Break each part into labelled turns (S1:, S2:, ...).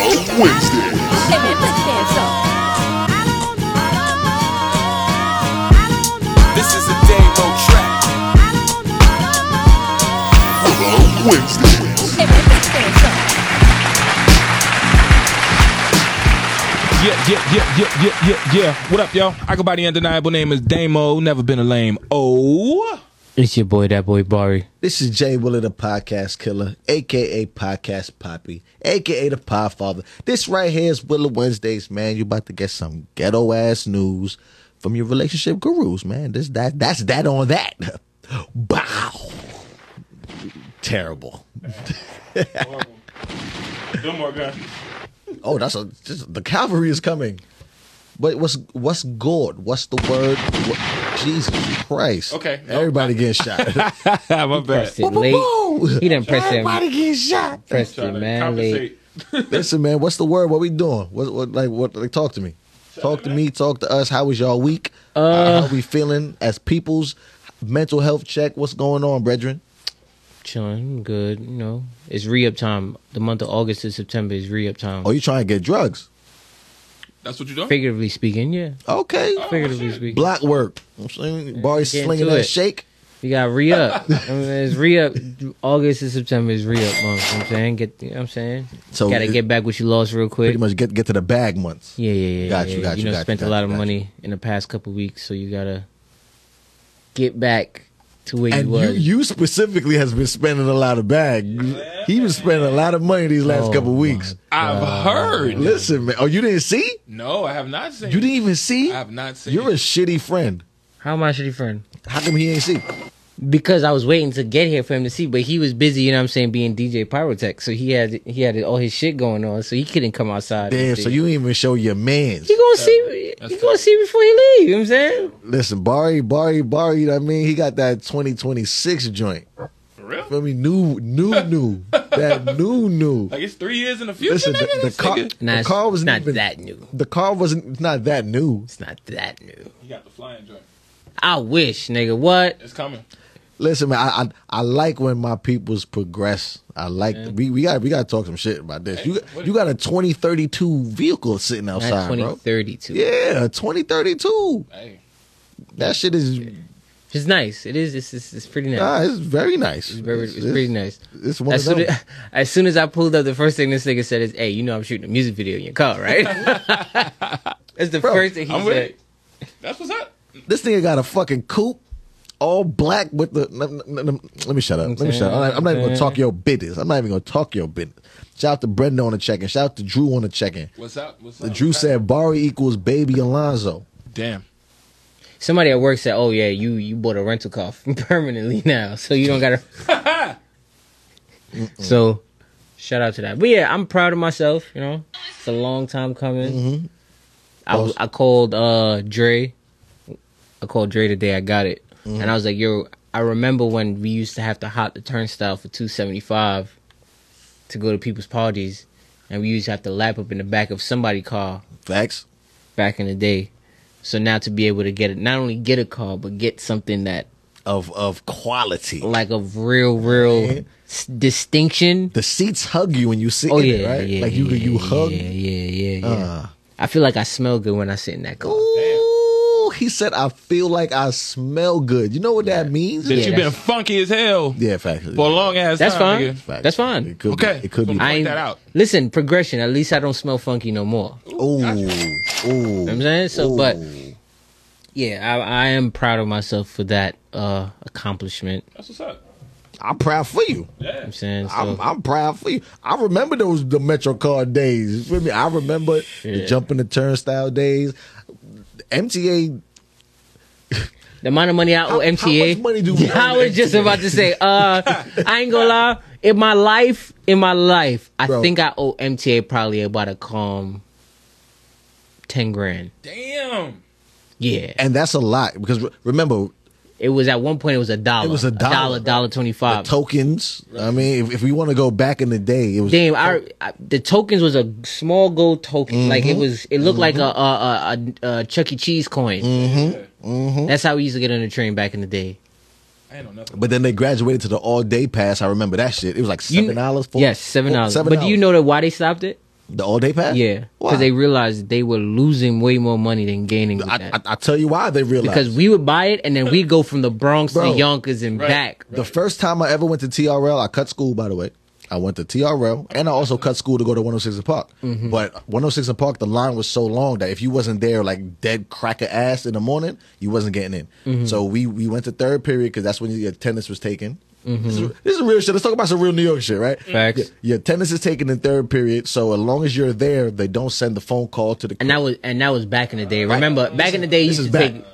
S1: Wednesday.
S2: Give me put your hands up.
S3: This is a Damo track.
S1: Hello, Wednesday.
S2: Give me put your hands up.
S4: Yeah, yeah, yeah, yeah, yeah, yeah, yeah. What up, y'all? I go by the undeniable name is Damo. Never been a lame. Oh,
S5: It's your boy, that boy Barry.
S6: This is Jay Willard, the podcast killer, aka Podcast Poppy, aka the Podfather. This right here is Willard Wednesdays, man. You about to get some ghetto ass news from your relationship gurus, man. This that that's that on that. Bow. Terrible.
S4: no more gun.
S6: Oh, that's a just, the cavalry is coming. But what's what's good? What's the word? What, Jesus Christ!
S4: Okay, no,
S6: everybody getting shot.
S4: My bad.
S5: Pressed it late.
S6: Boom!
S5: He done pressed it.
S6: everybody getting shot.
S5: Pressed it,
S4: Trying to
S5: man. Late.
S4: compensate.
S6: Listen, man, what's the word? What we doing? What, what like what? Like, talk to me. Talk to me. Talk to us. How was y'all week? Uh, how we feeling as people's mental health check? What's going on, brethren?
S5: Chilling, good. You know, it's re up time. The month of August to September is re up time.
S6: Oh, you trying to get drugs?
S4: That's what you doing?
S5: Figuratively speaking, yeah.
S6: Okay.
S5: Figuratively speaking.
S6: Block work. I'm saying, Barry
S5: Get
S6: slinging
S5: to
S6: that
S5: it.
S6: shake.
S5: You got re up. it's re up. August to September is re up month. You know what I'm saying? Get, you know what I'm saying?
S6: So
S5: Gotta
S6: it-
S5: get back what you lost real quick.
S6: Pretty much get get to the bag months.
S5: Yeah, yeah, yeah.
S6: Got
S5: yeah.
S6: you, got you,
S5: know,
S6: got you,
S5: spent
S6: got
S5: a
S6: you,
S5: lot of
S6: got
S5: money in the past couple weeks, so you gotta get back to where
S6: And
S5: you was.
S6: you, you specifically has been spending a lot of bag. He been spending a lot of money these last
S5: Oh,
S6: couple weeks.
S4: I've
S5: Uh,
S4: heard.
S6: Listen, man. Oh, you didn't see?
S4: No, I have not seen.
S6: You didn't even see?
S4: I have not seen.
S6: You're a shitty friend.
S5: How am I a shitty friend?
S6: How come he ain't see?
S5: Because I was waiting to get here for him to see, but he was busy, you know what I'm saying, being DJ Pyrotech. So he had he had all his shit going on, so he couldn't come outside. and
S6: Damn,
S5: see.
S6: so you didn't even show your mans.
S5: He gonna see me
S4: That's
S5: he gonna see me before he leave, you know what I'm saying?
S6: Listen, Barry, Barry, Barry, you know what I mean? He got that 2026 joint.
S4: For real?
S6: Feel me? New, new, new. That new, new.
S4: Like it's three years in the future.
S6: Listen,
S4: nigga?
S6: the, the
S4: This
S6: car,
S4: nigga-
S5: Nah,
S6: the
S5: it's-
S6: car was
S5: it's not that new.
S6: The car wasn't it's not that new.
S5: It's not that new.
S4: He got the flying joint.
S5: I wish, nigga. What?
S4: It's coming.
S6: Listen, man, I, I I like when my peoples progress. I like we we got we got to talk some shit about this. You
S4: what-
S6: you got a 2032 vehicle sitting
S5: Not
S6: outside, bro.
S5: 2032.
S6: Yeah, 2032.
S4: Hey,
S6: That shit is
S5: It's nice. It is. It's, it's, it's pretty nice.
S6: nah, it's very nice.
S5: it's, very, it's, pretty nice.
S6: It's one
S5: As
S6: of
S5: soon
S6: them.
S5: as, as soon as I pulled up, the first thing this nigga said is, "Hey, you know I'm shooting a music video in your car, right?" That's the
S6: Bro,
S5: first thing he
S4: I'm with
S5: said.
S4: it. That's what's up.
S6: This nigga got a fucking coupe, all black with the. n- n- n- let me shut up. Let me shut up. I'm not, I'm not even gonna talk your business. I'm not even gonna talk your business. Shout out to Brenda on the check-in. Shout out to Drew on the check-in.
S4: What's up? What's
S6: The
S4: up?
S6: Drew
S4: What's up?
S6: said Barry equals baby Alonzo.
S4: "Damn."
S5: Somebody at work said, "Oh yeah, you you bought a rental car permanently now, so you don't gotta." so, shout out to that. But yeah, I'm proud of myself. You know, it's a long time coming. I was- I called uh Dre. I called Dre the day I got it, and I was like, "Yo, I remember when we used to have to hop the turnstile for two seventy five to go to people's parties, and we used to have to lap up in the back of somebody's car."
S6: Facts.
S5: back in the day. So now to be able to get it, not only get a car, but get something that
S6: Of of quality.
S5: like of real, real s- distinction.
S6: The seats hug you when you sit
S5: Oh
S6: in
S5: yeah,
S6: it, right?
S5: yeah,
S6: like you
S5: yeah,
S6: you hug.
S5: Yeah, yeah, yeah. yeah.
S6: Uh.
S5: I feel like I smell good when I sit in that car.
S6: Ooh, he said I feel like I smell good. You know what that means?
S4: That
S5: Yeah,
S4: you been
S5: that's-
S4: funky as hell
S6: Yeah, facts.
S4: for a long ass
S5: That's
S4: time.
S5: fine.
S4: nigga.
S6: Facts.
S5: That's fine.
S6: It could
S4: Okay.
S6: be. It could be.
S4: Point
S5: I ain't,
S4: that out.
S5: Listen, progression. At least I don't smell funky no more. You know
S6: Ooh,
S5: what
S6: ooh.
S5: I'm saying so, but
S6: Ooh.
S5: yeah, I, I am proud of myself for that uh accomplishment. You know
S4: That's what's up.
S6: I'm proud for you.
S5: what
S4: Yeah.
S5: I'm saying so.
S6: I'm, I'm proud for you. I remember those the MetroCard days. You feel me? I remember the
S5: Yeah.
S6: jumping the turnstile days. MTA.
S5: The amount of money I owe
S6: How- how
S5: MTA.
S6: much money do we
S5: Yeah, I
S6: owe
S5: was just
S6: MTA?
S5: about to say. Uh, I ain't gonna lie. In my life, in my life, I
S6: Bro.
S5: think I owe MTA probably about a calm ten grand.
S4: Damn.
S5: Yeah,
S6: And that's a lot because re- remember
S5: it was at one point it was a dollar.
S6: It was a
S5: dollar,
S6: dollar.
S5: dollar twenty
S6: the
S5: five.
S6: tokens. I mean, if, if we want to go back in the day, it was
S5: Damn, I, I the tokens was a small gold token.
S6: Mm-hmm.
S5: Like it was, it looked like a a, a a a Chuck E. Cheese coin.
S6: Mm-hmm.
S5: That's how we used to get on the train back in the day.
S4: I ain't know nothing.
S6: But then they graduated to the all day pass. I remember that shit. It was like
S5: You-
S6: seven dollars.
S5: Yes, seven dollars. But do you
S6: know?
S5: know that why they stopped it?
S6: The all day pass?
S5: Yeah,
S6: Why?
S5: because they realized they were losing way more money than gaining. With
S6: I,
S5: that.
S6: I, I tell you why they realized.
S5: because we would buy it and then we go from the Bronx
S6: Bro.
S5: to Yonkers and back.
S6: The first time I ever went to TRL, I cut school, by the way. I went to TRL and I also cut school to go to 106 and Park.
S5: Mm-hmm.
S6: But 106 and Park, the line was so long that if you wasn't there like dead cracker ass in the morning, you wasn't getting in.
S5: Mm-hmm.
S6: So we, we went to third period because that's when your attendance was taken. This, is, this is real shit. Let's talk about some real New York shit, right?
S5: Mm-hmm. Facts.
S6: Your, your attendance is taken in third period. So as long as you're there, they don't send the phone call to the
S5: And that was and that was back in the day. Remember, back in the day, you
S6: This
S5: used
S6: is
S5: to
S6: back.
S5: take.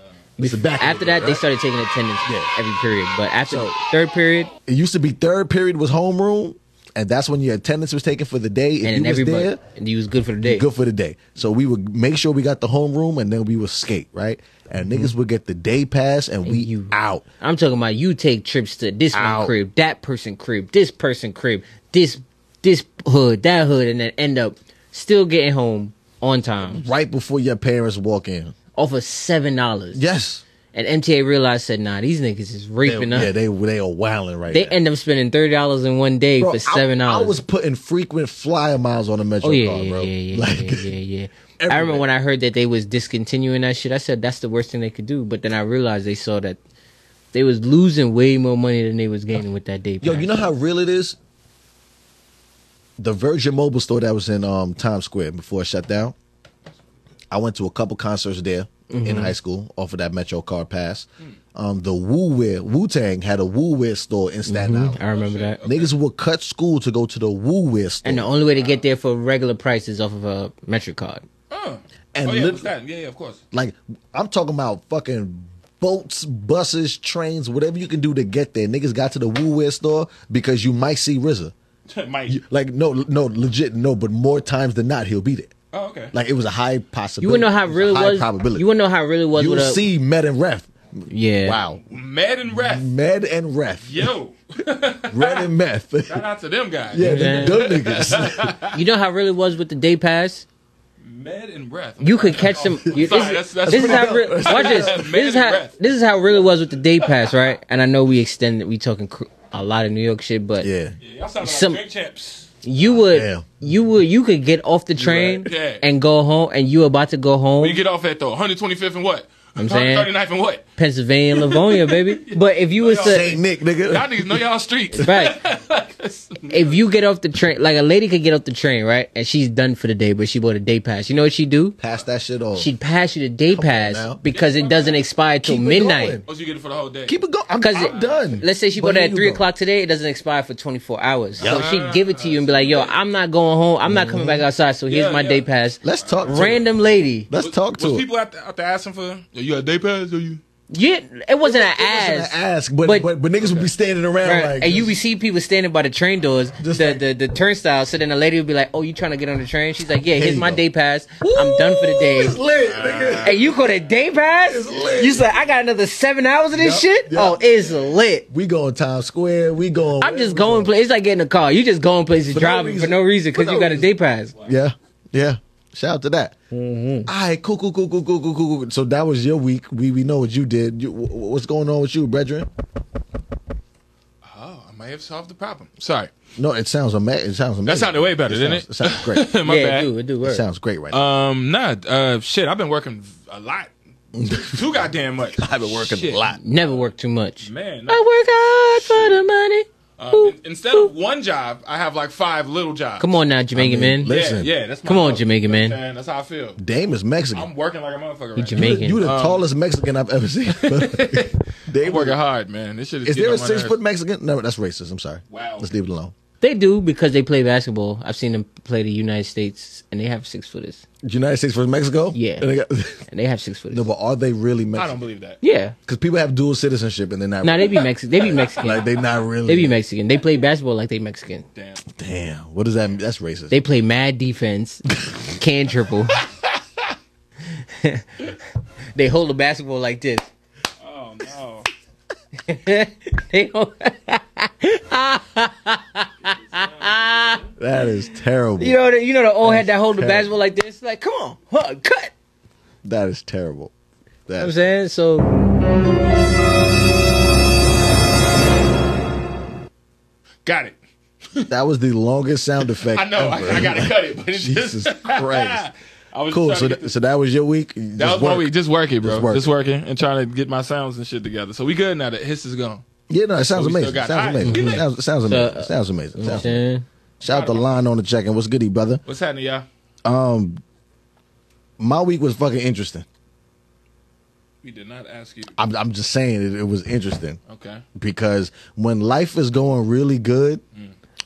S6: This is back in
S5: After
S6: the day,
S5: that, they
S6: right?
S5: started taking attendance
S6: Yeah.
S5: every period. But after third period,
S6: it used to be third period was homeroom, and that's when your attendance was taken for the day. If
S5: and then
S6: you was
S5: everybody,
S6: there,
S5: and you was good for the day.
S6: good for the day. So we would make sure we got the homeroom, and then we would skate, right? And niggas would get the day pass, and we
S5: Mm-hmm. you-
S6: out.
S5: I'm talking about you take trips to this
S6: Ow.
S5: one crib, that person crib, this person crib, this this hood, that hood, and then end up still getting home on time
S6: Right before your parents walk in.
S5: off of seven dollars.
S6: Yes.
S5: And MTA realized said, nah, these niggas is
S6: They,
S5: raping us.
S6: yeah, they they are wilding right
S5: They
S6: now.
S5: end up spending thirty dollars in one day
S6: Bro,
S5: for seven
S6: I, I
S5: dollars.
S6: was putting frequent flyer miles on the metro
S5: oh yeah,
S6: card,
S5: yeah,
S6: bro.
S5: yeah, yeah,
S6: like,
S5: yeah, yeah, yeah. I
S6: everywhere.
S5: remember when I heard that they was discontinuing that shit. I said that's the worst thing they could do. But then I realized they saw that they was losing way more money than they was gaining with that day.
S6: Yo,
S5: pass.
S6: you know how real it is? The Virgin Mobile store that was in um, Times Square before it shut down. I went to a couple concerts there
S5: Mm-hmm.
S6: in high school off of that Metro Card Pass. Um, the Wu Wear, Wu Tang had a Wu Wear store in Staten Island.
S5: Mm-hmm. I remember that.
S6: Niggas would cut school to go to the Wu Wear store.
S5: And the only way to get there for regular price is off of a metric card.
S6: And
S4: oh yeah,
S6: lit-
S4: what's that? Yeah, yeah, of course.
S6: like, I'm talking about fucking boats, buses, trains, whatever you can do to get there. Niggas got to the Wu Wear store because you might see RZA.
S4: Mike.
S6: You- Like no, no, legit, no. But more times than not, he'll be there.
S4: Oh, okay.
S6: Like it was a high possibility.
S5: You wouldn't know how
S6: It
S5: it
S6: was a
S5: really
S6: high
S5: was.
S6: Probability.
S5: You wouldn't know how it really was.
S6: You'll
S5: with a,
S6: see Med and Ref.
S5: yeah.
S6: Wow,
S4: Med and Ref.
S6: Med and Ref,
S4: Yo.
S6: Red and Meth.
S4: Shout
S6: yeah,
S4: out to them guys.
S6: yeah. Them, them niggas.
S5: You know how it really was with the day pass.
S4: Med and Ref. Oh,
S5: You could catch them. You,
S4: Sorry, that's-
S5: this,
S4: that's
S5: this is
S4: pretty
S5: how. Re-
S4: dope.
S5: watch this.
S4: Man
S5: This is
S4: and
S5: how.
S4: breath.
S5: This is how it really was with the day pass, right? And I know we extended. We talking cr- a lot of New York shit, but
S6: yeah,
S4: Yeah, y'all sound like
S5: Some-
S4: Drake champs.
S5: you would.
S6: Damn.
S5: You would. You could get off the train
S4: right. Yeah.
S5: and go home, and you about to go home.
S4: When you get off at though, 125th and what?
S5: I'm saying-
S4: 139th and what?
S5: Pennsylvania, Livonia, baby. But if you was to
S6: Saint Nick,
S4: Y'all
S6: nigga.
S4: niggas know y'all streets.
S5: Right. if you get off the train, like a lady could get off the train, right? And she's done for the day, but she bought a day pass. You know what she do?
S6: Pass that shit off.
S5: She'd pass you the day
S6: now.
S5: pass because it doesn't expire till
S6: Keep it
S5: midnight.
S6: going.
S4: Once you get it for the whole day.
S6: Keep it going. I'm,
S5: Because
S6: I'm done.
S5: Let's say she
S6: But
S5: bought it
S6: here
S5: at three
S6: you go.
S5: o'clock today, it doesn't expire for twenty four hours. So she'd give it to you and be like, "Yo, I'm not going home. I'm not coming back
S6: Mm-hmm.
S5: outside. So here's
S4: Yeah,
S5: my
S4: yeah.
S5: day pass."
S6: Let's talk. To Random.
S5: Random lady.
S6: Let's talk
S4: Was
S6: to it.
S4: people out there, out there asking for, yo, you got a day pass or you?
S5: Yeah, it wasn't an
S6: Wasn't
S5: ass.
S6: an ask, but but,
S5: But-
S6: but, niggas would be standing around
S5: Right.
S6: like
S5: and you be see people standing by the train doors, the,
S6: Just like-
S5: the the turnstile. So then the lady would be like, "Oh, you trying to get on the train?" She's like, "Yeah, here's
S6: you
S5: my
S6: go.
S5: day pass. I'm done for the day."
S6: It's lit, nigga.
S5: And you go to day pass?
S6: lit.
S5: You say I got another seven hours of this
S6: Yup,
S5: shit?
S6: yup.
S5: Oh, it's lit.
S6: We going Times Square. We going.
S5: I'm just going place. It's like getting a car. You just going places
S6: For no
S5: driving for
S6: reason.
S5: no reason
S6: For
S5: because
S6: no
S5: you got a
S6: reason.
S5: day pass.
S6: Yeah, yeah. Shout out to that.
S5: Mm-hmm.
S6: All right, cool, cool, cool, cool, cool, cool, cool. cool. So that was your week. We we know what you did. You, wh- wh- what's going on with you, brethren?
S4: Oh, I might have solved the problem. Sorry.
S6: No, it sounds amazing. It sounds amazing.
S4: sounded way better,
S6: it
S4: didn't
S6: sounds, it? sounds great.
S4: My
S5: yeah,
S4: bad.
S5: it do it do
S6: it
S5: work.
S6: sounds great right now.
S4: Um, nah, uh, shit, I've been working a lot. Too goddamn much.
S6: I've been working
S4: shit.
S6: a lot.
S5: Never work too much.
S4: Man, no.
S5: I work hard for the money.
S4: Um, in- instead of one job, I have like five little jobs.
S5: Come on now, Jamaican
S6: mean,
S5: man.
S6: li-
S4: yeah,
S6: listen.
S4: yeah. That's my
S5: Come on,
S4: hustle,
S5: Jamaican
S4: you know
S5: man.
S4: what I'm saying? That's how I feel.
S6: Dame is
S4: I'm
S6: Mexican.
S4: working like a motherfucker. Right now.
S5: Jamaican.
S6: You the tallest Mexican I've ever seen. Dame
S4: I'm working hard, man. This shit is.
S6: Is
S4: getting
S6: there a
S4: on my nerves.
S6: six foot Mexican? No, that's racist. I'm sorry.
S4: Wow.
S6: Let's leave it alone.
S5: They do because they play basketball. I've seen them play the United States, and they have six footers,
S6: United States versus Mexico.
S5: Yeah.
S6: And they got-
S5: and they have six footers.
S6: no, but are they really
S4: I don't
S6: Mexican?
S4: believe that.
S5: yeah,
S6: Because people have dual citizenship and they're not.
S5: now they be Mexican. They be Mexican.
S6: like they not really.
S5: They be Mexican. They play basketball like they Mexican.
S4: Damn.
S6: Damn. What does that? mean? That's racist.
S5: They play mad defense, can triple. they hold the basketball like this.
S4: Oh no.
S5: They hold,
S6: that is terrible.
S5: you know, the, you know the old head that hold the basketball like this. Like, come on, huh, cut.
S6: That is terrible. That
S5: I'm
S6: is-
S5: saying so.
S4: Got it.
S6: That was the longest sound effect.
S7: I know. I,
S6: ever.
S7: I gotta cut it, but it's
S6: Jesus
S7: just,
S6: Christ.
S7: I was
S6: Cool.
S7: Trying
S6: So,
S7: to get
S6: that, so that was your week.
S7: the, that was my week. Just work it, bro.
S6: Just
S7: Just,
S6: work it.
S7: working and trying to get my sounds and shit together. So we good now that hiss is gone.
S6: yeah, no, it sounds
S7: So we still
S6: amazing.
S7: got-
S6: Sounds,
S7: All right,
S6: amazing.
S7: good night.
S6: sounds, sounds amazing.
S5: uh,
S6: Sounds amazing. Sounds amazing.
S5: Saying?
S6: Shout out to Lon on the check in. What's goody, brother?
S7: What's happening, y'all?
S6: My week was fucking interesting.
S7: We did not ask you.
S6: I'm, I'm just saying it, it was interesting
S7: Okay.
S6: because when life is going really good,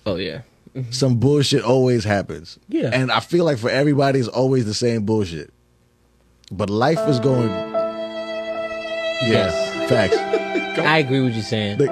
S5: Oh yeah.
S6: some bullshit always happens.
S5: Yeah.
S6: And I feel like for everybody, it's always the same bullshit. But life is going. Yeah, facts.
S5: I agree with you saying.
S6: The,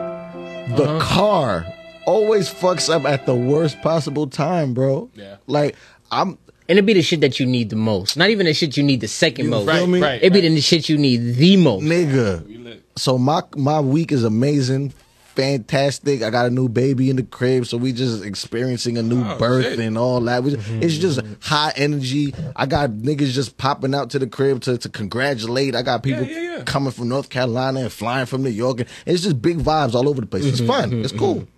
S6: the car always fucks up at the worst possible time, bro.
S7: Yeah.
S6: Like, I'm.
S5: and it'd be the shit that you need the most. Not even the shit you need the second most.
S7: Right,
S6: me?
S7: right.
S5: It'd be
S7: right.
S5: the shit you need the most.
S7: We
S6: Nigga.
S7: lit.
S6: So my my week is amazing, fantastic. I got a new baby in the crib, so we just experiencing a new
S7: Oh,
S6: birth
S7: shit.
S6: and all that. We just, it's just high energy. I got niggas just popping out to the crib to, to congratulate. I got people
S7: yeah, yeah.
S6: coming from North Carolina and flying from New York, and it's just big vibes all over the place. It's fun. It's cool.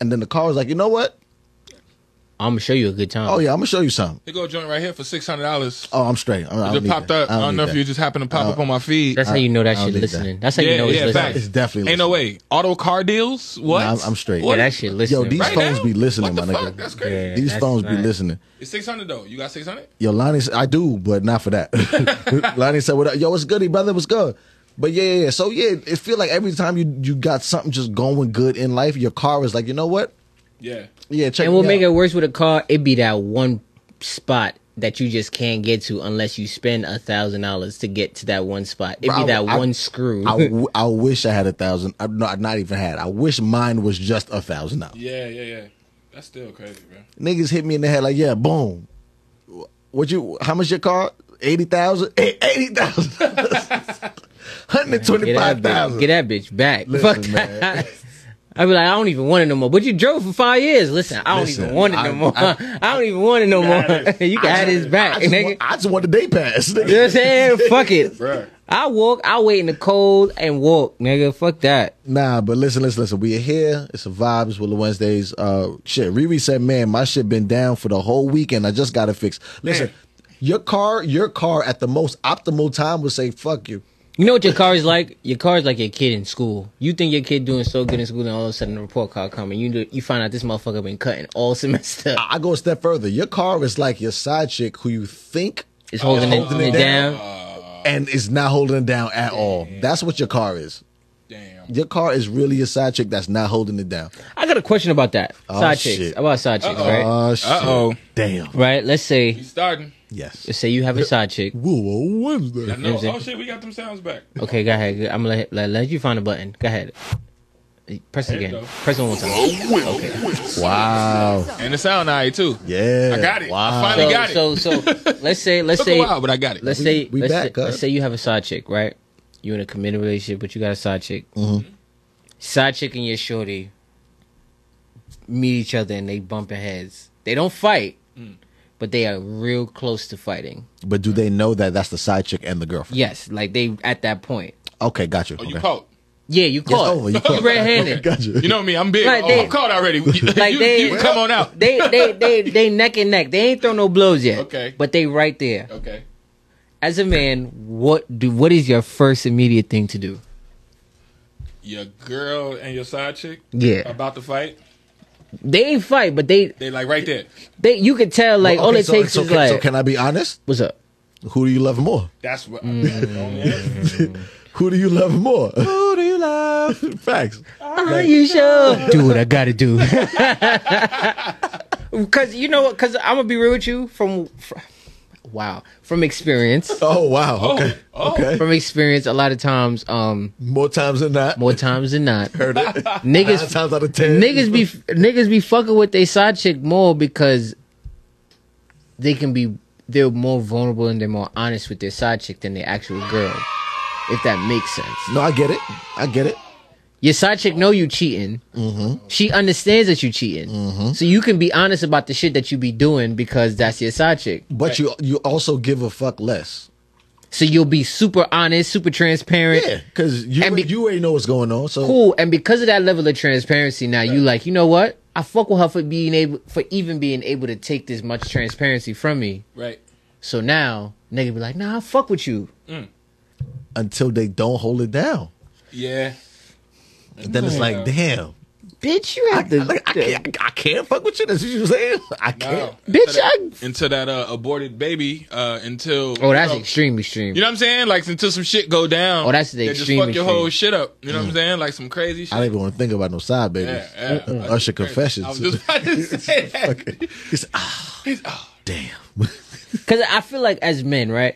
S6: And then the car was like, you know what?
S5: I'm gonna show you a good time.
S6: Oh yeah, I'm gonna show you something.
S7: They go a joint right here for six hundred dollars.
S6: Oh, I'm straight. I, I
S7: It
S6: don't
S7: just
S6: need
S7: popped
S6: that.
S7: up. I don't, know
S6: need
S7: if you
S6: that.
S7: just happened to pop up on my feed.
S5: That's how you know that
S6: I don't
S5: shit
S6: need that.
S5: listening. That's how you know it's
S7: yeah,
S5: listening.
S7: facts.
S6: It's definitely
S7: Ain't no
S6: listening.
S7: way. Auto car deals? What?
S6: Nah, I'm- I'm straight.
S5: Yeah,
S7: What?
S5: that shit
S6: Yo,
S5: listening.
S6: these
S5: bro.
S7: Right
S6: phones
S7: now?
S6: be listening,
S7: What
S6: my
S7: the
S6: nigga.
S7: fuck? That's crazy.
S5: Yeah,
S6: These
S5: that's
S6: phones be
S5: nice.
S6: listening.
S7: It's six hundred though. You got six hundred?
S6: Yo, Lonnie, said- I do, but not for that. Lonnie said, "What? up? Yo, what's goody, brother? What's good?" But yeah, yeah, yeah. So yeah, it feel like every time you you got something just going good in life, your car is like, you know what?
S7: Yeah.
S6: Yeah, check.
S5: And what
S6: me
S5: make
S6: out.
S5: it worse with a car, it'd be that one spot that you just can't get to unless you spend a thousand dollars to get to that one spot. It'd
S6: Bro,
S5: be
S6: I-
S5: that
S6: I-
S5: one screw.
S6: I, w- I wish I had a thousand. I, no, not even had. I wish mine was just a thousand dollars.
S7: Yeah, yeah, yeah. That's still crazy, bro.
S6: Niggas hit me in the head like, yeah, boom. What you? How much your car? Eighty thousand. Eighty thousand. Hundred
S5: get
S6: twenty-five
S5: that bitch, get
S6: thousand.
S5: that bitch back.
S6: Listen,
S5: Fuck
S6: man.
S5: that. I'd be like, I don't even want it no more. But you drove for five years. Listen, I don't
S6: Listen,
S5: even want it
S6: I-
S5: no more.
S6: I-
S5: I, don't even want it no more. you can have this back,
S6: I just,
S5: nigga.
S6: want, I just want the day pass. Nigga.
S5: you know what I'm saying? Fuck it.
S7: Bruh.
S5: I walk, I wait in the cold and walk, nigga. Fuck that.
S6: Nah, but listen, listen, listen. We are here. It's a vibe. It's Willow Wednesdays. Uh, shit. Riri said, "Man, my shit been down for the whole weekend. I just got it fixed." Listen, your car, your car at the most optimal time would say, "Fuck you."
S5: You know what your car is like? Your car is like your kid in school. You think your kid doing so good in school, and all of a sudden the report card coming. You do, you find out this motherfucker been cutting all semester.
S6: I, I go a step further. Your car is like your side chick who you think
S5: It's holding, it,
S6: Oh, holding it
S5: it down.
S7: Oh.
S6: and is not holding it down at all. That's what your car is.
S7: Damn.
S6: Your car is really a side chick that's not holding it down.
S5: I got a question about that.
S6: Oh,
S5: side chicks.
S6: shit.
S5: About side chicks,
S6: Oh
S5: right?
S6: shit!
S7: Uh-oh.
S6: Damn.
S5: right. Let's say
S7: You starting.
S6: Yes.
S5: let's say you have a side chick.
S6: Willow
S7: I
S6: Wednesday.
S7: know.
S5: Music.
S7: Oh shit, we got them sounds back.
S5: Okay, go ahead. I'm gonna let, let, let you find the button. Go ahead. Press it
S7: There you
S5: again.
S7: go.
S5: Press it one more time.
S6: Wow.
S7: And the sound I too.
S6: Yeah.
S7: I got it.
S6: Wow.
S7: I finally
S5: So
S7: got it.
S5: so so let's say let's
S7: Took
S5: say
S7: a while, but I got it.
S5: let's say
S6: we
S5: let's,
S6: back,
S5: say,
S6: huh?
S5: let's say you have a side chick, right? You in a committed relationship, but you got a side chick.
S6: Mm-hmm.
S5: Side chick and your shorty meet each other and they bumping heads. They don't fight,
S7: Mm.
S5: but they are real close to fighting.
S6: But do they know that that's the side chick and the girlfriend?
S5: Yes, like they at that point.
S6: Okay, got you.
S7: oh, you
S6: Okay.
S7: caught.
S5: Yeah, you caught.
S6: over, you caught.
S5: red-handed.
S6: Got you.
S7: You know me. I'm big.
S5: Like
S7: oh,
S5: they-
S7: I'm caught already.
S5: Like
S7: you,
S5: they-
S7: you can come on out.
S5: They they they they neck and neck. They ain't throw no blows yet.
S7: Okay.
S5: but they right there.
S7: Okay.
S5: As a man, what do what is your first immediate thing to do?
S7: Your girl and your side chick.
S5: Yeah.
S7: About to fight.
S5: They ain't fight, but they
S7: They like right there.
S5: They, you could tell, like,
S6: Well,
S5: all
S6: okay,
S5: it
S6: so-
S5: takes
S6: so
S5: is
S6: can-
S5: like,
S6: So can I be honest?
S5: what's up?
S6: Who do you love more?
S7: That's what.
S6: Who do you love more? Who do you love? Facts.
S5: Are you sure? Do what I gotta do. Because you know what? Because I'm gonna be real with you from, fr wow, from experience.
S6: Oh wow. Okay.
S7: oh.
S6: Okay.
S5: From experience, a lot of times, um,
S6: More times than not.
S5: more times than not,
S6: Heard it. Nine
S5: niggas,
S6: times out of ten.
S5: niggas be niggas be fucking with their side chick more because they can be they're more vulnerable and they're more honest with their side chick than their actual girl. If that makes sense.
S6: No, I get it. I get it.
S5: Your side chick know you cheating. She understands that you cheating, so you can be honest about the shit that you be doing because that's your side chick.
S6: But you you also give a fuck less.
S5: So you'll be super honest, super transparent,
S6: Yeah, because you
S5: And be-
S6: you already know what's going on. So
S5: cool. And because of that level of transparency, now you like, you know what? I fuck with her for being able for even being able to take this much transparency from me.
S7: Right.
S5: So now nigga be like, nah, I fuck with you.
S6: until they don't hold it down.
S7: Yeah.
S6: And then it's like, damn,
S5: Bitch, you have to
S6: like, I, can't, I can't fuck with you. That's what you're saying. I can't.
S7: Wow.
S5: Bitch, I
S7: Uh, Into that uh, aborted baby. Uh, until
S5: Oh, that's
S7: you know,
S5: extreme extreme.
S7: You know what I'm saying? Like until some shit go down.
S5: Oh, that's the
S7: they
S5: extreme
S7: Just fuck your whole
S5: extreme.
S7: shit up. You know what I'm saying? Like some crazy shit.
S6: I don't even want to think about no side babies. Uh,
S7: yeah, yeah. That's
S6: Usher
S7: crazy. I was
S6: confessions.
S7: just about to say that.
S6: He's, ah, damn.
S5: Cause I feel like as men, right?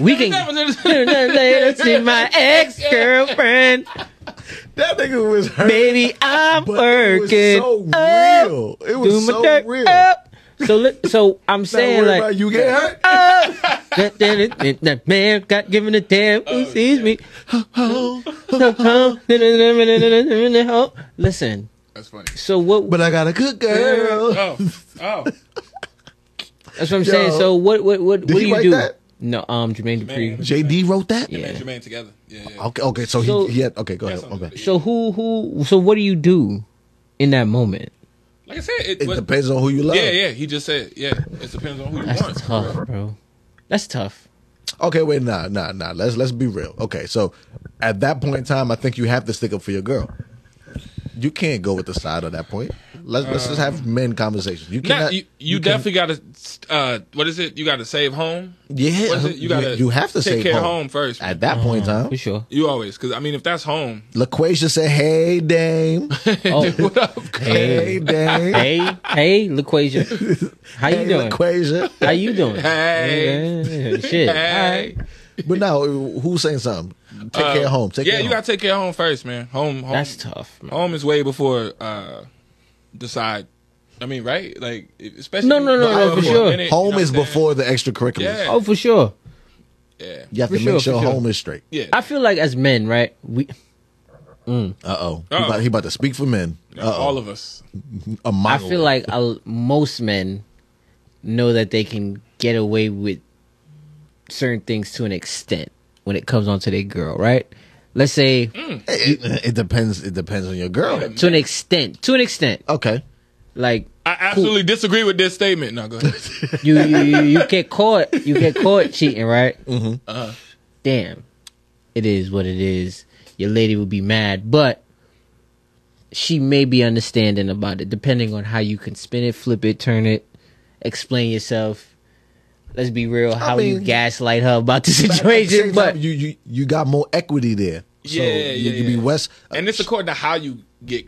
S5: We can later
S7: That's
S5: see my ex girlfriend.
S6: that nigga was hurt.
S5: Baby, I'm
S6: But it was
S5: working.
S6: so
S5: up.
S6: real. It was
S5: Do my
S6: so
S5: dirt
S6: real.
S5: up. So look, so I'm saying
S6: worry
S5: like
S6: about you get hurt.
S5: that, that, that, that man got given a damn who sees me. Listen.
S7: That's funny.
S5: So what?
S6: But I got a good girl.
S7: Oh, oh.
S5: That's what I'm saying.
S6: Yo.
S5: So what? What? What? What
S6: he
S5: do you
S6: write
S5: do?
S6: that?
S5: No, um, Jermaine
S7: Jermaine.
S5: Dupri.
S6: JD wrote that.
S5: Yeah.
S7: Man, Jermaine together. Yeah, yeah.
S6: Okay. Okay. So,
S5: So-
S6: he, he had. Okay. Go ahead.
S7: something
S6: Okay.
S7: to
S5: So who? Who? So what do you do in that moment?
S7: Like I said, it,
S6: It
S7: was,
S6: depends on who you love.
S7: Yeah, yeah. He just said, yeah. It depends on who you
S5: That's
S7: want.
S5: tough, bro. That's tough.
S6: Okay, wait, nah, nah, nah. Let's let's be real. Okay, so at that point in time, I think you have to stick up for your girl. You can't go with the side at that point. Let's let's just have men conversations. You
S7: Uh, Nah,
S6: cannot.
S7: you, you, definitely got to. Uh, what is it? You got to save home.
S6: yeah,
S7: What is it? You got to.
S6: You have to
S7: take
S6: save
S7: care
S6: home.
S7: of home first.
S6: at that point in time.
S5: For Uh-huh. sure.
S7: you always, because I mean, if that's home,
S6: Laquasia said, "Hey, Dame.
S5: Oh,
S6: hey,
S5: hey,
S6: Dame. hey,
S5: hey, hey, LaQuasia. How you doing?
S6: Laquasia."
S5: How you doing?
S7: Hey.
S5: Yeah, shit.
S7: hey,
S6: But now, who's saying something? Take care of home. Take
S7: Oh. Uh, yeah,
S6: care
S7: you
S6: of
S7: got to take care of home first, man. Home, home
S5: That's tough. Man.
S7: home is way before uh decide. I mean, right? Like, especially
S5: No, no,
S7: I
S5: no, no,
S7: love
S5: Uh, for
S7: you a
S5: sure.
S7: minute,
S6: home.
S7: you know
S6: Home is
S7: what I'm saying?
S6: before the extracurriculars.
S7: Yeah.
S5: Oh, for sure.
S6: You have to
S5: For sure,
S6: make
S5: for sure.
S6: sure, home is straight.
S7: Yeah,
S5: I feel like as men, right? We
S6: Uh oh. He,
S7: Uh-oh.
S6: about- he about to speak for men. Uh
S7: all of us.
S6: A
S5: I
S6: monologue.
S5: feel like uh, most men know that they can get away with certain things to an extent when it comes onto their girl, right? Let's say
S6: It, it- it depends. It depends on your girl.
S5: to an extent, to an extent,
S6: Okay.
S5: like
S7: I absolutely disagree with this statement. No, go ahead.
S5: you you, you you get caught you get caught cheating right mm-hmm. uh-huh. damn it is what it is your lady will be mad but she may be understanding about it depending on how you can spin it flip it turn it explain yourself let's be real how you
S6: mean-
S5: gaslight her about the
S6: At the same
S5: situation but
S6: time, you you you got more equity there. So
S7: Yeah, yeah,
S6: you, you be
S7: yeah.
S6: West.
S7: and it's according to how you get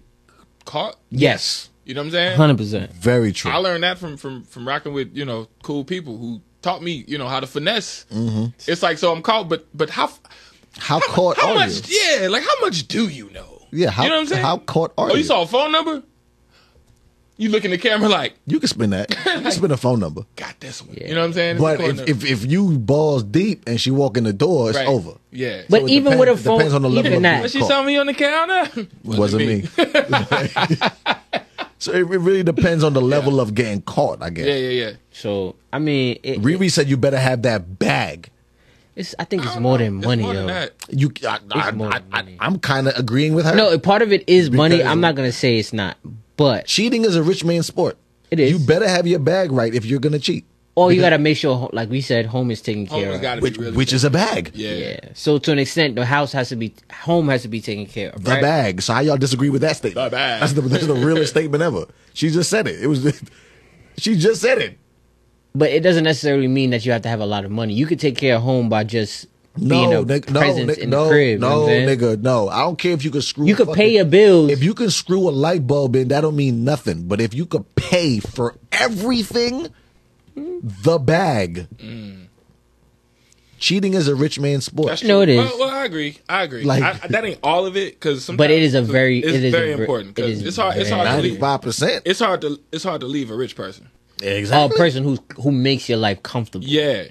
S7: caught.
S5: yes
S7: You know what I'm saying?
S5: 100%
S6: very true.
S7: I learned that from from from rocking with you know cool people who taught me you know how to finesse.
S6: Mm-hmm.
S7: It's like so I'm caught, but but how f-
S6: how caught
S7: how
S6: are
S7: much?
S6: you?
S7: Yeah, like how much do you know?
S6: Yeah, how-
S7: you know what I'm saying?
S6: how caught are
S7: Oh, you
S6: you?
S7: saw a phone number? You look in the camera like
S6: You can spin that. You can spin a phone number.
S7: got this one. You know what I'm saying? It's
S6: But
S7: according
S6: if,
S7: to-
S6: if if you balls deep and she walk in the door, it's
S7: right.
S6: over.
S7: Yeah,
S5: but
S6: it
S5: even with a
S6: depends- it
S5: phone
S6: depends on the level
S5: even
S6: of
S5: that
S7: But
S6: business.
S7: she
S6: caught.
S7: saw me on the counter.
S6: Wasn't me. so it, it really depends on the level of getting caught. I guess.
S7: yeah, yeah, yeah.
S5: so i mean it,
S6: Riri said you better have that bag.
S5: it's i think it's more than
S7: It's
S5: money
S7: more than
S5: yo.
S7: that.
S6: You, I, I,
S5: more
S6: I, I,
S5: money.
S6: I'm kind of agreeing with her.
S5: No, part of it is money.
S6: Because-
S5: I'm not gonna say it's not, but
S6: cheating is a rich man sport.
S5: It is.
S6: You better have your bag right if you're gonna cheat,
S5: all you gotta make sure, ho- like we said, home is taken
S7: Home
S5: care
S7: has
S5: of.
S7: got to be
S6: which
S7: really.
S6: which is a bag.
S7: yeah.
S5: yeah. So to an extent, the house has to be, home has to be taken care of.
S6: The
S5: Right?
S6: bag. So how y'all disagree with that statement?
S7: The bag.
S6: That's the that's the realest statement ever. She just said it. It was. She just said it.
S5: But it doesn't necessarily mean that you have to have a lot of money. You could take care of home by just
S6: No,
S5: being a
S6: nigga, no,
S5: presence
S6: nigga,
S5: in
S6: no,
S5: the crib. you know
S6: no,
S5: what I'm saying?
S6: nigga, no. I don't care if you can screw.
S5: You could
S6: fucking-
S5: pay your bills.
S6: If you can screw a light bulb in, that don't mean nothing. But if you could pay for everything, the bag. Cheating is a rich man's sport.
S7: That's
S5: No,
S7: true.
S5: it
S7: Well,
S5: is.
S7: well, I agree. I agree.
S6: Like-
S7: I, that ain't all of it, because
S5: But it is a very-
S7: it's
S5: it is
S7: very
S5: a ver-
S7: important.
S5: it
S7: 'cause
S5: is
S7: it's hard. It's hard to
S5: very-
S7: leave.
S6: Ninety-five percent.
S7: It's hard to it's hard to leave a rich person.
S5: Or a
S6: Exactly.
S5: person who who makes your life comfortable.
S7: Yeah,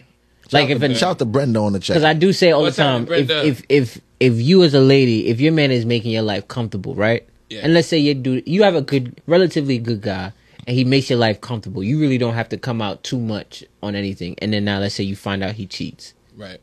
S5: like if
S6: Shout out to Brenda on the chat.
S5: because I do say all
S7: What's
S5: the
S7: happening,
S5: time, if,
S7: Brenda?
S5: if if if you as a lady, if your man is making your life comfortable, right?
S7: Yeah.
S5: And let's say you do, you have a good, relatively good guy, and he makes your life comfortable. You really don't have to come out too much on anything. And then now, let's say you find out he cheats.
S7: right.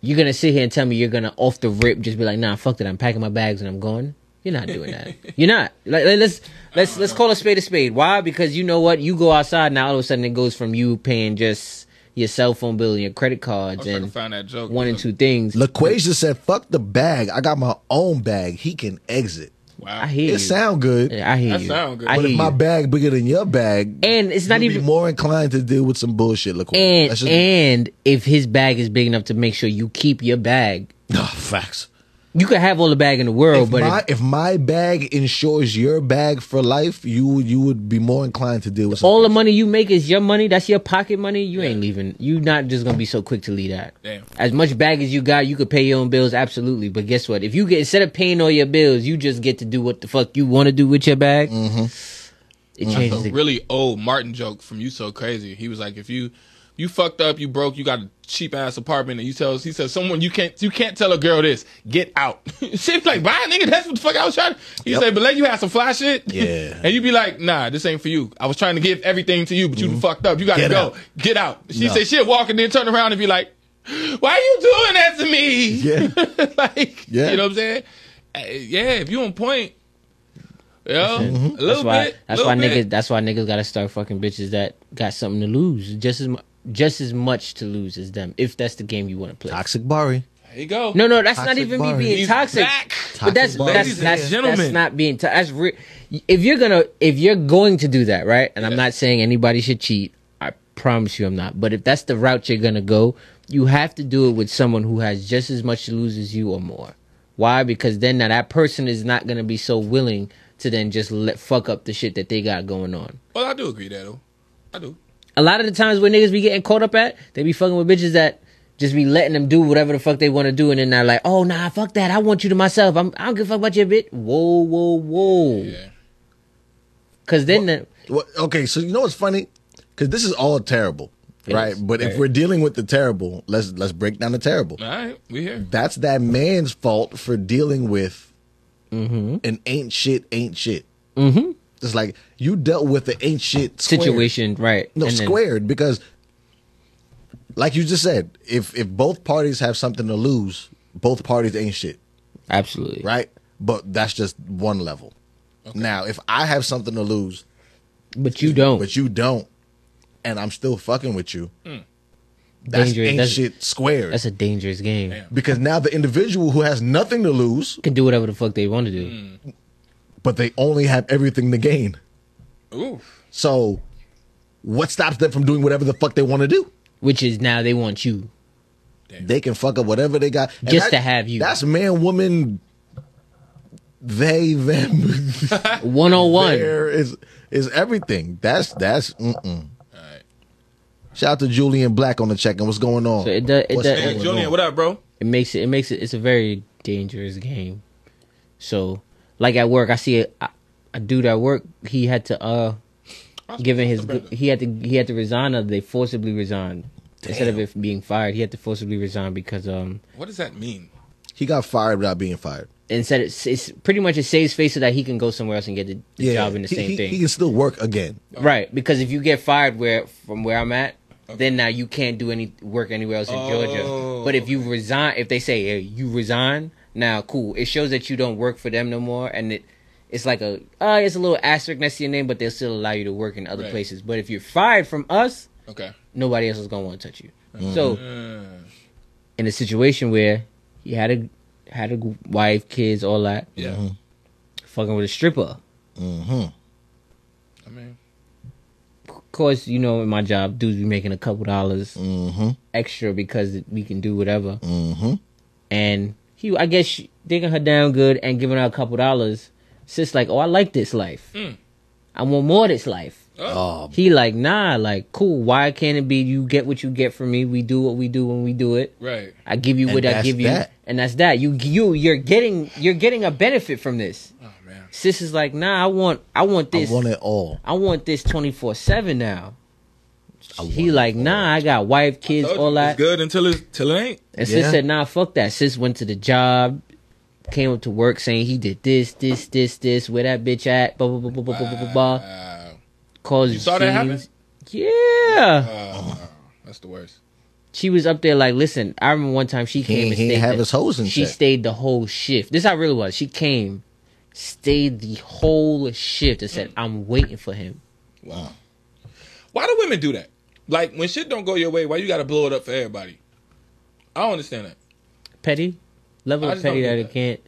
S5: You're gonna sit here and tell me you're gonna off the rip just be like, nah, fuck that. I'm packing my bags and I'm going. You're not doing that. You're not. Like, like, let's let's let's call a spade a spade. Why? Because you know what? You go outside now. All of a sudden, it goes from you paying just your cell phone bill and your
S7: I
S5: credit cards
S7: was trying to
S5: and
S7: find that joke.
S5: one and two things.
S6: LaQuasia said, "Fuck the bag. I got my own bag. He can exit."
S7: Wow.
S5: I hear
S6: It
S5: you.
S6: sound good,
S5: Yeah, I hear
S7: That
S5: you.
S7: sound good.
S5: I
S6: but
S5: hear
S6: if my
S5: you.
S6: bag bigger than your bag,
S5: And it's not
S6: you'd be
S5: even-
S6: more inclined to deal with some bullshit. LaQuasia.
S5: and
S6: That's just-
S5: and if his bag is big enough to make sure you keep your bag,
S6: Ah, facts.
S5: you could have all the bag in the world,
S6: if
S5: but
S6: my
S5: if,
S6: if my bag insures your bag for life, you you would be more inclined to deal with
S5: all the
S6: something.
S5: money you make is your money. That's your pocket money. You ain't leaving. You not just gonna be so quick to leave that.
S7: Damn.
S5: As much bag as you got, you could pay your own bills absolutely. But guess what? If you get instead of paying all your bills, you just get to do what the fuck you want to do with your bag.
S6: Mm-hmm.
S5: It changes.
S7: a
S5: The,
S7: really old Martin joke from You So Crazy. He was like, if you you fucked up, you broke, you got a cheap ass apartment, and you tell he says someone you can't you can't tell a girl this, get out. She's like, bye, nigga, that's what the fuck I was trying. to He said, but let you have some fly shit,
S6: Yeah.
S7: and you be like, nah, this ain't for you. I was trying to give everything to you, but you fucked up. You gotta
S6: Mm-hmm. Get
S7: go,
S6: out.
S7: get out. She
S6: No.
S7: said, shit, walk and then turn around and be like, why you doing that to me?
S6: Yeah.
S7: like,
S6: Yeah.
S7: you know what I'm saying? Uh, Yeah, if you on point. Yeah, a little
S5: Mm-hmm. that's why.
S7: bit.
S5: That's
S7: little
S5: why
S7: bit.
S5: niggas. That's why niggas gotta start fucking bitches that got something to lose. Just as mu- just as much to lose as them. If that's the game you want to play.
S6: Toxic Bari.
S7: There you go.
S5: No, no, that's
S6: Toxic
S5: not even
S6: Barney.
S5: me being
S7: He's
S5: toxic.
S7: back.
S5: But that's
S6: Toxic Barney.
S5: that's
S7: Ladies and
S5: that's, that's
S7: gentlemen.
S5: not being to- that's re- if you're gonna if you're going to do that right, and I'm not saying anybody should cheat. I promise you, I'm not. But if that's the route you're gonna go, you have to do it with someone who has just as much to lose as you or more. Why? Because then now that person is not gonna be so willing to then just let fuck up the shit that they got going on.
S7: Well, I do agree with that though. I do.
S5: A lot of the times where niggas be getting caught up at, they be fucking with bitches that just be letting them do whatever the fuck they want to do, and then they're like, "Oh nah, fuck that. I want you to myself. I'm, I don't give a fuck about your bitch." Whoa, whoa, whoa.
S7: Yeah.
S5: Cause then the,
S6: Well, okay, so you know what's funny? Because this is all terrible,
S5: It
S6: right?
S5: is.
S6: But if we're dealing with the terrible, let's let's break down the terrible.
S7: All right, we here.
S6: That's that man's fault for dealing with
S5: Mm-hmm.
S6: an ain't shit, ain't shit. Mm-hmm. It's like you dealt with the ain't shit squared.
S5: situation, right?
S6: No,
S5: and then-
S6: squared because, like you just said, if if both parties have something to lose, both parties ain't shit,
S5: absolutely. Right.
S6: right? But that's just one level. Now, if I have something to lose,
S5: But you don't.
S6: but you don't, and I'm still fucking with you. That's
S5: Dangerous.
S6: ain't
S5: That's,
S6: shit squared.
S5: that's a dangerous game.
S6: because now the individual who has nothing to lose,
S5: Can do whatever the fuck they want to do.
S6: Hmm. but they only have everything to gain.
S7: Ooh.
S6: So, what stops them from doing whatever the fuck they want to do?
S5: Which is now they want you.
S6: They can fuck up whatever they got. And
S5: Just to have you.
S6: That's man, woman, they, them.
S5: One on one.
S6: There is is everything. That's that's. Mm-mm. Shout out to Julian Black on the check-in. What's going on?
S5: So it does- it
S6: What's
S5: does-
S6: going
S7: Hey,
S5: Oh,
S7: Julian,
S6: on?
S7: what up, bro?
S5: It makes it. It makes it. It's a very dangerous game. So, like at work, I see a, a dude at work. He had to uh, given his he had to he had to resign. Or they forcibly resigned instead of it being fired. He had to forcibly resign because um
S7: What does that mean?
S6: He got fired without being fired.
S5: instead it's, it's pretty much it saves face so that he can go somewhere else and get the, the job in the
S6: he,
S5: same
S6: he-
S5: thing.
S6: He can still work again.
S5: Right, because if you get fired where from where I'm at, then now you can't do any work anywhere else in Georgia. But if
S6: Oh.
S5: you resign, if they say hey, you resign, now cool, it shows that you don't work for them no more, and it it's like a uh, it's a little asterisk next to your name, but they'll still allow you to work in other
S7: Right.
S5: places. But if you're fired from us,
S7: Okay. Uh,
S5: nobody else is gonna want to touch you. So, in a situation where he had a had a wife, kids, all that,
S7: Yeah.
S5: Mm-hmm. fucking with a stripper.
S7: I mean,
S5: Of course, you know, in my job, dudes be making a couple dollars extra because we can do whatever. Mm-hmm. And he, I guess, she- digging her down good and giving her a couple dollars. Sis, like, oh, I like this life. I want more of this life.
S6: Oh,
S5: He like, nah, like, cool. Why can't it be you get what you get from me? We do what we do when we do it.
S7: right.
S5: I give you
S6: And
S5: what I
S6: that's
S5: give you,
S6: that.
S5: and that's that. You you you're getting you're getting a benefit from this.
S7: Oh man.
S5: Sis is like, nah, I want I want
S6: I
S5: this.
S6: want it all.
S5: I want this 24 7 now. He
S6: want
S5: like, nah, I got wife, kids,
S7: Told you,
S5: all that.
S7: It's good until it's till it ain't.
S5: And
S6: Yeah.
S5: sis said, nah, fuck that. Sis went to the job, came up to work saying he did this, this, this, this, where that bitch at, blah, blah, blah, blah, blah, blah, blah, blah, blah.
S7: Uh,
S5: Caused you
S7: saw that happen? Oh,
S5: Yeah.
S7: that's the worst.
S5: She was up there like, listen, I remember one time she
S6: He
S5: came
S6: ain't,
S5: and
S6: he
S5: stayed.
S6: ain't have
S5: the-
S6: his hose in
S5: she
S6: check.
S5: stayed the whole shift. This is how it really was. She came, stayed the whole shift and said, "I'm waiting for him."
S7: Wow. Why do women do that? Like when shit don't go your way, why you gotta blow it up for everybody? I don't understand that.
S5: Petty, level
S7: I
S5: of
S7: just don't
S5: petty
S7: do
S5: that I
S7: that.
S5: can't.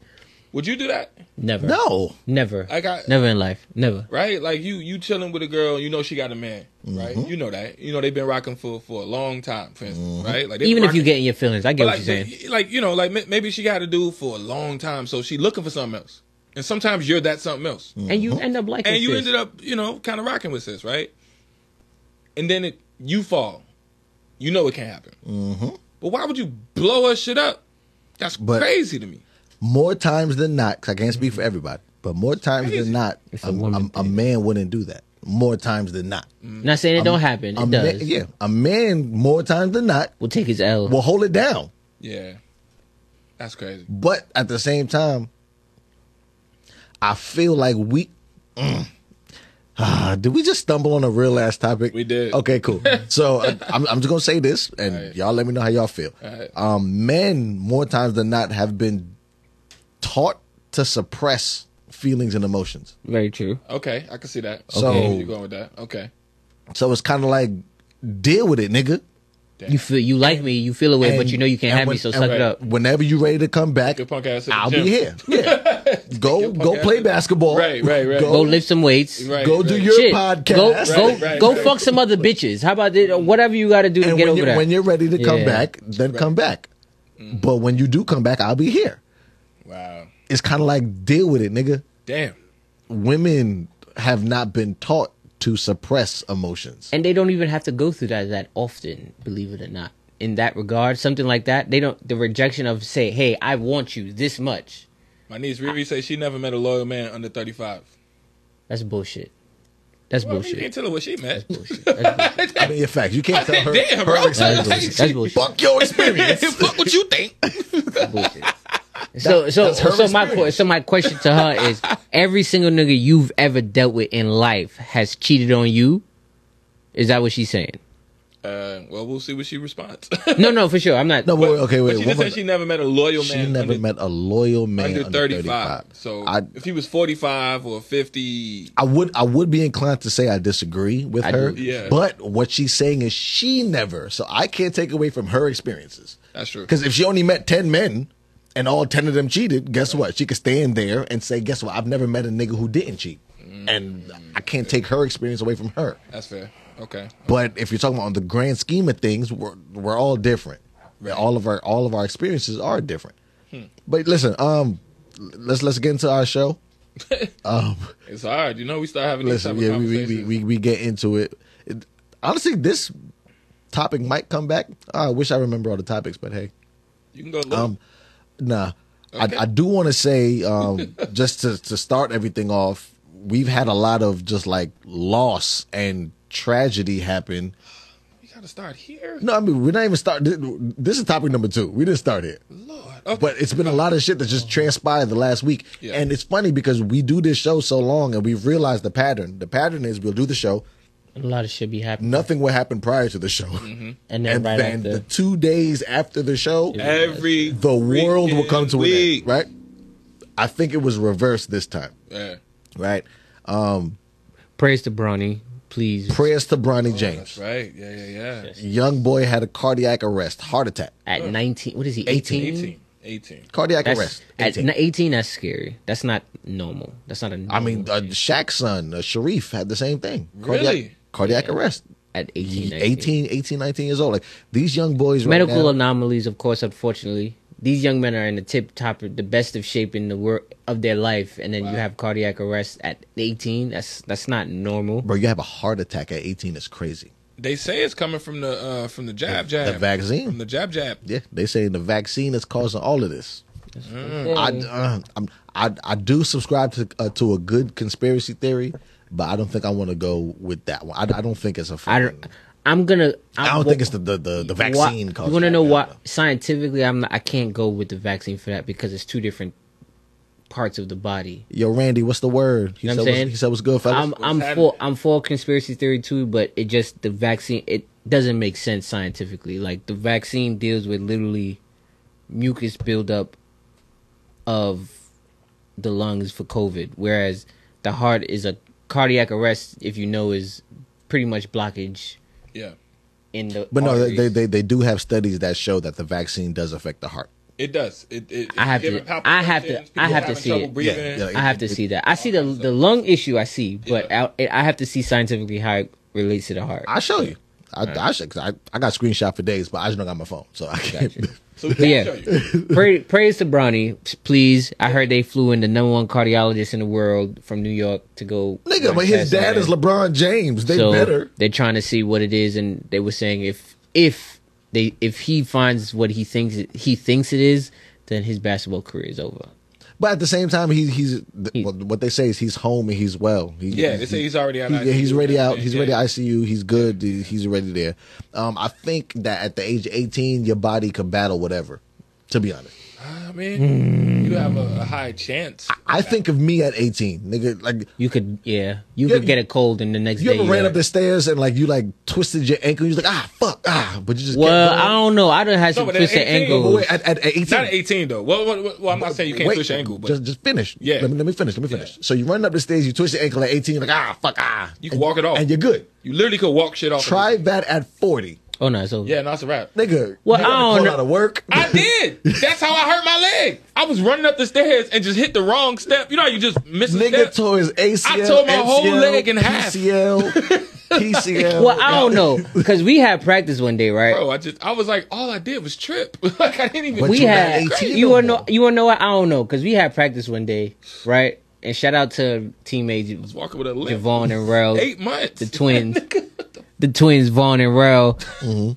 S7: Would you do that?
S5: Never.
S6: No.
S5: Never.
S7: I got-
S5: never in life. Never.
S7: Right? Like you you chilling with a girl, you know she got a man, right?
S5: Mm-hmm.
S7: You know that. You know they've been rocking for for a long time, for instance, right? Like they
S5: Even if
S7: rocking-
S5: you get in your feelings, I
S7: But
S5: get what
S7: like,
S5: you're saying.
S7: but, like you know, like may- maybe she got a dude for a long time, so she looking for something else. And sometimes you're that something else,
S5: And
S6: Mm-hmm.
S5: you end up liking.
S7: and you
S5: sis.
S7: ended up, you know, kind of rocking with sis, right? And then it, you fall. You know it can happen. Mm-hmm. But why would you blow her shit up? That's
S6: But-
S7: crazy to me.
S6: More times than not, 'cause I can't speak for everybody, but more times than not,
S5: Mm-hmm. It's a
S6: a,
S5: woman
S6: a- a man wouldn't do that. More times than not.
S5: Not saying it don't happen. It
S6: a man,
S5: does.
S6: yeah, a man more times than not
S5: We'll take his L.
S6: will hold it down.
S7: Yeah, that's crazy.
S6: But at the same time, I feel like we. Mm. Ah, did we just stumble on a real ass topic?
S7: We did.
S6: Okay, cool. So uh, I'm, I'm just gonna say this, and
S7: Alright.
S6: y'all let me know how y'all feel.
S7: Alright.
S6: Um, men more times than not have been taught to suppress feelings and emotions.
S5: Very true.
S7: Okay, I can see that.
S6: So-
S7: Okay, where you going with that? Okay,
S6: So it's kind of like deal with it, nigga.
S5: You feel you like me. You feel away, but
S6: And-
S5: you know you can't
S6: and
S5: have me.
S6: when-
S5: So
S6: and
S5: suck it
S7: when-
S5: up.
S6: Whenever you ready to come back,
S7: your punk ass. in the
S6: I'll
S7: gym.
S6: be here. Yeah, go
S7: punk
S6: go
S7: ass
S6: play
S7: in the-
S6: basketball.
S7: Right, right, right.
S5: Go lift some weights.
S7: Right,
S6: Go
S7: right.
S6: do your
S5: Shit.
S6: podcast.
S5: Go go
S7: Right, right,
S5: go
S7: right.
S5: fuck some other bitches. How about it? Or whatever you got to do to
S6: and
S5: get
S6: when,
S5: over
S6: you,
S5: that.
S6: when you're ready to come
S5: Yeah.
S6: back, then come back.
S7: Mm.
S6: But when you do come back, I'll be here.
S7: Wow,
S6: It's kind of like deal with it, nigga.
S7: damn.
S6: Women have not been taught to suppress emotions.
S5: and they don't even have to go through that that often, believe it or not. In that regard, something like that, they don't the rejection of say, "Hey, I want you this much."
S7: My niece Riri says she never met a loyal man under thirty five.
S5: That's bullshit. That's
S7: Well, you
S5: bullshit.
S7: can't tell her what she met.
S6: I mean, in fact, you can't tell her.
S7: Damn,
S6: her
S7: bro.
S6: experience.
S7: Like,
S5: That's bullshit.
S6: Fuck your experience.
S7: Fuck what you think.
S5: bullshit. So so
S6: that's her
S5: so my que-
S6: experience.
S5: so my question to her is: Every single nigga you've ever dealt with in life has cheated on you. Is that what she's saying?
S7: Uh, well, we'll see what she responds.
S5: No, no, for sure. I'm not.
S6: no, but, wait, okay,
S7: but
S6: wait.
S7: she
S6: one
S7: just
S6: more-
S7: said she never met a loyal
S6: she
S7: man
S6: never
S7: under,
S6: met a loyal man
S7: under,
S6: under,
S7: 35.
S6: 35.
S7: So
S6: I,
S7: if he was 45 or 50,
S6: I would I would be inclined to say I disagree with
S5: I
S6: her.
S5: do.
S7: Yeah.
S6: But what she's saying is she never. So I can't take away from her experiences.
S7: That's true.
S6: Because if she only met ten men and all ten of them cheated, guess what? She could stand there and say, "Guess what? I've never met a nigga who didn't cheat."
S7: Mm.
S6: And I can't take her experience away from her.
S7: that's fair. Okay.
S6: But if you're talking about on the grand scheme of things, we're we're all different. All of our all of our experiences are different. But listen, um, let's let's get into our show.
S7: It's hard. You know, we start having
S6: Listen,
S7: these
S6: yeah,
S7: type of
S6: we, we, we,
S7: conversations.
S6: we, we get into it. It- Honestly, this topic might come back. I wish I remember all the topics, but hey,
S7: you can go look.
S6: um, nah.
S7: Okay.
S6: I, I do want to say, um, just to, to start everything off, we've had a lot of just like loss and tragedy happen.
S7: we got to start here.
S6: No, I mean, we're not even starting. This is topic number two. We didn't start it.
S7: Lord. Okay.
S6: But it's been a lot of shit that just transpired the last week.
S7: Yeah.
S6: And it's funny because we do this show so long and we've realized the pattern. The pattern is we'll do the show,
S5: A lot of shit be happening,
S6: nothing will happen prior to the show.
S7: Mm-hmm.
S5: and then
S6: And
S5: right
S6: then
S5: after.
S6: the two days after the show,
S7: Every
S6: the world will come to
S7: week.
S6: an end, right? I think it was reversed this time,
S7: Yeah.
S6: right?
S5: Praise to Bronny, please.
S6: Prayers to Bronny
S7: Oh, That's
S6: James.
S7: right. Yeah, yeah, yeah.
S6: Young boy had a cardiac arrest, heart attack,
S5: at 19, what is he? 18.
S7: 18. 18.
S6: cardiac
S5: That's
S6: arrest.
S5: at
S6: 18.
S5: n- 18. That's scary. That's not normal. That's not a. Normal
S6: I mean, uh, Shaq's son, uh, Sharif, had the same thing. Cardiac,
S7: Oh, Really?
S6: Cardiac arrest.
S5: at 18,
S6: 18,
S5: 19.
S6: 18, 19 years old. Like these young boys right
S5: medical
S6: now-
S5: anomalies, of course. Unfortunately, these young men are in the tip top, the best of shape in the work of their life, and then you have cardiac arrest at 18. That's that's not normal.
S6: bro, you have a heart attack at 18 is crazy.
S7: They say it's coming from the uh, from the jab
S6: The
S7: jab.
S6: vaccine.
S7: From the jab jab.
S6: Yeah, they saying the vaccine is causing all of this. I, uh, I'm, I I do subscribe to uh, to a good conspiracy theory, but I don't think I want to go with that one. I, I don't think it's a.
S5: I
S6: fucking-
S5: don't. I'm gonna. I'm,
S6: I don't think it's the the, the, the vaccine.
S5: Why, you
S6: causing
S5: want to
S6: that.
S5: know
S6: I
S5: why?
S6: don't
S5: Scientifically, I'm not, I can't go with the vaccine for that because it's two different parts of the body.
S6: Yo, Randy, what's the word? He
S5: You know what I'm
S6: said what's-
S5: saying?
S6: he said what's good,
S5: I'm
S6: fellas.
S5: I'm
S7: happening?
S5: for I'm for conspiracy theory too, but it just the vaccine it doesn't make sense scientifically. Like the vaccine deals with literally mucus buildup of the lungs for COVID, whereas the heart is a cardiac arrest. If you know, is pretty much blockage
S7: Yeah.
S5: in the.
S6: But no, they,
S5: arteries.
S6: they they they do have studies that show that the vaccine does affect the heart.
S7: It does. It, it,
S5: I have
S7: given
S5: to- I have to-
S7: palpitations,
S5: I
S7: people
S5: have to
S7: having
S5: see
S7: trouble
S5: it.
S7: breathing.
S6: Yeah, yeah, like-
S5: I have to see that. I see the the lung issue. I see, but
S7: Yeah.
S5: I, I have to see scientifically how it relates to the heart.
S6: I'll show you. I, I, should, 'cause I, I got screenshot for days, but I just don't got my phone, so I can't.
S7: So we can
S5: Yeah.
S7: show you.
S5: Pray, praise to Bronny, please. I heard they flew in the number one cardiologist in the world from New York to go.
S6: Nigga, but his dad is LeBron James. They
S5: so
S6: better.
S5: They're trying to see what it is, and they were saying if if they if he finds what he thinks it, he thinks it is, then his basketball career is over.
S6: But at the same time, he, he's th-
S5: He-
S6: well, what they say is he's home and he's well. He,
S7: Yeah, they say he's already out
S6: He,
S7: of
S6: yeah, he's
S7: ICU.
S6: ready out. He's
S7: Yeah.
S6: ready out ICU. He's good. He- He's already there. Um, I think that at the age of eighteen, your body can battle whatever. To be honest,
S7: I
S5: Hmm.
S7: mean, you have a, a high chance.
S6: I think of me at eighteen, nigga. Like
S5: You could, yeah, you
S6: Yeah,
S5: could get a cold, and the next
S6: you
S5: day
S6: ever ran
S5: you're-
S6: up the stairs and like you like twisted your ankle. You're like ah fuck ah, but you just
S5: Well,
S6: kept
S5: I
S6: going.
S5: don't know. I don't have some
S7: but at
S5: twisted
S7: 18, but
S5: ankles.
S6: Wait, at, at, at eighteen,
S7: Not at 18 though. Well, well, well, well, I'm not saying you can't
S6: Wait,
S7: twist your ankle, but
S6: just just finish.
S7: Yeah.
S6: let me, let me finish. Let me finish. So you run up the stairs, you twist your ankle at eighteen, you're like ah fuck ah,
S7: You can walk it off.
S6: and you're good.
S7: you literally could walk shit off.
S6: Try that at forty.
S5: Oh no, it's over.
S7: Yeah, no, that's a wrap.
S6: Nigga,
S5: Well,
S6: you gotta
S5: I don't
S6: call
S5: know.
S6: out of work.
S7: I did. That's how I hurt my leg. I was running up the stairs and just hit the wrong step. You know, how you just miss a
S6: Nigga
S7: step.
S6: tore his ACL.
S7: I tore my whole
S6: MCL,
S7: leg in half.
S6: PCL, PCL.
S5: Well, I don't know because we had practice one day, right?
S7: Bro, I just I was like, all I did was trip. like I didn't even.
S6: But
S5: we
S6: you
S5: had
S6: not 18
S5: you
S6: no
S5: wanna know
S6: more.
S5: you wanna know what I don't know because we had practice one day, right? And shout out to teammates
S7: walking with a limp.
S5: Javon and Rel,
S7: Eight months.
S5: the twins, the twins Vaughn and Rel.
S6: Mm-hmm.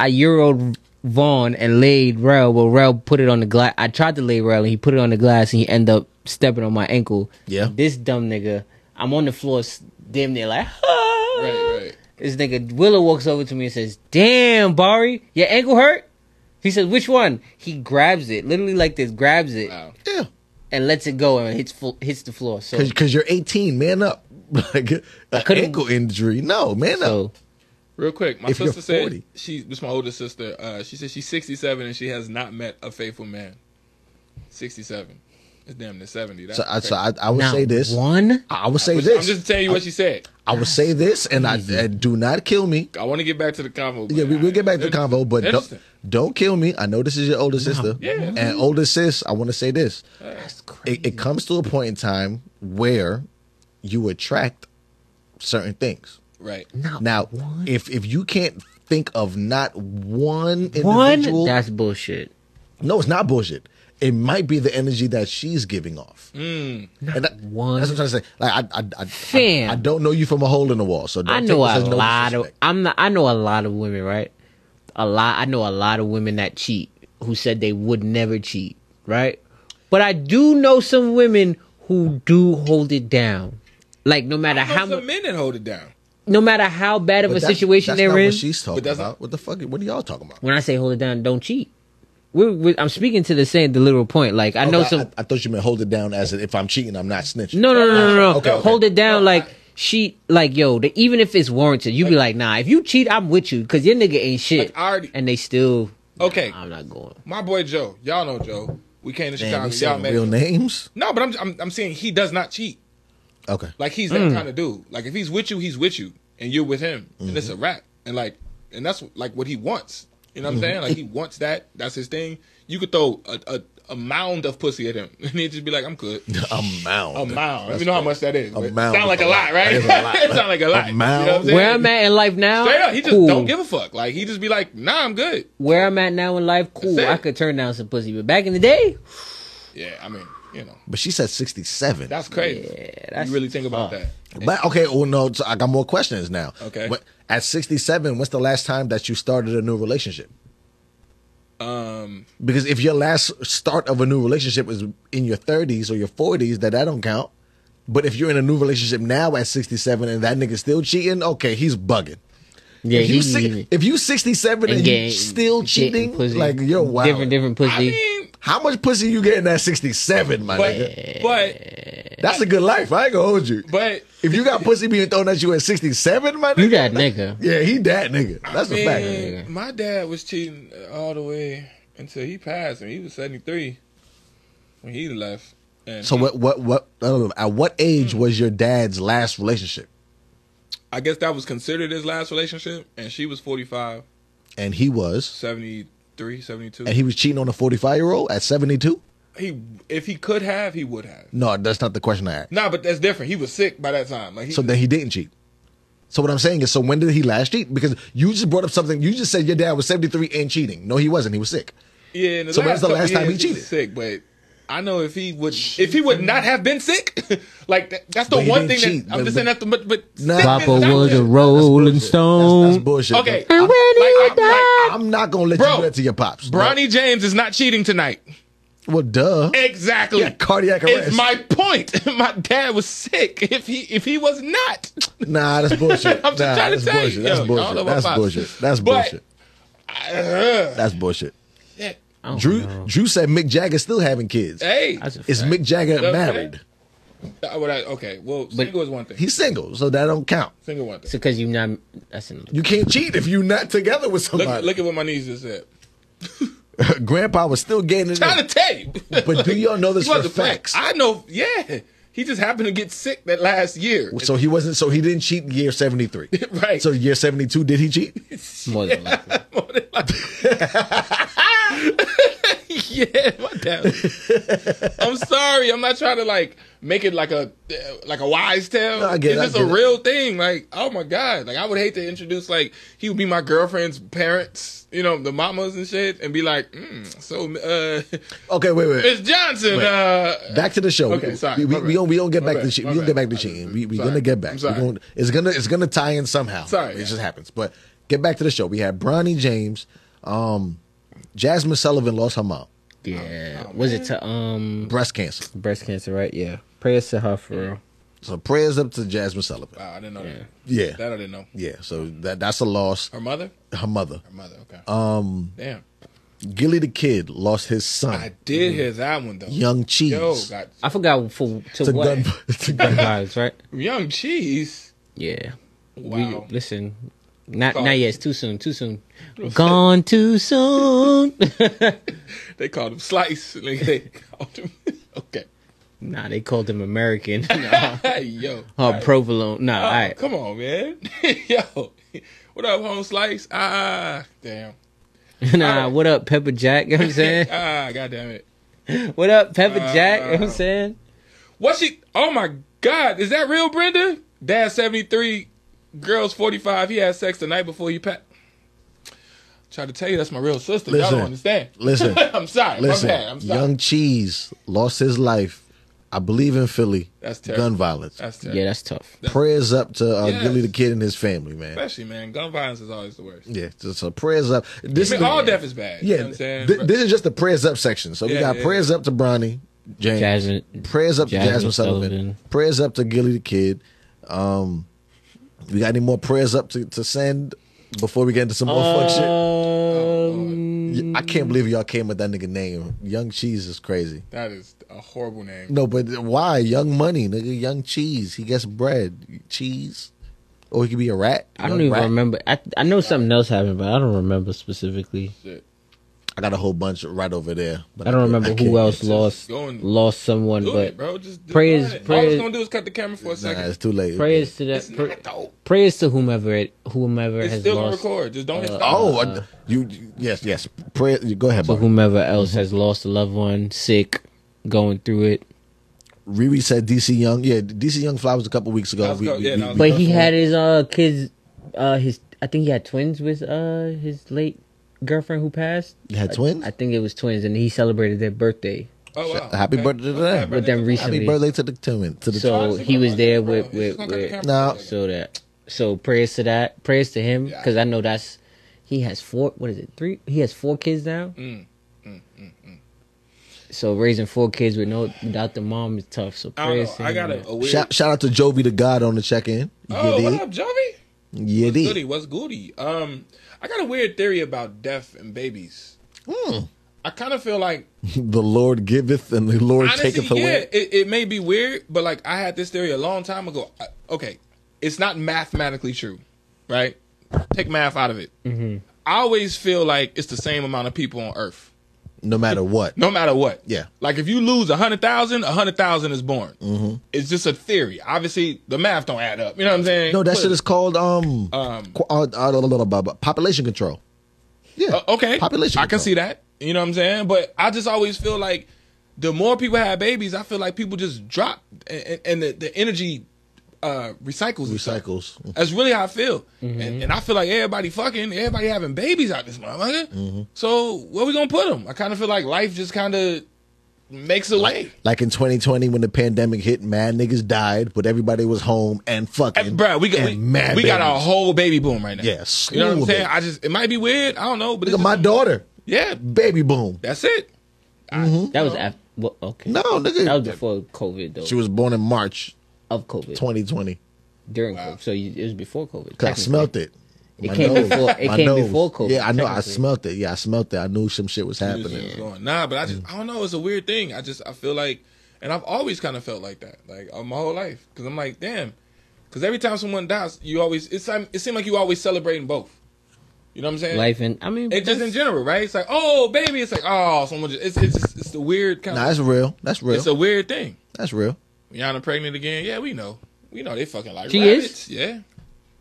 S5: I euroed Vaughn and laid Rel. Well, Rel put it on the glass. I tried to lay Rel and he put it on the glass and he ended up stepping on my ankle.
S6: Yeah.
S5: this dumb nigga. I'm on the floor, s- damn near like.
S7: right, right.
S5: This nigga Willow walks over to me and says, "Damn, Bari, your ankle hurt." He says, "Which one?" He grabs it, literally like this, grabs it
S7: Wow.
S6: Yeah.
S5: and lets it go and hits full, hits the floor. So,
S6: Because you're 18, man up. Like, an
S5: couldn't-
S6: ankle injury. No, man up.
S5: so
S7: Real quick, my
S6: If you're
S7: sister said
S6: 40.
S7: she. This is my older sister. Uh, she said she's 67 and she has not met a faithful man. 67. It's damn near 70. That's
S6: So, I, so
S7: crazy.
S6: I, I would
S5: not
S6: say this.
S5: one.
S6: I would say
S7: I'm
S6: this.
S7: just telling you what she said.
S6: I would say this, and I,
S5: Crazy.
S6: and do not kill me.
S7: I want to get back to the convo. but
S6: Yeah, we,
S7: I-
S6: we'll get back to the convo, but don't,
S7: Interesting.
S6: don't kill me. I know this is your older sister.
S7: Yeah.
S6: And older sis, I want to say this. It, it comes to a point in time where you attract certain things.
S7: right.
S6: Now, if if you can't think of not one individual,
S5: One. That's bullshit.
S6: no, it's not bullshit. It might be the energy that she's giving off.
S7: Hmm.
S6: And that-
S5: one
S6: That's what I'm trying to say. Like I, I, I,
S5: Fam.
S6: I, I don't know you from a hole in the wall, so don't
S5: I
S6: take
S5: know
S6: this
S5: a
S6: as no
S5: lot of.
S6: disrespect.
S5: I'm not. I know a lot of women, right? A lot. I know a lot of women that cheat who said they would never cheat, right? But I do know some women who do hold it down. Like no matter
S7: I know
S5: how
S7: some
S5: much,
S7: men that hold it down.
S5: no matter how bad of
S6: But
S5: a
S6: that's-
S5: situation
S6: that's
S5: they're
S6: not
S5: in.
S6: What she's talking
S7: But that's
S6: about?
S7: not-
S6: What the fuck? What are y'all talking about?
S5: when I say hold it down, don't cheat. We're, we I'm speaking to the same the literal point. Like
S7: Oh,
S5: I know
S6: Okay,
S5: some.
S6: I, I thought you meant hold it down as in, if I'm cheating, I'm not snitching.
S5: no, no, no, no, no.
S6: Okay, okay.
S5: Hold it down. like she, like yo. The, even if it's warranted, you be like, nah. If you cheat, I'm with you because your nigga ain't shit.
S7: Like, I already-
S5: and they still.
S7: Okay.
S5: I'm not going.
S7: My boy Joe, y'all know Joe. We came to
S6: Damn, we
S7: Chicago. Y'all
S6: saying
S7: met.
S6: real
S7: him.
S6: names.
S7: No, but I'm, I'm I'm saying he does not cheat.
S6: Okay.
S7: Like he's that
S5: Mm.
S7: kind of dude. Like if he's with you, he's with you, and you're with him, and
S6: Mm-hmm.
S7: it's a wrap. And like, and that's like what he wants. You know what I'm
S6: Mm-hmm.
S7: saying? Like he wants that. That's his thing. You could throw a, a, a mound of pussy at him, and he'd just be like, "I'm good."
S6: A mound.
S7: A mound. Let me know how much that is. A
S6: mound
S7: Sound like
S6: is
S7: a
S6: a
S7: lot,
S6: lot.
S7: right?
S6: That is a lot.
S7: it sound like a lot.
S6: mound.
S7: saying?
S5: Where I'm at in life now,
S7: Straight up, he just
S5: cool.
S7: don't give a fuck. Like he just be like, "Nah, I'm good."
S5: Where I'm at now in life, cool.
S7: That's it.
S5: I could turn down some pussy, but back in the day,
S7: Yeah, I mean, you know,
S6: But she said 67.
S7: that's crazy. Yeah,
S5: that's
S7: you really think about that.
S6: but okay, well, no, so I got more questions now.
S7: Okay.
S6: What, at 67, when's the last time that you started a new relationship? Um, because if your last start of a new relationship was in your 30s or your 40s, that that don't count. But if you're in a new relationship now at 67 and that nigga's still cheating, okay, he's bugging.
S5: yeah,
S6: if,
S5: he
S6: you si- if you 67 and, you
S5: getting-
S6: still
S5: getting
S6: cheating,
S5: pussy.
S6: like you're wild.
S5: different, different
S7: I
S5: pussy.
S7: mean,
S6: How much pussy you getting at 67, my
S7: but
S6: nigga?
S7: but
S6: That's a good life. I ain't gonna hold you.
S7: but
S6: if you got pussy being thrown at you at 67, my nigga.
S5: you that nigga.
S6: Yeah, he that nigga. That's a fact.
S7: Man, my dad was cheating all the way until he passed, and he was seventy three when he left. And
S6: So what? What? What? I don't know, at what age was your dad's last relationship?
S7: I guess that was considered his last relationship, and she was 45,
S6: And he was,
S7: 73, 72.
S6: and he was cheating on a forty-five-year-old at seventy-two.
S7: he, if he could have, he would have.
S6: No, that's not the question I asked.
S7: Nah, but that's different. He was sick by that time. Like he,
S6: So then he didn't cheat. So what I'm saying is, so when did he last cheat? Because you just brought up something. You just said your dad was 73 and cheating. No, he wasn't. He was sick.
S7: yeah. in
S6: so when's the
S7: couple
S6: last time he
S7: years, was
S6: cheated?
S7: Sick, but I know if he would, if he would not have been sick, like that, that's the
S6: But he
S7: one thing
S6: didn't cheat,
S7: that I'm
S6: but-
S7: just saying. That the, but but
S6: Nah.
S7: sickness
S6: Papa
S5: Papa
S7: is out
S5: was
S7: there.
S5: a Rolling
S6: That's bullshit. That's, that's
S5: Stone.
S6: bullshit.
S7: okay.
S6: I'm,
S7: I'm, like, I'm, like,
S6: I'm not gonna let you
S7: Bro.
S6: do that to your pops. No.
S7: Bronny James is not cheating tonight.
S6: Well, duh.
S7: Exactly.
S6: Yeah, cardiac arrest.
S7: It's my point. My dad was sick. If he if he was not,
S6: Nah, that's bullshit.
S7: I'm just
S6: nah,
S7: trying to
S6: that's
S7: tell
S6: bullshit.
S7: you.
S6: That's
S7: Yo, I don't know
S6: bullshit.
S7: about
S6: That's
S7: pops.
S6: bullshit. That's
S7: But- uh,
S6: bullshit. That's bullshit.
S7: shit.
S6: Drew Drew said Mick Jagger's still having kids.
S7: hey,
S5: That's a fact.
S6: Is Mick Jagger
S7: Okay.
S6: married?
S7: I would- I- okay. Well, single is one thing.
S6: He's single, so that don't count.
S7: Single one thing.
S5: because you're not. That's another.
S6: You can't cheat if you're not together with
S7: Look,
S6: somebody.
S7: look at what my niece just said.
S6: Grandpa was still getting it.
S7: Trying
S6: in.
S7: to tell you.
S6: But do y'all know this
S7: He wasn't
S6: for facts?
S7: playing. I know. Yeah, he just happened to get sick that last year.
S6: So he wasn't. So he didn't cheat in year seventy three.
S7: Right.
S6: So year seventy two, did he cheat?
S5: More than likely.
S7: yeah, my dad. I'm sorry. I'm not trying to like make it like a like a wise tale.
S6: No, I get it,
S7: it's
S6: I
S7: just
S6: get
S7: a
S6: it.
S7: real thing. Like, oh my god. Like, I would hate to introduce like he would be my girlfriend's parents, you know, the mamas and shit, and be like, mm, so uh,
S6: Okay, wait, wait.
S7: Miss Johnson. Uh,
S6: Back to the show.
S7: Okay,
S6: we,
S7: sorry.
S6: We, we,
S7: My
S6: we
S7: bad.
S6: don't, we don't get
S7: My
S6: back to
S7: bad.
S6: cheating.
S7: My
S6: We don't get
S7: bad.
S6: back to
S7: I
S6: cheating.
S7: just-
S6: We we
S7: sorry.
S6: gonna get back.
S7: I'm sorry.
S6: We gonna- it's gonna it's gonna tie in somehow.
S7: Sorry.
S6: it just happens. But get back to the show. We had Bronny James, um, Jasmine Sullivan lost her mom,
S5: Yeah. was it to um
S6: breast cancer.
S5: breast cancer? Right. Yeah. Prayers to her for real.
S6: So prayers up to Jasmine Sullivan.
S7: wow, Ah, I didn't know that.
S6: Yeah,
S7: That I didn't know.
S6: yeah. So that that's a loss.
S7: Her mother.
S6: Her mother,
S7: Her mother. Okay. Um. Damn.
S6: Gilly the Kid, lost his
S7: I
S6: son,
S7: did hear that one though.
S6: mm-hmm. Young Cheese.
S7: Yo, got
S5: I forgot for to
S6: to
S5: what.
S6: gun, to gun-
S5: Guys, right?
S7: young cheese.
S5: Yeah.
S7: Wow.
S5: We, listen, not
S7: Gone.
S5: not yet. It's too soon. Too soon. Gone too soon.
S7: They called him Slice. Like they called him. okay.
S5: nah, they called him American.
S7: Hey, yo.
S5: Oh, provolone. Nah,
S7: Oh,
S5: all right.
S7: Come on, man. yo. What up, home Slice? Ah, damn.
S5: Nah, what up, Pepper Jack? You know what I'm saying?
S7: ah, goddamn it.
S5: What up, Pepper Jack? You know what I'm saying?
S7: What she? Oh my God, is that real, Brenda? Dad seventy three, girls forty five. He had sex the night before he pat. Try to tell you that's my real sister. Y'all
S6: Listen.
S7: don't understand.
S6: Listen.
S7: I'm sorry.
S6: Listen,
S7: my bad. I'm sorry.
S6: Young Cheese lost his life, I believe in Philly.
S7: That's terrible.
S6: gun violence.
S7: that's terrible.
S5: Yeah, that's tough.
S6: prayers up to uh,
S7: Yes.
S6: Gilly the Kid and his family, man.
S7: Especially man, gun violence is always the worst.
S6: Yeah, so, so prayers up. This
S7: I mean,
S6: the-
S7: all death is bad. you
S6: Yeah,
S7: know what I'm saying.
S6: thi- this is just the prayers up section. So we
S7: Yeah,
S6: got
S7: yeah,
S6: prayers up to Bronny James,
S5: Jasmine-
S6: prayers up to
S5: Jasmine
S6: Jasmine Sullivan.
S5: Sullivan.
S6: prayers up to Gilly the Kid. Um, we got any more prayers up to, to send before we get into some more fuck shit?
S5: Uh,
S7: oh,
S5: Um,
S6: I can't believe y'all came with that nigga name. Young Cheese is crazy.
S7: that is a horrible name.
S6: No, but why? Young money, nigga. Young cheese. He gets bread, cheese, or he could be a rat.
S5: I don't
S6: Young
S5: even
S6: rat.
S5: remember. I I know something else happened, but I don't remember specifically.
S6: I got a whole bunch right over there. But
S5: I don't
S6: can't-
S5: remember
S6: can't
S5: who else
S6: get to
S5: lost
S7: going-
S5: lost someone,
S7: Do
S5: but
S7: it, bro. Just do
S5: prayers-
S7: it. All
S5: prayers-
S7: it's gonna do is cut the camera for a
S6: it. Nah,
S7: second.
S6: it's too late.
S5: prayers to
S7: It's
S5: that.
S7: not though.
S5: prayers to whomever it whomever
S7: It's
S5: has
S7: still gonna
S5: lost uh,
S7: record. Just don't hit stop.
S6: Oh, I- you, you- Yes, yes. Prayer. you- Go ahead,
S5: to
S6: Mark.
S5: whomever else has lost a loved one, sick, going through it.
S6: Riri said DC Young. Yeah, DC Young Fly was a couple weeks ago.
S7: That was
S6: We-
S7: go-
S6: we-
S7: yeah,
S6: we-
S7: that was
S5: But
S7: go-
S5: he had his uh kids, uh his I think he had twins with uh his late girlfriend who passed.
S6: You had twins?
S5: I think it was twins, and he celebrated their birthday
S7: oh wow.
S6: happy birthday to them.
S7: Happy
S5: with them
S7: birthday.
S5: recently.
S6: Happy birthday to the twin. To the
S5: So he was there with
S7: Bro, he's
S5: with,
S7: gonna cut the
S5: with
S7: camera
S6: No.
S7: for a second.
S5: so that so prayers to that prayers to him because I know that's he has four what is it three he has four kids now.
S7: Mm,
S5: So raising four kids with no without the mom is tough. So
S7: I don't
S5: prayers
S7: know.
S5: to
S7: I
S5: him.
S7: got a, a weird.
S6: shout, shout out to Jovi the God on the check in.
S7: oh, what up, Jovi?
S6: Yeah,
S7: What's
S6: did.
S7: goody? What's goody? Um, I got a weird theory about death and babies.
S6: Hmm.
S7: I kind of feel like
S6: The Lord giveth and the Lord
S7: honestly,
S6: taketh
S7: yeah,
S6: away.
S7: it, it may be weird, but like I had this theory a long time ago. I, okay, it's not mathematically true, right?
S6: Mm-hmm.
S7: Take math out of it. I always feel like it's the same amount of people on Earth.
S6: no matter what.
S7: No matter what.
S6: Yeah.
S7: Like if you lose a hundred thousand, a hundred thousand is born.
S6: Mm-hmm.
S7: It's just a theory. Obviously, the math don't add up. You know what I'm saying?
S6: No, that
S7: But-
S6: shit is called um,
S7: Um,
S6: qu- uh, uh, blah, blah, blah, blah, population control. Yeah.
S7: Uh, okay.
S6: Population.
S7: I can
S6: control.
S7: see that. You know what I'm saying? But I just always feel like the more people have babies, I feel like people just drop and, and the, the energy uh, recycles. itself.
S6: Recycles.
S7: That's really how I feel. And, and I feel like everybody fucking, everybody having babies out this motherfucker.
S6: Mm-hmm.
S7: So where we gonna put them? I kind of feel like life just kind of makes a way.
S6: Like in 2020 when the pandemic hit, mad niggas died, but everybody was home and fucking.
S7: And, bruh, we got we,
S6: and mad
S7: we got
S6: babies.
S7: our whole baby boom right now.
S6: Yeah,
S7: you know what
S6: slew
S7: I'm
S6: of
S7: saying?
S6: babies.
S7: I just it might be weird. I don't know, but
S6: Look
S7: it's
S6: at my
S7: just-
S6: daughter,
S7: Yeah,
S6: baby boom.
S7: that's it.
S5: That was after. Well, okay.
S6: No, nigga.
S5: That was before COVID though.
S6: She was born in March
S5: of COVID.
S6: 2020
S5: during COVID. So you, it was before COVID.
S6: because I
S5: technically.
S6: smelt it.
S5: It came before- it
S6: my
S5: came before COVID,
S6: Yeah, I know. I
S5: technically.
S6: smelt it. Yeah, I smelt it. I knew some shit was happening.
S7: What's going on. Nah, but I just I don't know. It's a weird thing. I just I feel like, and I've always kind of felt like that, like uh, my whole life, because I'm like, damn, because every time someone dies, you always it's like- it seems like you always celebrating both. You know what I'm saying?
S5: Life and I mean,
S7: it just in general, right? It's like, oh baby, it's like, oh someone just it's it's just, it's the weird kind.
S6: Nah,
S7: of,
S6: that's real. That's real.
S7: it's a weird thing.
S6: that's real.
S7: Yana pregnant again? Yeah, we know, we know they fucking like
S5: She
S7: rabbits. Yeah,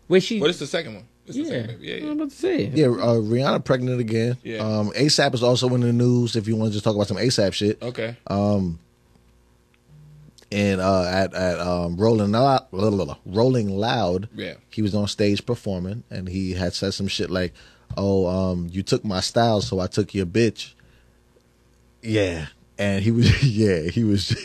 S5: where she?
S7: but it's the second one. It's the
S5: yeah.
S7: second baby. Yeah,
S5: I'm
S7: yeah.
S5: about to say.
S6: Yeah, uh, Rihanna pregnant again.
S7: Yeah.
S6: Um, ASAP is also in the news. If you want to just talk about some ASAP shit,
S7: Okay.
S6: and uh, at at um, Rolling Loud, blah, blah, blah, Rolling Loud,
S7: Yeah.
S6: he was on stage performing, and he had said some shit like, "Oh, um, you took my style, so I took your bitch." Yeah, and he was yeah, he was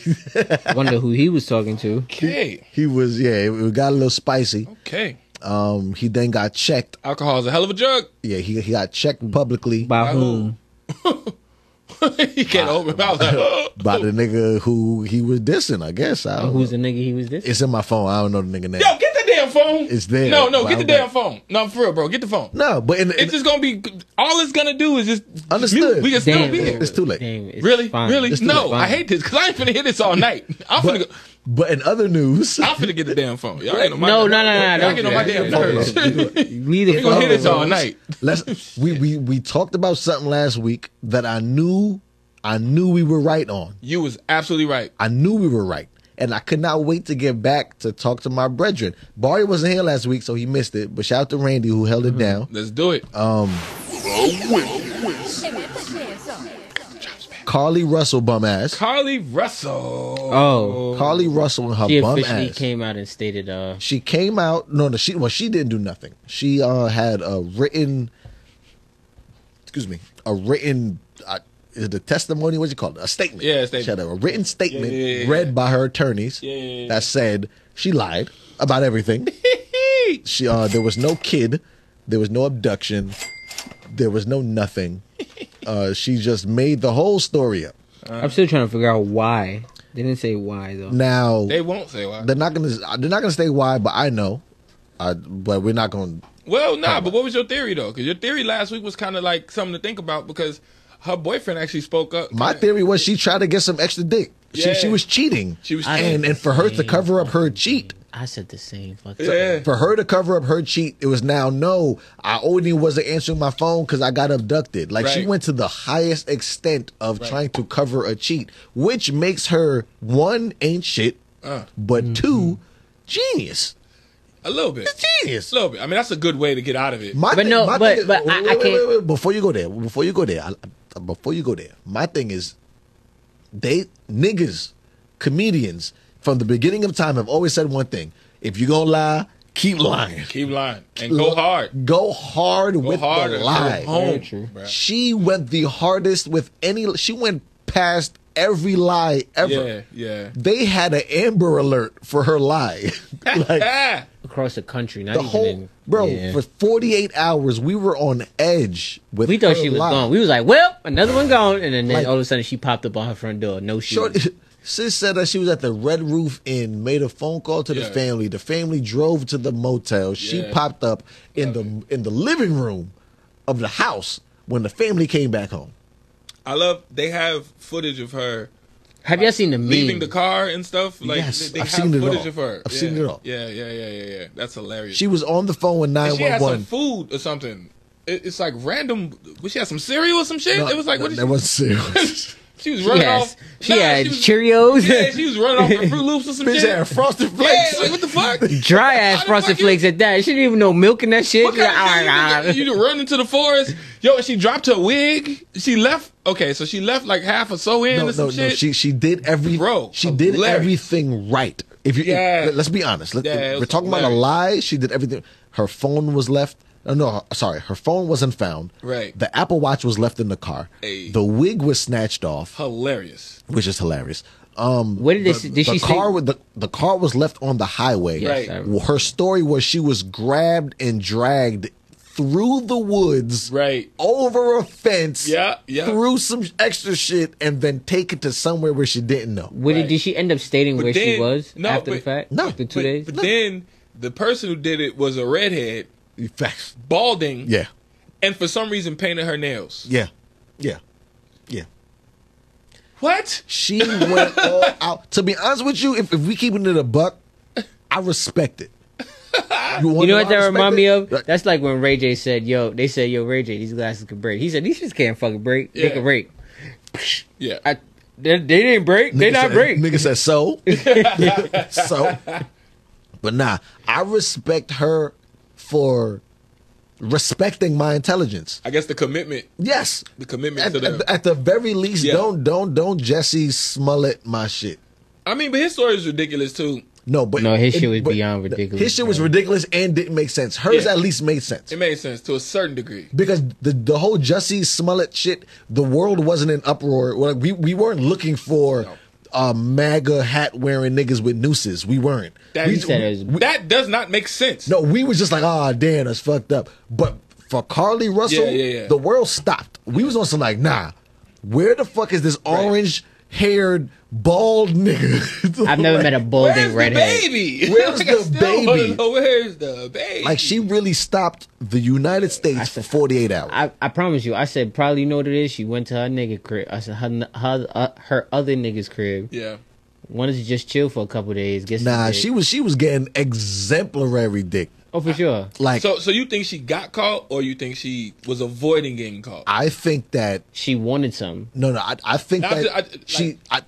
S5: Wonder who he was talking to.
S7: okay.
S6: he was yeah, it, it got a little spicy.
S7: Okay.
S6: Um, he then got checked.
S7: Alcohol is a hell of a drug.
S6: Yeah, he he got checked publicly by,
S5: By whom?
S7: he can't open mouth. Like, oh.
S6: the nigga who he was dissing. I guess I don't
S5: Who's
S6: know.
S5: the nigga he was this?
S6: It's in my phone. I don't know the nigga name.
S7: Yo, get the damn phone.
S6: It's there.
S7: No, no,
S6: But
S7: get the
S6: I'm
S7: damn
S6: like-
S7: phone. No, for real, bro, get the phone.
S6: No, but in, the- in
S7: It's
S6: the-
S7: just gonna be. All it's gonna do is just.
S6: Understood.
S7: mute. We can still
S5: Damn,
S7: be here.
S6: It's too late.
S5: Damn, it's
S7: Really,
S5: fine.
S7: really,
S5: It's
S7: no.
S5: fine.
S7: I hate this because I ain't finna hit this all night. I'm finna.
S6: but,
S7: Go,
S6: but in other news,
S7: I'm finna get the damn phone. Y'all ain't on my
S5: No,
S7: nerves.
S5: no, no, no,
S7: Y'all
S5: don't
S7: get on
S5: do
S7: my
S5: that.
S7: damn
S5: Don't do
S7: nerves.
S5: Leave the
S7: We gonna hit
S5: phone
S7: this all
S5: alone.
S7: night.
S6: Let's we, we we talked about something last week that I knew I knew we were right on.
S7: You was absolutely right.
S6: I knew we were right. And I could not wait to get back to talk to my brethren. Barry wasn't here last week, so he missed it. But shout out to Randy who held
S5: Mm-hmm.
S6: it down.
S7: Let's do it.
S6: Oh. Carly Russell bum ass.
S7: Carly Russell.
S5: Oh.
S6: Carly Russell and her
S5: She
S6: bum
S5: officially
S6: ass.
S5: came out and stated, uh,
S6: she came out. No, no, she well, she didn't do nothing. She uh had a written, excuse me, a written. Uh, is it a testimony? What do you call it? A statement.
S7: Yeah, a statement.
S6: She had a written statement
S7: Yeah, yeah, yeah,
S6: read
S7: yeah.
S6: by her attorneys
S7: Yeah, yeah, yeah.
S6: that said she lied about everything. she uh, there was no kid, there was no abduction, there was no nothing. Uh, she just made the whole story up.
S5: I'm still trying to figure out why. They didn't say why, though.
S6: Now
S7: They won't say why.
S6: they're not gonna they're not gonna say why, but I know. Uh, but we're not gonna
S7: Well, nah, but what was your theory though? Because your theory last week was kind of like something to think about because her boyfriend actually spoke up.
S6: My theory was she tried to get some extra dick.
S7: Yeah.
S6: She she was cheating.
S7: She was
S6: and and for her to cover up her cheat,
S5: I said the same fucking
S7: Yeah.
S6: for her to cover up her cheat, it was now no. I only wasn't answering my phone because I got abducted. Like she
S7: Right.
S6: went to the highest extent of trying to cover a cheat, which makes her one ain't shit,
S7: Uh.
S6: but two genius.
S7: A little bit.
S6: Genius.
S7: A little bit. I mean, that's a good way to get out of it.
S6: My
S5: But no, but-
S6: thing is-
S5: but I- I can't-
S6: before you go there, before you go there, I, before you go there, my thing is, they niggas, comedians from the beginning of time have always said one thing: if you gonna lie, keep lying.
S7: Keep lying and go hard.
S6: Go hard with
S7: hard
S6: the
S7: and go
S6: lie.
S7: home, Very
S5: true.
S7: bruh.
S6: She went the hardest with any. She went past every lie ever.
S7: Yeah, yeah.
S6: They had an Amber Alert for her lie. like,
S7: Ah,
S5: across the country. Not
S6: the
S5: even
S6: whole
S5: in-
S6: bro
S5: Yeah.
S6: for 48 hours we were on edge with
S5: we thought
S6: her
S5: she was
S6: lie.
S5: gone. We was like, well, another one gone. And then, then
S6: Like-
S5: all of a sudden she popped up on her front door. No shoes.
S6: Shorty- sis said that she was at the red roof inn made a phone call to the
S7: Yeah.
S6: family the family drove to the motel she
S7: Yeah.
S6: popped up in the in the living room of the house when the family came back home
S7: I love. They have footage of her
S5: Have y'all seen the meme?
S7: leaving the car and stuff. Like
S6: Yes,
S7: they, they
S6: I've
S7: have
S6: seen it
S7: footage
S6: all.
S7: of her.
S6: I've
S7: yeah.
S6: seen it all.
S7: Yeah, yeah, yeah, yeah, yeah. That's hilarious.
S6: she was on the phone with
S7: And she had some
S6: 911
S7: food or something. it- it's like random. She had some cereal or some shit. it was like what?
S6: that,
S7: Did
S6: that wasn't serious.
S7: she, she was running
S5: Yes.
S7: off.
S5: She
S7: Nah,
S5: had
S7: was-
S5: Cheerios,
S7: Yeah, she was running off with Fruit Loops or some
S6: Bitch
S7: shit.
S6: had frosted
S7: yeah,
S6: flakes.
S7: like what the fuck?
S5: dry ass
S7: How the
S5: frosted
S7: fuck you-
S5: flakes at that. She didn't even know milk in that shit.
S7: What
S5: She's like,
S7: kind
S5: "Ah,
S7: of shit you, do? you do run into the forest? Yo, and she dropped her wig. She left. Okay, so she left like half a sew in
S6: no,
S7: or some
S6: no,
S7: shit.
S6: no. She she did every
S7: Bro,
S6: She did
S7: hilarious.
S6: everything right. If you, if-
S7: Yeah.
S6: let- let's be honest. Let,
S7: Yeah, it
S6: we're
S7: was
S6: talking about a lie. She did everything. Her phone was left. uh, No, her- sorry, her phone wasn't found.
S7: Right.
S6: The Apple Watch was left in the car.
S7: Hey.
S6: The wig was snatched off,
S7: Hilarious.
S6: which is hilarious. Um,
S5: What did they?
S6: the,
S5: did she
S6: the car
S5: say?
S6: with the, the car was left on the highway.
S7: Yes,
S5: Right.
S6: Well, Her story was she was grabbed and dragged through the woods,
S7: Right.
S6: over a fence,
S7: Yeah, yeah.
S6: through some extra shit, and then taken to somewhere where she didn't know.
S5: What did,
S7: Right.
S5: did she end up stating
S7: But
S5: where she
S7: then-
S5: was
S7: no,
S5: after the
S7: but-
S5: fact?
S6: no,
S5: after two
S7: But,
S5: days.
S7: but then the person who did it was a redhead,
S6: Facts.
S7: balding.
S6: Yeah,
S7: And for some reason painted her nails.
S6: yeah, yeah, yeah.
S7: What?
S6: She went all out. To be honest with you, if, if we keeping it a buck, I respect it.
S5: you
S6: You, wanna
S5: know what
S6: why I
S5: that
S6: respect
S5: remind me
S6: it?
S5: of?
S6: Like,
S5: That's like when Ray J said, "Yo," they said, "Yo, Ray J, these glasses could break." He said, "These just can't fucking break. They
S7: Yeah.
S5: can break.
S7: Yeah.
S5: I, they, they didn't break. They
S6: Nigga
S5: not
S6: said-
S5: break."
S6: Nigga said so. so. But nah, I respect her for respecting my intelligence.
S7: I guess the commitment.
S6: Yes.
S7: The commitment
S6: At,
S7: to the.
S6: at- at the very least,
S7: Yeah.
S6: don't don't don't Jesse Smollett my shit.
S7: I mean, but his story is ridiculous too.
S6: No, but
S5: No, his shit was
S6: but-
S5: beyond ridiculous,
S6: His shit was
S5: bro.
S6: ridiculous and didn't make sense. Hers
S7: Yeah.
S6: at least made sense.
S7: It made sense to a certain degree.
S6: because the the whole Jesse Smollett shit, the world wasn't in uproar. Like we we weren't looking for uh, MAGA hat wearing niggas with nooses. We weren't.
S7: That-
S6: we,
S7: He
S5: said it was-
S7: that does not make sense.
S6: no, we was just like, ah, damn, that's fucked up. But for Carly Russell,
S7: Yeah, yeah, yeah.
S6: the world stopped. We was on some like, nah, where the fuck is this orange haired bald nigga?
S5: I've never
S6: Like-
S5: met a
S7: Where's
S5: balding
S7: the
S5: redhead.
S7: baby?
S6: Where's
S7: I
S6: the
S7: still wanna
S6: baby?
S7: know Where's the baby?
S6: Like she really stopped the United States for forty eight hours.
S5: I, I promise you, I said probably you know what it is. She went to her nigga crib. I said her her, uh, her other nigga's crib.
S7: Yeah.
S5: Wanted to just chill for a couple days. Get some
S6: nah,
S5: dick.
S6: she was she was getting exemplary dick.
S5: Oh, for sure.
S6: Like
S7: So, so you think she got caught, or you think she was avoiding getting caught?
S6: I think that
S5: She wanted some.
S6: No, no, I, I think
S7: Now,
S6: that
S7: I- I-
S6: she. I,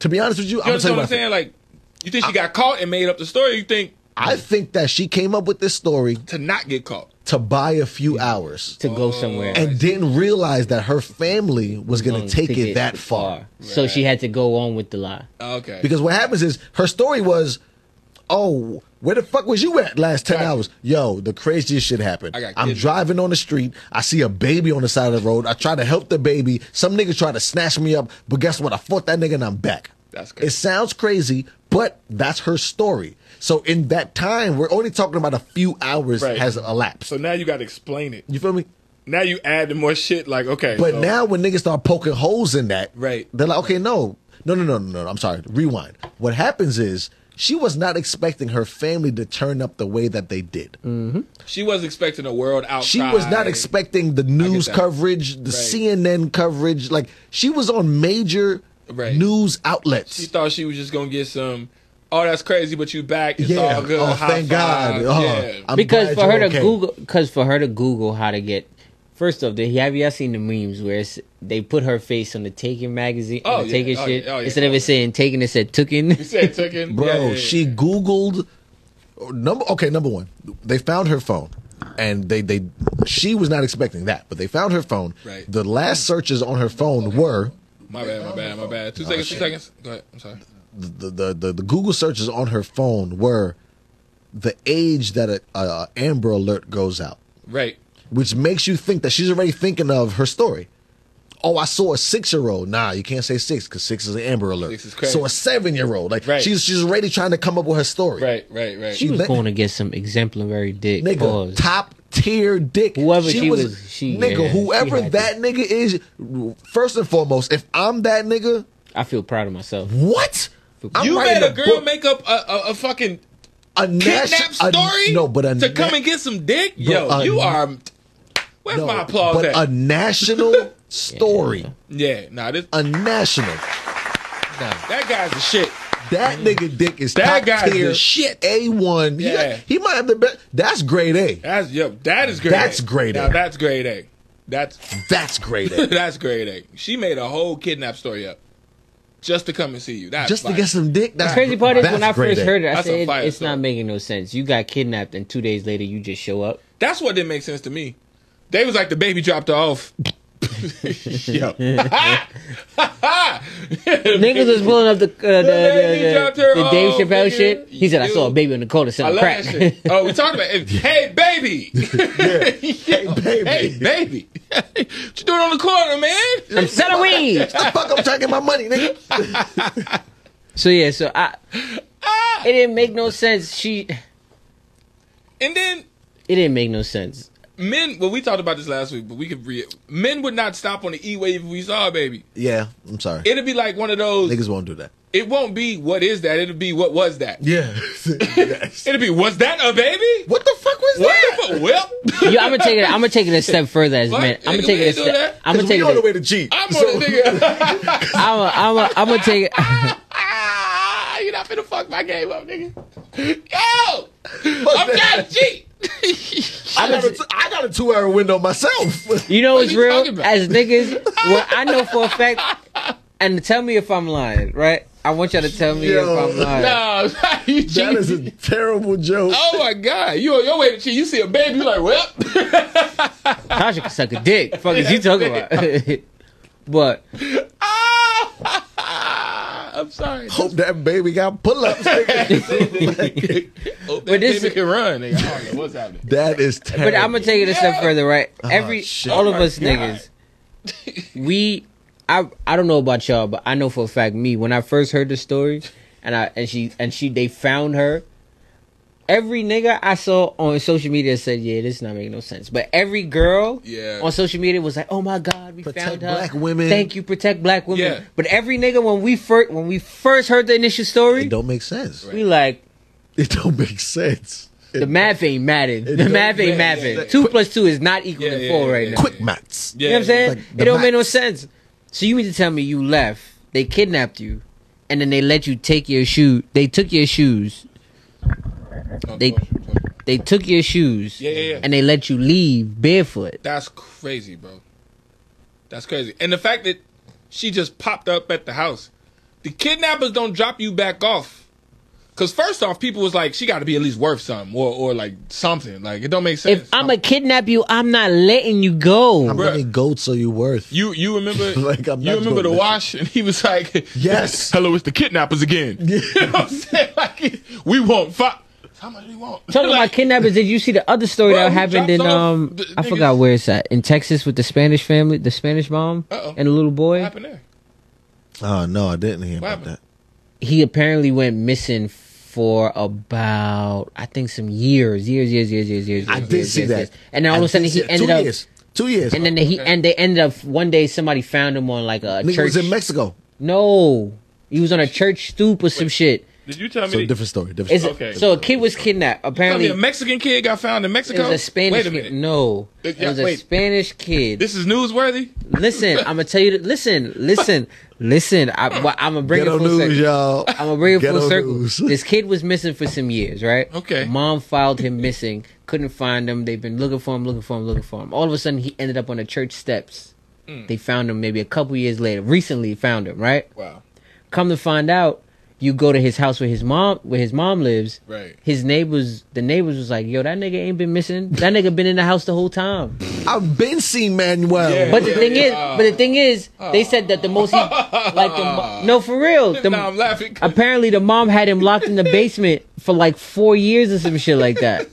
S6: to be honest with you,
S7: you
S6: I'm
S7: understand
S6: telling
S7: what
S6: you,
S7: I'm
S6: what I
S7: saying?
S6: think.
S7: Like, you think she got caught and made up the story? or You think
S6: I think that she came up with this story
S7: to not get caught?
S6: to buy a few hours
S5: to go somewhere
S6: and didn't realize that her family was going to
S5: Um,
S6: take it that far.
S5: So she had to go on with the lie.
S7: Oh, Okay.
S6: Because what happens is her story was, oh, where the fuck was you at last 10
S7: Right.
S6: hours? Yo, the craziest shit happened.
S7: I got
S6: I'm
S7: kidnapped.
S6: driving on the street. I see a baby on the side of the road. I try to help the baby. Some nigga try to snatch me up, but guess what? I fought that nigga and I'm back.
S7: That's crazy.
S6: It sounds crazy, but that's her story. So in that time, we're only talking about a few hours
S7: Right.
S6: has elapsed.
S7: so now you got to explain it.
S6: you feel me?
S7: Now you add more shit. Like, okay.
S6: But
S7: so-
S6: now when niggas start poking holes in that,
S7: Right.
S6: They're like, okay, no, no, no, no, no, no. I'm sorry. Rewind. What happens is she was not expecting her family to turn up the way that they did.
S7: Mm. she was expecting a world outside.
S6: She was not expecting the news
S7: that.
S6: coverage, the CNN coverage. Like she was on major
S7: Right.
S6: news outlets.
S7: She thought she was just gonna get some. Oh, that's crazy, but you back. It's
S6: yeah.
S7: all good.
S6: Oh,
S7: High
S6: thank God.
S7: five.
S6: Oh,
S7: yeah.
S6: I'm
S5: because
S6: glad
S5: for her
S6: you're
S5: to
S6: okay.
S5: Google, because for her to Google how to get. First off, did, have y'all seen the memes where it's, they put her face on the Taken magazine,
S7: Oh,
S5: on the
S7: yeah.
S5: Taken
S7: Oh,
S5: shit
S7: yeah. Oh, yeah.
S5: instead of it saying Taken, it said Tooken.
S7: you said taking.
S6: bro.
S7: yeah, yeah, yeah.
S6: She Googled number. Okay, number one, they found her phone, and they they she was not expecting that, but they found her phone.
S7: Right.
S6: The last searches on her phone were
S7: My bad. My bad. My bad. Two
S6: Oh,
S7: seconds. Two seconds. Go ahead. I'm sorry.
S6: the the, the, the Google searches on her phone were the age that a, a Amber Alert goes out,
S7: Right.
S6: which makes you think that she's already thinking of her story. Oh, I saw a six-year-old. Nah, you can't say six because six is an Amber Alert.
S7: Six is crazy.
S6: So a seven-year-old, like
S7: Right.
S6: she's she's already trying to come up with her story.
S7: Right. Right. Right.
S5: she was
S6: let-
S5: going to get some exemplary dick.
S6: nigga,
S5: Pause.
S6: top tier dick.
S5: Whoever she was- she-
S6: nigga,
S5: yeah,
S6: whoever
S5: she had
S6: that nigga is. First and foremost, if I'm that nigga,
S5: I feel proud of myself.
S6: what? I'm
S7: you
S6: writing
S7: made a girl
S6: book,
S7: make up a, a, a fucking
S6: a
S7: kidnap
S6: nation- a-
S7: story.
S6: no, but a
S7: to come
S6: na-
S7: and get some dick. Yo,
S6: a-
S7: you are. Where's
S6: no,
S7: my applause
S6: but
S7: at?
S6: a national story,
S7: yeah. Nah. This
S6: a national.
S7: that guy's a shit.
S6: That nigga dick is
S7: Mm. That
S6: top
S7: guy's
S6: tier
S7: the
S6: shit. A one.
S7: Yeah.
S6: He, might have the best. That's grade A.
S7: That's yep. That is grade.
S6: That's
S7: A.
S6: grade
S7: Now
S6: A.
S7: that's grade A. That's
S6: That's grade A.
S7: that's grade A. She made a whole kidnap story up just to come and see you. That's
S6: Just to
S7: like-
S6: get some dick. That's
S5: The crazy part is
S6: that's
S5: when I
S6: grade
S5: first
S6: A.
S5: heard it, I
S7: That's a
S5: said
S7: fire
S5: it's
S7: story.
S5: not making no sense. You got kidnapped, and two days later you just show up.
S7: That's what didn't make sense to me. They was like the baby dropped her off. Yo.
S5: Niggas was pulling up the uh, the,
S7: lady
S5: the,
S7: dropped
S5: the,
S7: her
S5: the Dave
S7: off,
S5: Chappelle
S7: nigga.
S5: shit. He said I saw a
S7: Dude.
S5: baby in the corner
S7: I
S5: selling
S7: love
S5: crack.
S7: that shit. Oh, we talked about it. Hey, baby. Yo,
S6: baby.
S7: Hey, baby. what you doing on the corner, man?
S5: I'm selling weed.
S6: The fuck I'm trying to get my money, nigga.
S5: So yeah, so I it didn't make no sense. She
S7: And then
S5: it didn't make no sense.
S7: men, well, we talked about this last week, but we could re Men would not stop on the E wave if we saw a baby.
S6: Yeah, I'm sorry.
S7: It'd be like one of those.
S6: Niggas won't do that.
S7: It won't be what is that. It'll be what was that.
S6: Yeah.
S7: It'll be was that a baby?
S6: what the fuck was
S7: What
S6: that?
S7: the fuck? Well,
S5: Yo, I'm gonna take it. I'm gonna take it a step further as
S7: What?
S5: man.
S7: Nigga,
S5: I'm gonna take
S7: we
S5: it a
S7: ain't doing
S5: step.
S7: that.
S5: I'm gonna
S6: we
S5: take
S6: on the
S5: it.
S6: way to G.
S7: I'm on it, nigga.
S5: I'm a, I'm a, I'm gonna take it.
S7: Ah, you're not finna fuck my game up, nigga. Yo! I'm
S6: that.
S7: trying to cheat!
S6: I got, a t- I got a two hour window myself.
S5: You know what's
S7: you
S5: real?
S7: talking about?
S5: As niggas, well, I know for a fact. And tell me if I'm lying, right? I want y'all to tell me
S6: Yo.
S5: if I'm lying.
S7: No, you
S6: that is
S7: cheating.
S6: a terrible joke.
S7: Oh my god, you on your way to cheat. You see a baby, you like, well,
S5: Tasha can suck a dick. Fuck is you talking about? but
S7: ah, I'm sorry.
S6: Hope that baby got pull ups, nigga.
S7: Oh, that
S5: But this-
S7: baby can run, nigga. I don't know what's happening.
S6: that is terrible.
S5: but I'm gonna take it a step
S7: Yeah.
S5: further, right? Every
S6: Uh-huh. shit.
S5: all of
S7: Oh my
S5: us niggas, we, I I don't know about y'all, but I know for a fact me when I first heard the story, and I and she and she they found her. Every nigga I saw on social media said, "Yeah, this is not making no sense." But every girl
S7: Yeah.
S5: on social media was like, "Oh my god, we
S6: Protect
S5: found her."
S6: black women.
S5: Thank you, protect black women.
S7: Yeah.
S5: But every nigga when we first when we first heard the initial
S6: It
S5: story,
S6: don't make sense.
S5: we like,
S6: It don't make sense. It-
S5: The math ain't mathing. The
S6: don't
S5: math ain't
S7: math.
S5: mathing.
S7: Yeah, yeah.
S5: Two plus two is not equal
S7: Yeah,
S5: to
S7: yeah,
S5: four
S7: yeah,
S5: right
S7: yeah.
S5: now.
S6: quick maths.
S7: Yeah.
S5: You know what I'm saying?
S6: Like, the
S5: it don't make no
S6: maths.
S5: sense. So you mean to tell me you left, they kidnapped you, and then they let you take your shoe. They took your shoes. They- They took your shoes.
S7: Yeah, yeah, yeah.
S5: And they let you leave barefoot.
S7: That's crazy, bro. That's crazy. And the fact that she just popped up at the house. The kidnappers don't drop you back off. Cause first off, people was like, she gotta be at least worth something or or like something. Like it don't make sense.
S5: If I'ma kidnap you, I'm not letting you go.
S6: How many goats are you worth?
S7: you you remember
S6: Like, I'm
S7: you
S6: not
S7: remember
S6: doing
S7: the
S6: that.
S7: wash and he was like
S6: Yes.
S7: Hello, it's the kidnappers again. you know what I'm saying? Like we want five how much do we want?
S5: Talking
S7: Like,
S5: about kidnappers, did you see the other story
S7: Bro,
S5: that
S7: who
S5: happened
S7: dropped
S5: in
S7: off
S5: um
S7: the
S5: I
S7: niggas?
S5: forgot where it's at. In Texas with the Spanish family, the Spanish mom
S7: Uh-oh.
S5: and the little boy?
S7: what happened there?
S6: Oh no, I didn't hear about
S7: happened?
S6: that.
S5: he apparently went missing for about I think some years, years, years, years, years, years.
S6: I
S5: years,
S6: did
S5: years,
S6: see
S5: years,
S6: that.
S5: years. and then all
S6: I
S5: of a
S6: did
S5: sudden
S6: see
S5: he
S6: that.
S5: ended
S6: two
S5: up,
S6: years. Two years.
S5: and then he and they ended up one day somebody found him on like a
S6: nigga
S5: church.
S6: was in Mexico.
S5: no, he was on a church stoop or some shit.
S7: Did you tell
S6: So
S7: me
S6: different story. Different
S5: It's-
S6: story.
S7: Okay.
S5: So a kid was kidnapped.
S7: tell
S5: Apparently,
S7: me a Mexican kid got found in
S5: it
S7: Mexico?
S5: was a Spanish.
S7: Wait a
S5: kid.
S7: minute.
S5: No,
S7: Uh,
S5: it
S7: yeah,
S5: was a
S7: wait.
S5: Spanish kid.
S7: This is newsworthy?
S5: listen, I'm gonna tell you. th- Listen, listen, listen. I, I'm gonna bring
S6: Ghetto
S5: it full
S6: news,
S5: circle.
S6: y'all.
S5: I'm gonna bring it
S6: Ghetto
S5: full circle.
S6: news.
S5: This kid was missing for some years, right?
S7: Okay.
S5: Mom filed him missing. Couldn't find him. They've been looking for him, looking for him, looking for him. All of a sudden, he ended up on the church steps.
S7: Hmm.
S5: They found him maybe a couple years later. Recently, found him. Right.
S7: Wow.
S5: Come to find out, you go to his house where his mom where his mom lives.
S7: Right.
S5: His neighbors, the neighbors was like, "Yo, that nigga ain't been missing. That nigga been in the house the whole time."
S6: I've been seeing Manuel.
S7: Yeah.
S5: But the thing is,
S7: Yeah.
S5: but the thing is, they said that the most he like the mo- no for real. The,
S7: now I'm laughing.
S5: apparently, the mom had him locked in the basement for like four years or some shit like that.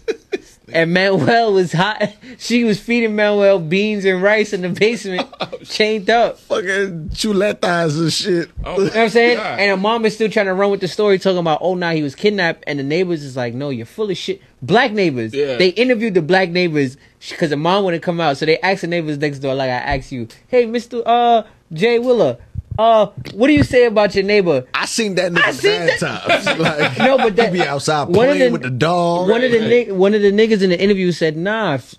S5: And Manuel was hot. She was feeding Manuel beans and rice in the basement,
S7: Oh,
S5: chained up.
S6: fucking chuletas and shit.
S7: Oh,
S5: You know what I'm saying?
S7: God.
S5: And the mom is still trying to run with the story, talking about, oh, now he was kidnapped. And the neighbors is like, no, you're full of shit. Black neighbors.
S7: Yeah.
S5: They interviewed the black neighbors because the mom wouldn't come out. So they asked the neighbors next door, like I asked you, hey, Mr. Uh, Jay Willer, uh, what do you say about your neighbor?
S6: I seen that
S5: I
S6: nigga
S5: seen
S6: nine times. Like,
S5: No, but that-
S6: he be outside
S5: one of
S6: playing
S5: the-
S6: with the dog.
S5: One of the
S7: Right,
S5: nig- one of the niggas in the interview said, nah, f-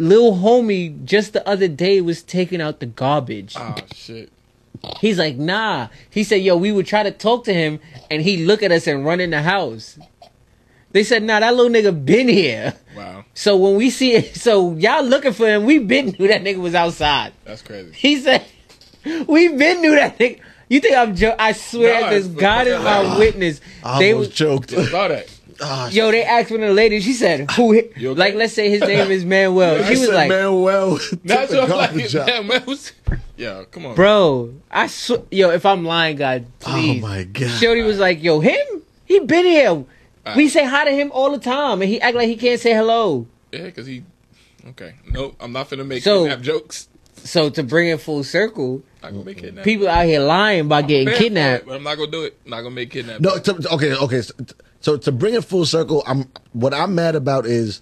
S5: lil homie just the other day was taking out the garbage.
S7: Oh shit.
S5: He's like, nah. He said, yo, we would try to talk to him, and he look at us and run in the house. They said, nah, that little nigga been here.
S7: Wow,
S5: So when we see it, so y'all looking for him, we been knew that nigga was outside.
S7: that's crazy.
S5: He said, we been knew that nigga. You think I'm joking? I swear,
S7: No,
S5: this
S7: it's-
S5: God is my witness.
S6: I
S5: They
S6: almost
S5: was,
S6: joked.
S7: Saw that.
S5: yo, they asked one of the ladies. She said, who? hit-
S7: You okay?
S5: Like, let's say his name is Manuel.
S6: I
S5: She was
S6: said,
S5: like,
S6: Manuel, took
S7: That's
S6: the
S7: what I'm like.
S6: garbage out.
S7: Yeah, man, who's- Yeah, come on,
S5: bro, I swear, yo, if I'm lying, God, please.
S6: Oh my god.
S5: Shorty was like, yo, him? He been here. We say hi to him all the time, and he act like he can't say hello.
S7: Yeah, because he. Okay, nope. I'm not finna make
S5: So-
S7: kidnap jokes.
S5: So to bring it full circle,
S7: I gonna make kidnap.
S5: people out here lying about getting
S7: Fair
S5: kidnapped.
S7: point, but I'm not gonna do it. I'm not gonna make kidnap.
S6: No, to, okay, okay. So, so to bring it full circle, I'm what I'm mad about is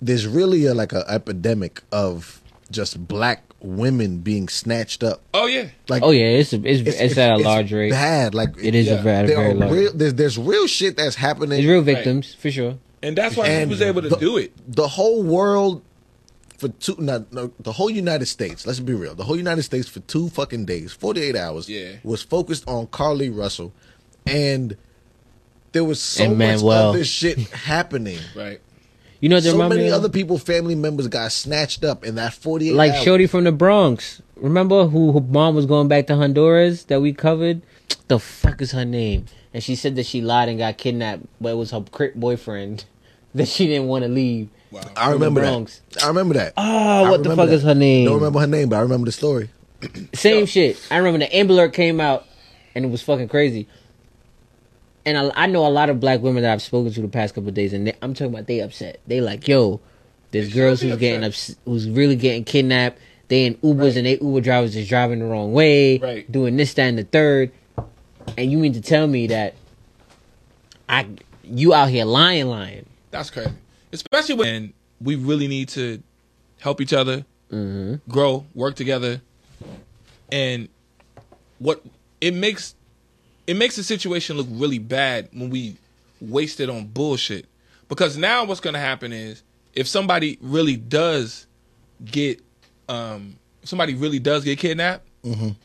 S6: there's really a, like an epidemic of just black women being snatched up.
S7: Oh yeah,
S6: Like,
S5: Oh yeah, it's a, it's, it's, at a large rate.
S6: Bad, like
S5: It is
S7: Yeah.
S5: a very,
S6: There
S5: very
S6: are
S5: large.
S6: real, there's, there's real shit that's happening.
S5: it's real victims for sure.
S7: and that's why he
S6: And
S7: was able to
S6: the-
S7: do it.
S6: the whole world for two not, no, the whole United States, let's be real. The whole United States for two fucking days, 48 hours
S7: Yeah.
S6: was focused on Carly Russell and there was so
S5: And
S6: much
S5: Manuel.
S6: other shit happening.
S7: Right.
S5: You know what they
S6: so
S5: remind
S6: many
S5: me of?
S6: other people, family members got snatched up in that 48
S5: like
S6: hours.
S5: Shorty from the Bronx. Remember who her mom was going back to Honduras that we covered? The fuck is her name? And she said that she lied and got kidnapped, but it was her crip boyfriend that she didn't want to leave.
S7: Wow.
S6: I remember
S5: Bronx.
S6: that. I remember that.
S5: Ah,
S6: I
S5: what the
S6: remember
S5: fuck is her name?
S6: Don't remember her name, but I remember the story.
S5: Same shit. I remember the Amber Alert came out, and it was fucking crazy. And I, I know a lot of black women that I've spoken to the past couple of days, and they, I'm talking about they upset. They like, yo, there's girls
S7: be
S5: who's getting ups, who's really getting kidnapped. They in Ubers and they Uber drivers is driving the wrong way,
S7: Right.
S5: doing this, that, and the third. And you mean to tell me that I you out here lying, lying?
S7: That's crazy. Especially when we really need to help each other,
S6: Mm-hmm.
S7: grow, work together, and what it makes it makes the situation look really bad when we waste it on bullshit. Because now what's going to happen is if somebody really does get um if somebody really does get kidnapped,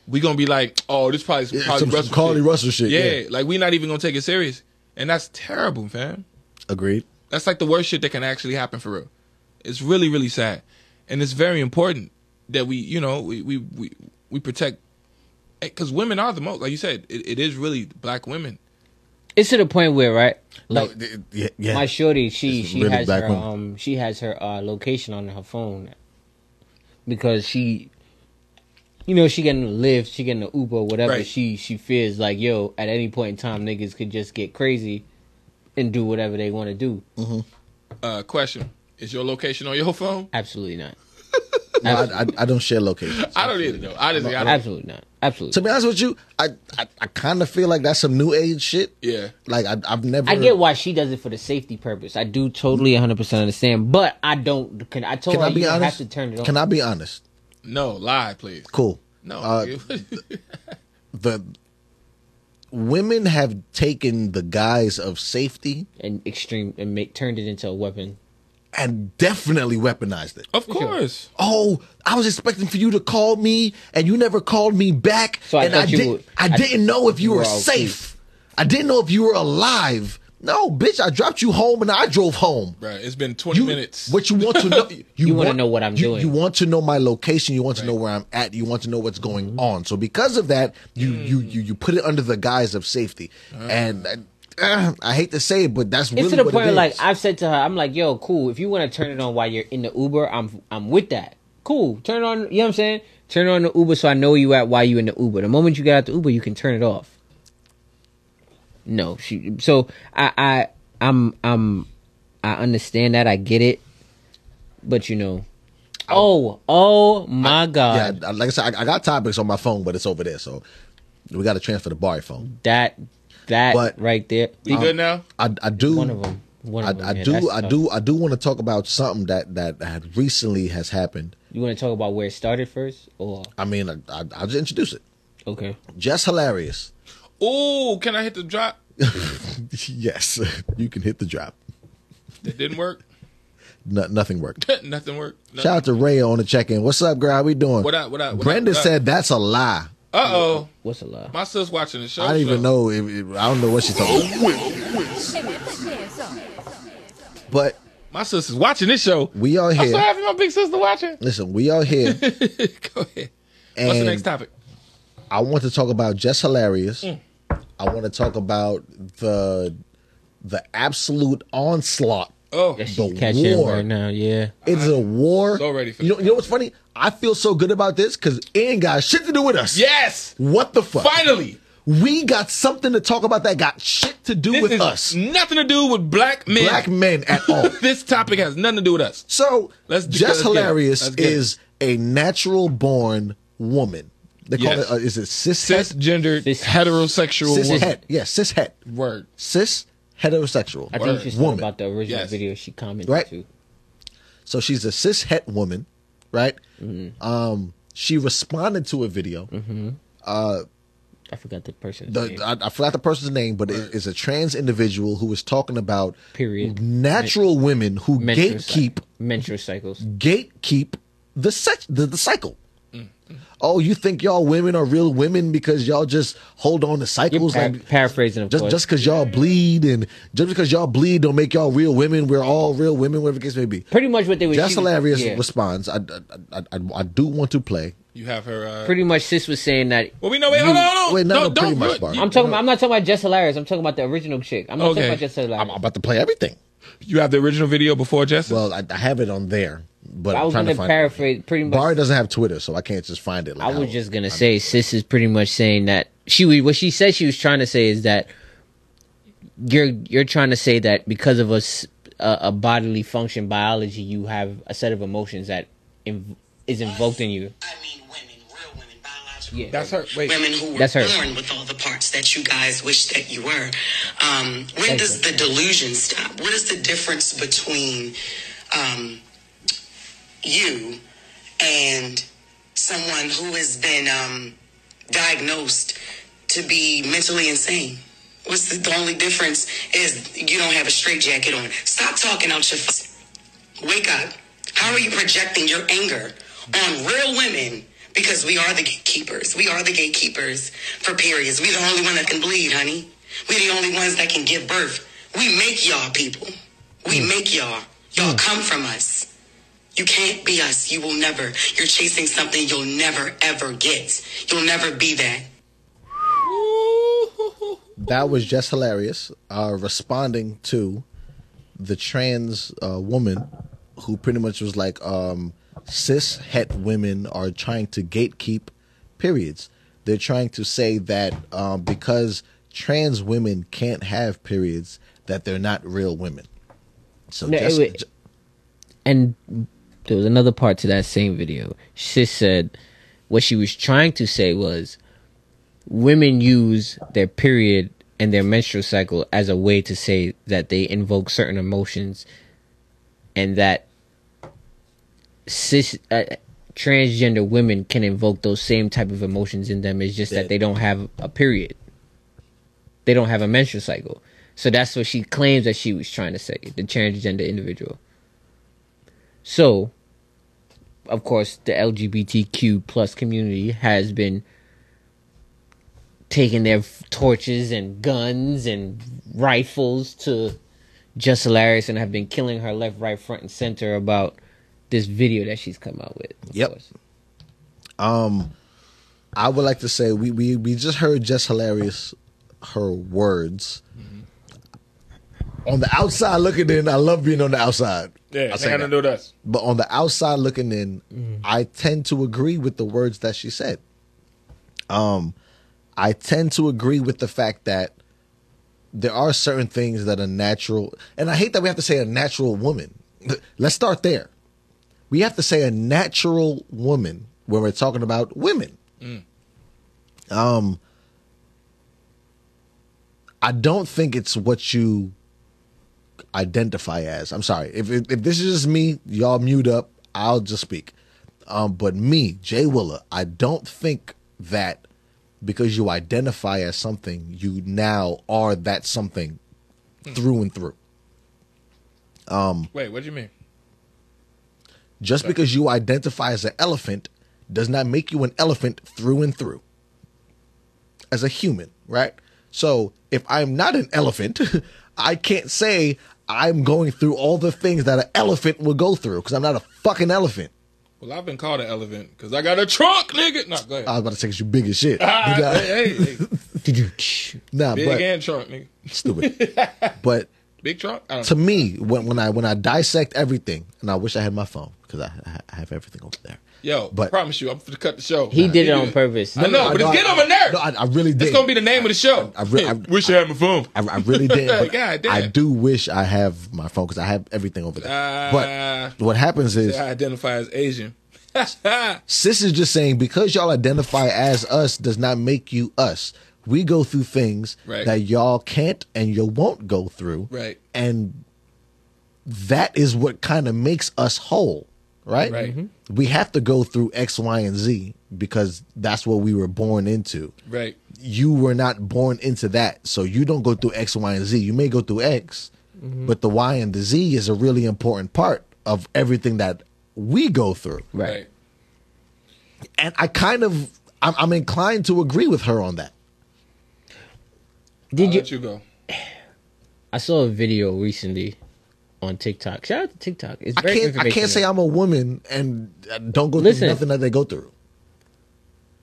S7: we gonna be like, oh, this probably
S6: Mm-hmm. Yeah,
S7: probably
S6: some- some
S7: Russell
S6: Carly Russell shit, yeah.
S7: like we're not even gonna take it serious, and that's terrible, fam.
S6: Agreed.
S7: That's like the worst shit that can actually happen for real. It's really, really sad. And it's very important that we, you know, we we we, we protect because women are the most like you said, it, it is really black women.
S5: It's to the point where right, like
S6: no, th- yeah, yeah.
S5: my shorty she
S6: It's
S5: she
S6: really
S5: has
S6: black
S5: her
S6: women.
S5: um she has her uh location on her phone because she you know she getting a lift she getting an uber whatever
S7: Right.
S5: she she fears like yo at any point in time niggas could just get crazy and do whatever they want to do
S6: Mm-hmm.
S7: Uh, question: Is your location on your phone?
S5: absolutely not
S6: No, I, I, I don't share locations.
S7: I don't either though. Honestly, I don't.
S5: absolutely not absolutely
S6: to be honest with you, I I, I kind of feel like that's some new age shit.
S7: Yeah.
S6: Like I, I've never.
S5: I get why she does it for the safety purpose. I do totally 100% understand, but I don't. Can, I told
S6: Can
S5: her
S6: I be
S5: you don't
S6: honest?
S5: have to turn it on.
S6: Can I be honest?
S7: No, lie, please.
S6: Cool.
S7: No,
S6: Uh, the women have taken the guise of safety
S5: and extreme and make turned it into a weapon.
S6: and definitely weaponized it.
S7: of course.
S6: Oh, I was expecting for you to call me, and you never called me back.
S5: So I
S6: and
S5: thought you
S6: did,
S5: would-
S6: I
S5: I-
S6: didn't know if you, were,
S5: were okay.
S6: safe. I didn't know if you were alive. No, bitch, I dropped you home and I drove home.
S7: Bruh, It's been twenty
S6: You-
S7: minutes.
S6: What you want to know? You,
S5: wanna know what I'm
S6: you-
S5: doing.
S6: You want to know my location. You want to know
S7: Right.
S6: where I'm at. You want to know what's going
S5: Mm-hmm.
S6: on. So because of that, you
S7: Mm.
S6: you you you put it under the guise of safety.
S7: Ah.
S6: And uh, I hate to say it, but that's really
S5: it's to the
S6: what
S5: point
S6: it
S5: where,
S6: is.
S5: like I've said to her, I'm like, yo, cool. If you want to turn it on while you're in the Uber, I'm I'm with that. Cool. Turn it on. You know what I'm saying? Turn on the Uber so I know where you at while you in the Uber. The moment you get out the Uber, you can turn it off. No, she. So I I I'm I'm I understand that. I get it. But you know, oh oh my
S6: yeah,
S5: god,
S6: I- like I said, I, I got topics on my phone, but it's over there. So we got to transfer the bar phone.
S5: that that
S6: But-
S5: right there.
S7: We good now?
S6: I, I do.
S5: One of them. One of
S6: I,
S5: them.
S6: I
S5: yeah,
S6: do.
S5: that's
S6: I
S5: tough.
S6: do. I do want to talk about something that that had recently has happened.
S5: You want to talk about where it started first, or
S6: I mean, I, I, I'll just introduce it.
S5: okay?
S6: Just hilarious.
S7: Oh, can I hit the drop?
S6: yes, you can hit the drop.
S7: That didn't work.
S6: No, nothing worked.
S7: Nothing worked.
S6: Shout out to Ray on the check in. What's up, girl? How we doing?
S7: What up, what up, what up,
S6: Brenda
S7: what up?
S6: said that's a lie.
S7: Uh oh.
S5: What's a lie?
S7: My sis watching the show.
S6: I don't even
S7: so-
S6: know. If, if- I don't know what she's talking. about. But
S7: My sister's watching this show.
S6: we are
S7: I'm so
S6: here.
S7: happy my big sister watching.
S6: Listen, we are here,
S7: Go ahead. What's the
S6: And-
S7: next Mm. topic?
S6: I want to talk about just hilarious. I want to talk about the the absolute onslaught.
S7: Oh,
S5: That she's
S6: The
S5: catching
S6: war.
S5: right now. Yeah.
S6: It's a war.
S7: So ready for
S6: you know, you know what's funny? I feel so good about this because it ain't got shit to do with us.
S7: yes.
S6: What the fuck?
S7: Finally,
S6: we got something to talk about that got shit to do
S7: this
S6: with
S7: is
S6: us,
S7: nothing to do with black men.
S6: black men at all.
S7: This topic has nothing to do with us.
S6: So
S7: Let's- let's
S6: just
S7: get it.
S6: hilarious
S7: Let's get it.
S6: is a natural born woman. They call
S7: Yes.
S6: it. Uh, is it cis het?
S7: Cisgendered,
S5: Cis-
S7: heterosexual
S6: Cis
S7: woman.
S6: het. Yeah, cis het.
S7: Word.
S6: Cis heterosexual.
S5: I think she's talking
S6: woman.
S5: about the original
S7: Yes.
S5: video she commented
S6: Right.
S5: to.
S6: So she's a cis het woman, right?
S5: Mm-hmm.
S6: Um, she responded to a video.
S5: I forgot the person.
S6: The, I, I forgot the person's name, but it is a trans individual who was talking about
S5: Period.
S6: natural women who
S5: Menstrual cy-
S6: gatekeep
S5: menstrual cycles.
S6: gatekeep the sex the, the cycle. Oh, you think y'all women are real women because y'all just hold on to
S5: You're
S6: cycles
S5: par-
S6: like
S5: paraphrasing, of
S6: just
S5: course.
S6: just because y'all bleed and just because y'all bleed don't make y'all real women. We're all real women, whatever the case may be.
S5: pretty much what they were.
S6: Just
S5: she was-
S6: hilarious
S5: yeah.
S6: response. I, I, I, I, I do want to play.
S7: You have her. Uh,
S5: Pretty much, sis was saying that.
S7: well, we know. Wait, hold on, hold on.
S6: Wait, no,
S7: no,
S6: no,
S7: don't.
S6: pretty much,
S7: you-
S6: Bart.
S7: you,
S5: I'm talking. About, I'm not talking about just hilarious. I'm talking about the original chick. I'm not
S7: Okay.
S5: talking about just hilarious.
S6: I'm about to play everything.
S7: you have the original video before Jessica.
S6: Well, I, I have it on there, but
S5: I
S6: I'm
S5: was
S6: trying
S5: going
S6: to
S5: to
S6: find.
S5: paraphrase pretty
S6: It.
S5: much.
S6: Barry doesn't have Twitter, so I can't just find it.
S5: I
S6: Like
S5: was
S6: how-
S5: just gonna say, sis is pretty much saying that she was, what she said she was trying to say is that you're you're trying to say that because of a s- a- a bodily function biology, you have a set of emotions that inv- is invoked in you.
S8: I mean women, real women, biological
S5: Yeah.
S7: That's her. Wait.
S8: women who were
S5: That's her.
S8: born with all the parts that you guys wish that you were. Um, when does the delusion stop? What is the difference between um, you and someone who has been um, diagnosed to be mentally insane? What's the, the only difference is you don't have a straitjacket on. Stop talking out your. F- Wake up. How are you projecting your anger on real women? Because we are the gatekeepers. We are the gatekeepers for periods. we the only one that can bleed, honey. we the only ones that can give birth. We make y'all people. We make y'all. Y'all come from us. You can't be us. You will never. You're chasing something you'll never, ever get. You'll never be that.
S6: that was just hilarious. Uh, responding to the trans uh, woman who pretty much was like, um, cis het women are trying to gatekeep periods. They're trying to say that um, because trans women can't have periods, that they're not real women. So
S5: No,
S6: just,
S5: it wa- and there was another part to that same video. Sis said what she was trying to say was women use their period and their menstrual cycle as a way to say that they invoke certain emotions and that cis uh, transgender women can invoke those same type of emotions in them it's just that they don't have a period they don't have a menstrual cycle so that's what she claims that she was trying to say the transgender individual so, of course, the LGBTQ plus community has been taking their f- torches and guns and rifles to Just Hilarious and have been killing her left, right, front, and center about this video that she's come out with. of
S6: Yep.
S5: course.
S6: I would like to say we, we, we just heard Jess Hilarious her words. On the outside looking in, I love being on the outside.
S7: Yeah,
S6: I
S7: I
S6: say
S7: think I
S6: that.
S7: know that.
S6: But on the outside looking in, I tend to agree with the words that she said. Um, I tend to agree with the fact that there are certain things that are natural, and I hate that we have to say a natural woman. Let's start there. We have to say a natural woman when we're talking about women. Um, I don't think it's what you identify as. I'm sorry. If if, if this is just me, y'all mute up. I'll just speak. Um, but me, Jay Willer, I don't think that because you identify as something, you now are that something through and through.
S7: Wait, what do you mean?
S6: Just because you identify as an elephant does not make you an elephant through and through. As a human, right? So if I'm not an elephant, I can't say I'm going through all the things that an elephant would go through because I'm not a fucking elephant.
S7: Well, I've been called an elephant because I got a trunk, nigga. Nah, go ahead.
S6: I was about to say 'cause you big as shit.
S7: Ah,
S6: Uh, You got-
S7: hey, hey, hey.
S6: nah,
S7: Big
S6: but
S7: and trunk, nigga.
S6: stupid. but
S7: Big trunk? I don't
S6: to me, when, when I when I dissect everything, and I wish I had my phone because I, I I have everything over there.
S7: Yo,
S6: but-
S7: promise you, I'm going to cut the show.
S5: He did it on purpose.
S7: I know, but it's
S6: No, I-
S7: getting on my nerves.
S6: No, I, I really did.
S7: it's going to be the name of the show.
S6: I re- I-
S7: Wish I had my phone.
S6: I, I really did. But
S7: God damn.
S6: I do wish I have my phone because I have everything over there.
S7: Ah.
S6: but what happens is
S7: I identify as Asian.
S6: sis is just saying because y'all identify as us does not make you us. We go through things
S7: Right.
S6: that y'all can't and you won't go through.
S7: Right.
S6: And that is what kind of makes us whole, right?
S7: Right. Mhm.
S6: We have to go through X, Y, and Z because that's what we were born into.
S7: right.
S6: you were not born into that. So you don't go through X, Y, and Z. You may go through X,
S7: Mm-hmm.
S6: but the Y and the Z is a really important part of everything that we go through.
S7: Right.
S6: And I kind of, I'm, I'm inclined to agree with her on that.
S7: I'll
S5: Did you?
S7: let you go.
S5: I saw a video recently on TikTok. Shout out to TikTok. It's
S6: I
S5: very
S6: can't, I can't
S5: informational.
S6: say I'm a woman and uh, don't go
S5: Listen.
S6: through nothing that they go through.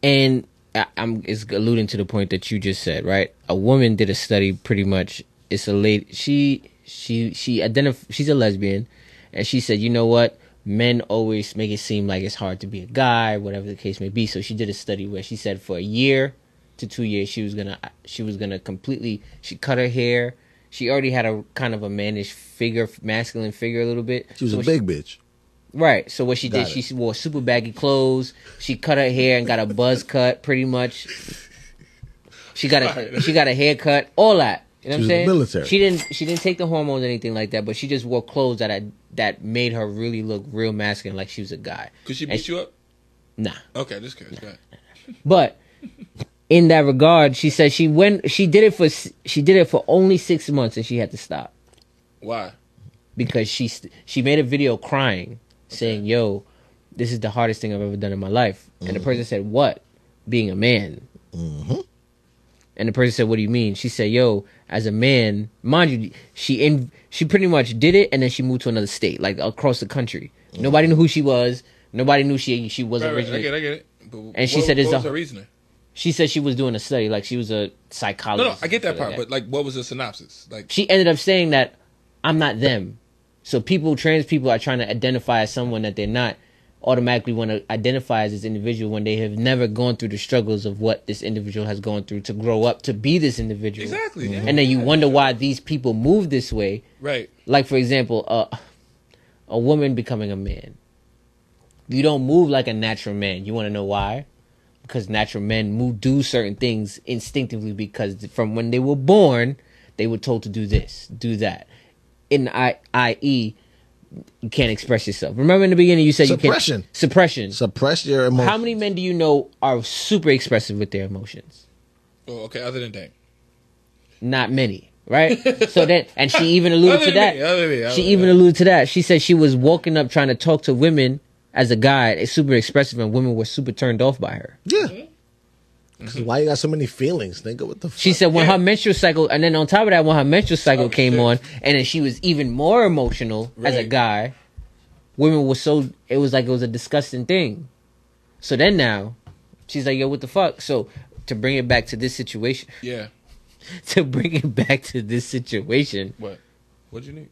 S5: and I, I'm it's alluding to the point that you just said, right? A woman did a study, pretty much. It's a lady. She she she identif- She's a lesbian, and she said, you know what? Men always make it seem like it's hard to be a guy, whatever the case may be. So she did a study where she said for a year to two years she was gonna she was gonna completely she cut her hair. She already had a kind of a mannish figure, masculine figure a little bit.
S6: She was
S5: So
S6: a big bitch.
S5: Right. So what she
S6: Got
S5: did,
S6: it.
S5: she wore super baggy clothes. She cut her hair and got a buzz cut, pretty much. She got a she got a haircut, all that. You know what I'm
S6: She was in the
S5: saying?
S6: military.
S5: She didn't she didn't take the hormones or anything like that, but she just wore clothes that I, that made her really look real masculine, like she was a guy.
S7: Could she
S5: And
S7: beat you up?
S5: Nah.
S7: Okay, just curious. Go ahead.
S5: But in that regard, she said she went she did it for s- she did it for only six months and she had to stop.
S7: Why?
S5: because she st- she made a video crying, saying, "Yo, this is the hardest thing I've ever done in my life." And the
S7: Mm-hmm.
S5: person said, "What? Being a man." And the person said, "What do you mean?" She said, "Yo, as a man, mind you, she in she pretty much did it, and then she moved to another state, like across the country. Nobody knew who she was. Nobody knew she she was
S7: Mm-hmm. Right, right, I
S5: originally.
S7: get it, I get it. But
S5: And she
S7: what-
S5: said it's
S7: what
S5: a-
S7: was her reasoning?
S5: She said she was doing a study, like she was a
S7: No,
S5: psychologist.
S7: no, I get that
S5: or something
S7: part,
S5: like
S7: but like, what was the synopsis? Like,
S5: she ended up saying that I'm not them. So people, trans people, are trying to identify as someone that they're not. Automatically want to identify as this individual when they have never gone through the struggles of what this individual has gone through to grow up to be this individual.
S7: Exactly, yeah.
S5: And then you wonder why these people move this way.
S7: right,
S5: Like for example, uh, a woman becoming a man. You don't move like a natural man. You want to know why? Because natural men move do certain things instinctively because from when they were born, they were told to do this, do that. In I i.e. you can't express yourself. Remember in the beginning you said you
S6: Suppression.
S5: can't suppression.
S6: Suppress your emotions.
S5: How many men do you know are super expressive with their emotions?
S7: oh, okay, other than that.
S5: not many, right? so then, and she even alluded to
S7: Other
S5: that.
S7: than me, other than me, other
S5: she
S7: than
S5: even
S7: me.
S5: alluded to that. She said she was walking up trying to talk to women as a guy. It's super expressive, and women were super turned off by her.
S6: Yeah. 'Cause Why you got so many feelings, nigga? What the fuck?
S5: She said when her menstrual cycle, and then on top of that, when her menstrual cycle
S7: Oh,
S5: came
S7: shit.
S5: on, and then she was even more emotional as a
S7: Right.
S5: guy. Women were so it was like it was a disgusting thing. So then now, she's like, "Yo, what the fuck?" So to bring it back to this situation,
S7: Yeah.
S5: to bring it back to this situation,
S7: What? What'd you need?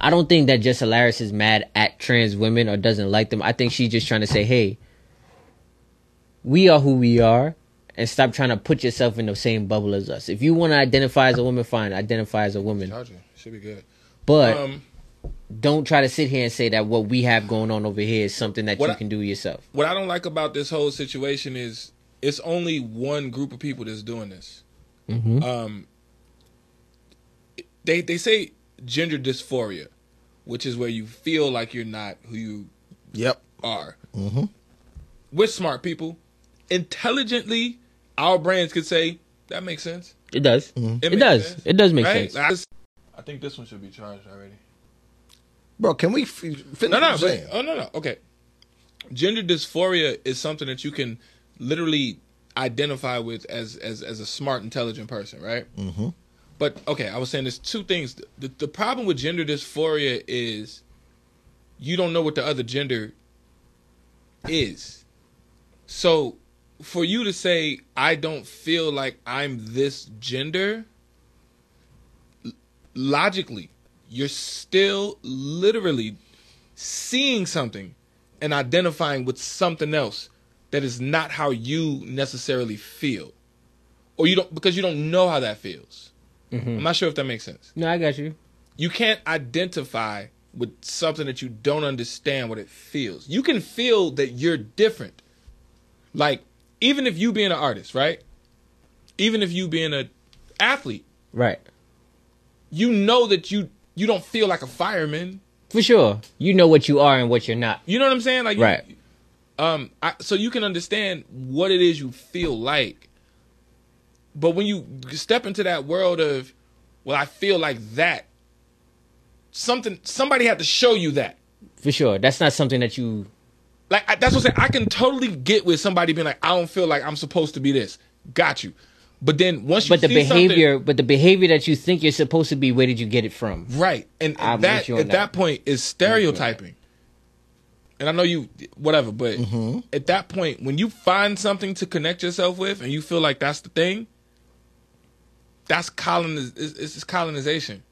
S5: I don't think that Jess Hilarious is mad at trans women or doesn't like them. I think she's just trying to say, hey, we are who we are and stop trying to put yourself in the same bubble as us. If you want to identify as a woman, fine, identify as a woman.
S7: Told you. Should be good.
S5: But
S7: um,
S5: don't try to sit here and say that what we have going on over here is something that
S7: What
S5: you
S7: I-
S5: can do yourself.
S7: what I don't like about this whole situation is it's only one group of people that's doing this.
S5: Mm-hmm.
S7: Um, they they say gender dysphoria, which is where you feel like you're not who you
S6: Yep.
S7: are.
S5: Mm-hmm.
S7: We're smart people. Intelligently, our brains could say that makes sense.
S5: It does. It,
S7: makes
S5: does.
S7: sense,
S5: It does make
S7: right?
S5: sense.
S7: I, just- I think this one should be charged already.
S6: Bro, can we f- finish
S7: No,
S6: what
S7: no,
S6: I'm
S7: but-
S6: saying?
S7: oh no, no. Okay, gender dysphoria is something that you can literally identify with as as as a smart, intelligent person, right? Mm-hmm. But okay, I was saying there's two things. The, the problem with gender dysphoria is you don't know what the other gender is. So for you to say I don't feel like I'm this gender, l- logically, you're still literally seeing something and identifying with something else that is not how you necessarily feel or you don't because you don't know how that feels i'm not sure if that makes sense
S5: No, I got you.
S7: you can't identify with something that you don't understand what it feels you can feel that you're different like even if you being an artist right even if you being an athlete
S5: Right.
S7: you know that you you don't feel like a fireman
S5: For sure. You know what you are and what you're not.
S7: You know what I'm saying? Like, you-
S5: Right.
S7: um, I, so you can understand what it is you feel like. But when you step into that world of, well, I feel like that. Something, somebody had to show you that.
S5: For sure. That's not something that you
S7: Like I, that's what I'm saying. I can totally get with somebody being like, I don't feel like I'm supposed to be this. Got you. But then once you
S5: But the
S7: see
S5: behavior
S7: something,
S5: but the behavior that you think you're supposed to be, where did you get it from?
S7: right? And
S5: I'm
S7: that
S5: with you
S7: at
S5: on
S7: that.
S5: that.
S7: point is
S6: Mm-hmm.
S7: stereotyping. And I know you, whatever, but
S6: Mm-hmm.
S7: at that point, when you find something to connect yourself with, and you feel like that's the thing, that's coloniz it's, it's colonization,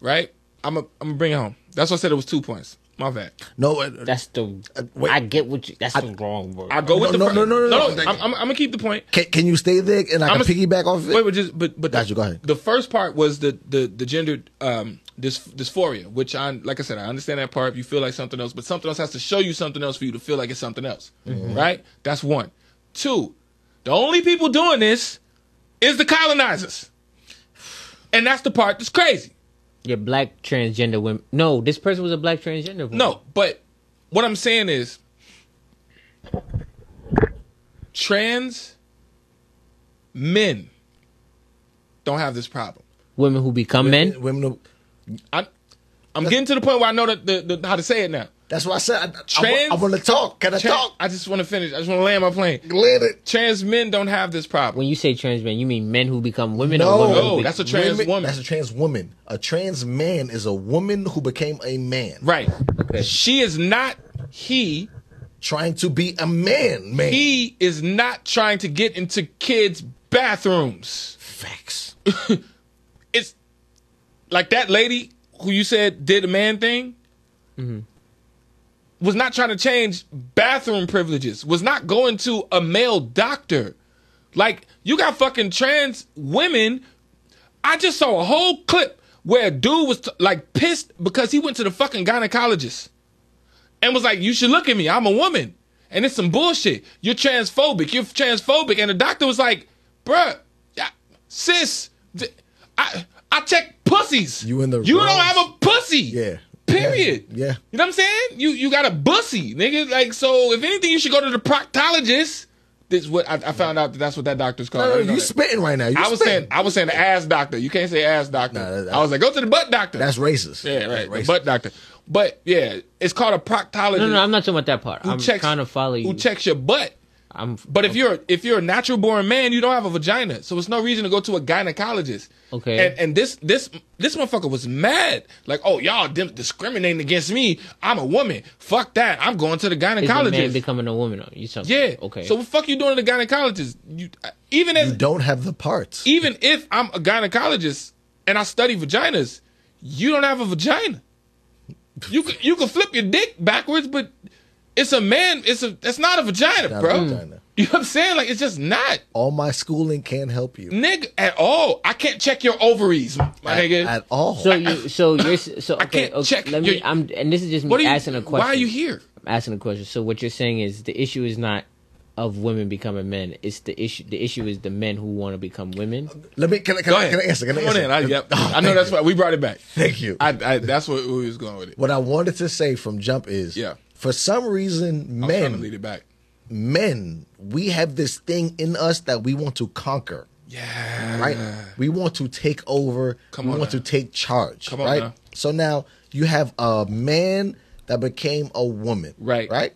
S7: right? I'm a, I'm gonna bring it home. That's why I said it was two points. My bad.
S6: No, uh,
S5: That's the
S6: wait.
S5: I get what you that's the wrong word.
S7: I go with
S6: Oh,
S7: the
S6: No, no,
S7: fir-
S6: no, no, no, no.
S7: I'm, I'm, I'm gonna keep the point.
S6: can, can you stay there and I can
S7: I'm a-
S6: piggyback off of it?
S7: Wait, but just but but
S6: Got you, go ahead.
S7: The first part was the the the gender um dys, dysphoria, which I like I said I understand that part. You feel like something else, but something else has to show you something else for you to feel like it's something else,
S6: Mm-hmm.
S7: right? That's one. Two, the only people doing this is the colonizers, and that's the part that's crazy.
S5: Yeah, black transgender women. No, this person was a black transgender woman.
S7: No, but what I'm saying is trans men don't have this problem.
S5: Women who become men.
S6: Women, don't-
S7: I, I'm getting to the point where I know that the, the, how to say it now.
S6: that's why I said I, I,
S7: Trans-
S6: I, want to talk. Can I
S7: Trans-
S6: talk?
S7: I just want to finish. I just want to land my plane.
S6: Let it.
S7: Trans men don't have this problem.
S5: When you say trans men, you mean men who become women
S6: No,
S5: or women who
S7: No,
S5: be-
S7: Oh, that's a trans woman.
S6: That's a trans woman. A trans man is a woman who became a man.
S7: Right.
S5: Okay.
S7: She is not he.
S6: Trying to be a man, man.
S7: He is not trying to get into kids' bathrooms.
S6: Facts.
S7: It's like that lady who you said did a man thing was not trying to change bathroom privileges, was not going to a male doctor. Like, you got fucking trans women. I just saw a whole clip where a dude was like pissed because he went to the fucking gynecologist and was like, You should look at me. I'm a woman. And it's some bullshit. You're transphobic. You're transphobic. And the doctor was like, Bruh, I- sis, th- I, I check pussies.
S6: You in the
S7: You
S6: wrong-
S7: don't have a pussy.
S6: Yeah.
S7: Period.
S6: Yeah.
S7: You know what I'm saying? You you got a bussy, nigga. Like so, if anything, you should go to the proctologist. This what I, I found out that that's what that doctor's called. I
S6: No,
S7: didn't know
S6: you
S7: that.
S6: spitting right now. You
S7: I was
S6: spitting.
S7: saying I was saying the ass doctor. You can't say ass doctor.
S6: Nah, that- that-
S7: I was like, go to the butt doctor.
S6: that's racist.
S7: yeah,
S6: That's
S7: right. The
S6: racist.
S7: butt doctor. But yeah, it's called a proctologist.
S5: no, no, I'm not talking about that part.
S7: who
S5: I'm
S7: checks-
S5: trying to follow you.
S7: Who checks your butt?
S5: I'm,
S7: But if you're if you're a natural born man, you don't have a vagina, so it's no reason to go to a gynecologist.
S5: Okay.
S7: And and this this this motherfucker was mad, like, oh y'all dim- discriminating against me. I'm a woman. Fuck that. I'm going to the
S5: is a man
S7: gynecologist.
S5: becoming a woman, you talking?
S7: yeah.
S5: Okay.
S7: So what fuck you doing to the gynecologist? You even
S6: You
S7: as
S6: don't have the parts.
S7: even if I'm a gynecologist and I study vaginas, you don't have a vagina. You can, you can flip your dick backwards, but it's a man. It's a that's not a vagina,
S6: Not a
S7: bro.
S6: vagina.
S7: You know what I'm saying? Like it's just not.
S6: All my schooling can't help you.
S7: Nigga, at all. I can't check your ovaries, my nigga.
S6: At all.
S5: So you, so you're, s- so okay,
S7: can't
S5: okay,
S7: check
S5: Let me.
S7: your-
S5: I'm, and this is just me
S7: what are you
S5: asking a question.
S7: Why are you here?
S5: I'm asking a question. So what you're saying is the issue is not of women becoming men. It's the issue. The issue is the men who want to become women.
S6: Let me. Can I? Can,
S7: Go
S6: I,
S7: ahead.
S6: can I answer? Can I
S7: Come on
S6: answer? Oh,
S7: in. I, yep. I know
S6: thank
S7: that's
S6: you.
S7: why we brought it back.
S6: Thank you.
S7: I, I that's what we was going with it.
S6: what I wanted to say from jump is,
S7: Yeah.
S6: For some reason,
S7: I was trying to lead
S6: men,
S7: it back.
S6: men, we have this thing in us that we want to conquer.
S7: Yeah.
S6: right? We want to take over.
S7: Come
S6: we
S7: on
S6: want
S7: now.
S6: to take charge,
S7: Come on
S6: right?
S7: now.
S6: So now you have a man that became a woman.
S7: Right.
S6: Right?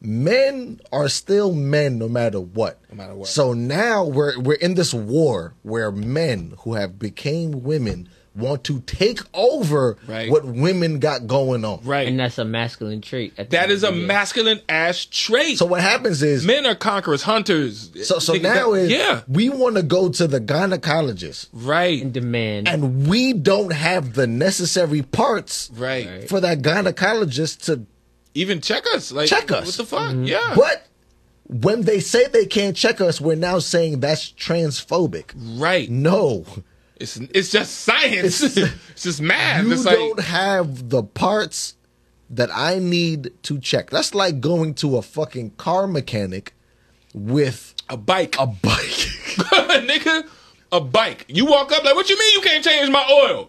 S6: Men are still men no matter what. No
S7: matter what.
S6: So now we're we're in this war where men who have became women want to take over
S7: Right.
S6: what women got going on.
S7: Right.
S5: and that's a masculine trait. at the
S7: that
S5: end
S7: is
S5: of
S7: a
S5: the day.
S7: masculine ass trait.
S6: So what happens is
S7: men are conquerors, hunters.
S6: so so
S7: Niggas
S6: now
S7: that-
S6: is
S7: yeah,
S6: we want to go to the gynecologist
S7: right,
S5: demand.
S6: and we don't have the necessary parts
S7: right,
S6: for that gynecologist to
S7: Even check us, like
S6: Check us.
S7: What the fuck?
S5: Mm-hmm.
S7: Yeah,
S6: But when they say they can't check us, we're now saying that's transphobic.
S7: right.
S6: No,
S7: It's it's just science.
S6: It's-
S7: It's, just math.
S6: you
S7: it's like
S6: don't have the parts that I need to check. That's like going to a fucking car mechanic with
S7: a bike,
S6: a bike.
S7: nigga, a bike. You walk up like, what you mean you can't change my oil?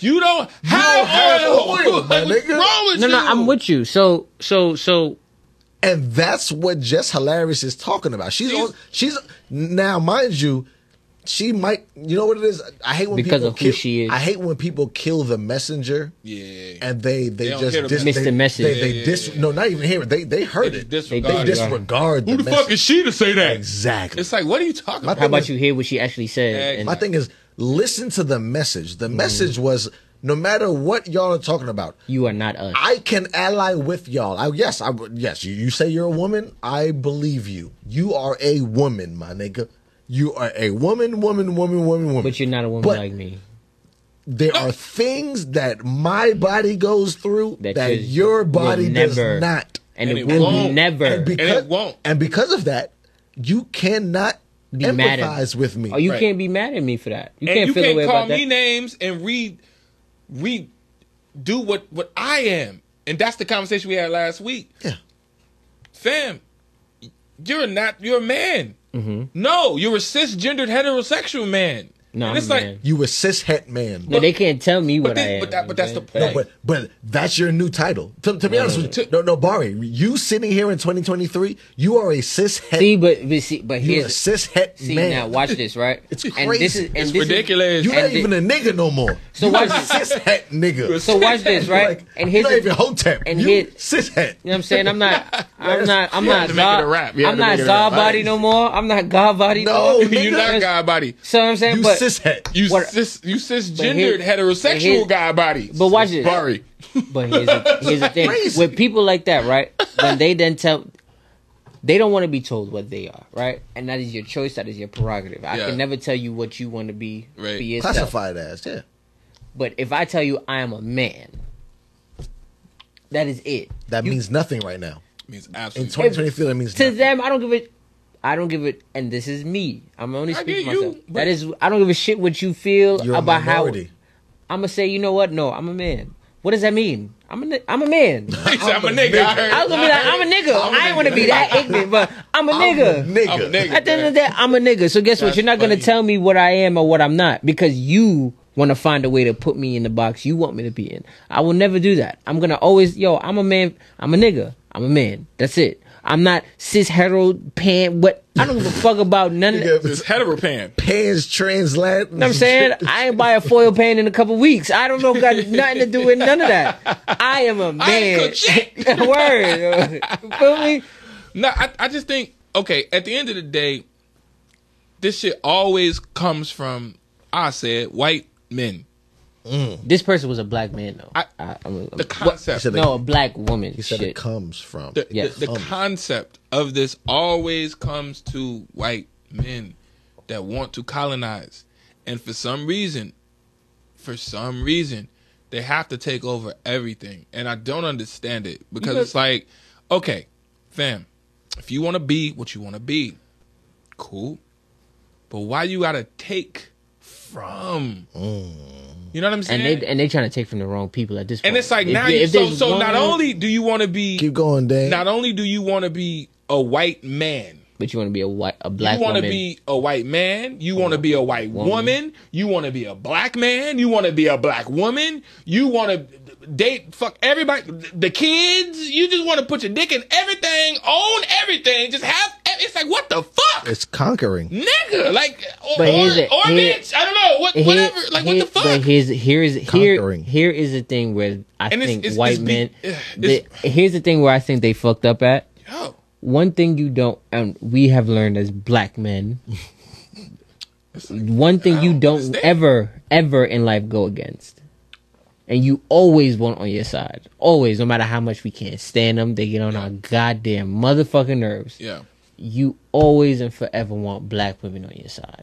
S7: You don't have
S6: have
S7: oil.
S6: oil, my
S7: Like, what's
S6: nigga.
S7: wrong with
S5: no,
S7: you?
S5: no, I'm with you. So, so, so.
S6: And that's what Jess Hilarious is talking about. She's
S7: She's-
S6: on, she's now, mind you, she might you know what it is. I hate when
S5: Because
S6: people
S5: of who
S6: kill,
S5: she is.
S6: I hate when people kill the messenger.
S7: Yeah.
S6: and they they,
S7: They don't
S6: just
S7: hear the
S6: dis-
S5: message.
S6: they,
S5: Miss the message.
S6: They, they dis- no, not even hear it. They they heard
S7: They
S6: it.
S7: disregard
S6: They
S7: it.
S6: disregard.
S7: Who the fuck is she to say that?
S6: Exactly.
S7: It's like, what are you talking
S6: My
S7: about?
S5: How about you hear what she actually said?
S6: My thing is, listen to the message.
S5: Mm-hmm.
S6: The message was, no matter what y'all are talking about,
S5: you are not us.
S6: I can ally with y'all. I, yes, I would- yes. You, you say you're a woman. I believe you. You are a woman, my nigga. You are a woman, woman, woman, woman, woman.
S5: but you're not a woman
S6: But
S5: like me.
S6: There are things that my body goes through that,
S5: That yours
S6: your body
S5: will
S6: does
S5: never-
S6: not.
S5: And,
S7: And
S5: it
S7: it
S5: will
S7: won't.
S5: never.
S6: And because,
S7: it won't.
S6: and because of that, you cannot
S5: Be
S6: empathize
S5: mad at me.
S6: with me.
S5: oh, you
S7: Right.
S5: can't be mad at me for that. You
S7: and
S5: can't
S7: you
S5: feel
S7: can't
S5: away
S7: call
S5: about
S7: me
S5: that.
S7: names and re re do what what I am. And that's the conversation we had last week.
S6: Yeah.
S7: Fam, you're not you're a man.
S5: Mm-hmm.
S7: No, you're a cisgendered heterosexual man.
S5: No,
S7: and
S5: I'm
S7: it's
S5: a
S7: like
S5: man.
S6: You a cis het man.
S5: No, they can't tell me
S7: but,
S5: what I
S7: thi-
S5: am.
S7: but that but that's the
S5: No,
S7: point.
S6: But but that's your new title. To, to be honest with you, no, no, Bari, you sitting here in 2023, you are a cis het.
S5: See, but, but see, but
S6: you a
S5: here's
S6: cis het
S5: see
S6: man.
S5: now. Watch this, right?
S6: It's
S5: And this is
S6: crazy.
S5: and
S7: it's
S5: this is-
S7: ridiculous.
S6: You're
S5: and
S6: not
S5: the-
S6: even a nigga no more.
S5: So
S6: you
S5: watch
S6: a
S5: this.
S6: cis het nigga.
S5: so watch this,
S6: You're
S5: right?
S6: like,
S5: and
S6: you're
S5: here's
S6: not
S5: the-
S6: even hotep.
S5: and
S6: you
S5: here-
S6: cis het.
S5: You know what I'm saying? I'm not I'm not I'm not
S7: to make it a
S5: God,
S7: rap. You had
S5: I'm
S7: to
S5: not
S7: make it a
S5: Zod
S7: rap.
S5: body no more. I'm not God body
S6: No,
S5: no more.
S7: you're
S6: nigga.
S7: not guy body.
S5: So what I'm saying,
S6: You
S5: but
S6: cis het.
S7: You
S5: What-
S7: cis you cisgendered
S5: here- but
S7: heterosexual
S5: here-
S7: guy body.
S5: but watch this.
S7: Sorry.
S5: But here's the, here's the thing:
S6: Crazy.
S5: with people like that, right? When they then tell, they don't want to be told what they are, right? And that is your choice. That is your prerogative. I
S7: Yeah.
S5: can never tell you what you want to be.
S7: Right.
S5: Be yourself.
S6: Classified as yeah.
S5: But if I tell you I am a man, that is it.
S6: That means nothing right now.
S7: means
S6: In
S7: absolutely
S6: 2023, that means
S5: To
S6: nothing.
S5: them, I don't give a. I don't give it, and this is me. I'm only
S7: I
S5: speaking
S7: get you,
S5: myself.
S7: but-
S5: that is, I don't give a shit what you feel
S6: You're a
S5: about how.
S6: minority.
S5: I'm gonna say, you know what? No, I'm a man. What does that mean? I'm a, ni- I'm a man.
S7: He said, I'm, a nigga. I heard.
S5: I was gonna be like, I'm a nigga.
S7: I'm a
S5: I ain't wanna
S7: nigga.
S5: be that ignorant, but I'm a
S6: I'm a
S5: nigga.
S6: nigga.
S7: I'm a nigga.
S5: At the end of the day, I'm a nigga. So guess what?
S7: That's
S5: You're not gonna
S7: funny.
S5: tell me what I am or what I'm not because you want to find a way to put me in the box you want me to be in. I will never do that. I'm gonna always, yo, I'm a man. I'm a nigga. I'm a man. That's it. I'm not cis hetero pan. What I don't give a fuck about none of that.
S7: It's heteropan.
S6: Pans trans Latin.
S5: You know what I'm saying? I ain't buy a foil pan in a couple weeks. I don't know got nothing to do with none of that. I am a
S7: I ain't
S5: man.
S7: cook shit.
S5: Word. Feel me?
S7: No, I, I just think okay. At the end of the day, this shit always comes from I said white men.
S5: This person was a black man, though.
S7: I-
S5: I, I'm,
S7: The concept,
S6: said
S7: the,
S5: no, a black woman.
S6: He said it
S5: shit.
S6: comes from.
S7: the,
S5: yes.
S7: the concept of this always comes to white men that want to colonize, and for some reason, for some reason, they have to take over everything, and I don't understand it because it's like, okay, fam, if you want to be what you want to be, cool. But why you gotta take from?
S5: Mm.
S7: You know what I'm saying?
S5: and they and they trying to take from the wrong people at this point.
S7: And it's like
S5: If-
S7: now
S5: if
S7: you so
S5: there's
S7: so
S5: one-
S7: not only do you want to
S6: Keep
S7: be
S6: going, Dan.
S7: not only do you want to be a white man,
S5: But you want to be a white, a black
S7: You want to
S5: woman.
S7: be a white man. You want to be a white woman. You want to be a black man. You want to be a black woman. You want to date, fuck everybody, the kids. You just want to put your dick in everything, own everything, just have. ev- It's like what the fuck,
S6: It's conquering.
S7: nigga. Like or, or,
S5: But here's it.
S7: or
S5: Here-
S7: bitch. I don't know what
S5: Here-
S7: whatever. Like what
S5: here-
S7: the fuck.
S5: But here's here is here
S6: Conquering.
S5: here is the thing where I
S7: And it's-
S5: think
S7: it's-
S5: white
S7: it's be-
S5: men.
S7: it's-
S5: the, here's the thing where I think they fucked up at.
S7: Yo,
S5: one thing you don't and we have learned as black men one thing you
S7: don't
S5: don't
S7: understand.
S5: ever ever in life go against and you always want on your side always no matter how much we can't stand them they get on our goddamn motherfucking nerves
S7: yeah.
S5: you always and forever want black women on your side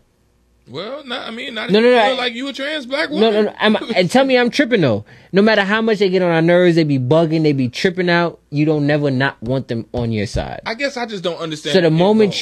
S7: Well, not, I mean, not
S5: No,
S7: no,
S5: no,
S7: no,
S5: no, I-
S7: like you a trans black woman.
S5: no no no I'm, and tell me i'm tripping though no matter how much they get on our nerves they be bugging they be tripping out you don't never not want them on your side
S7: I guess I just don't understand.
S5: so the moment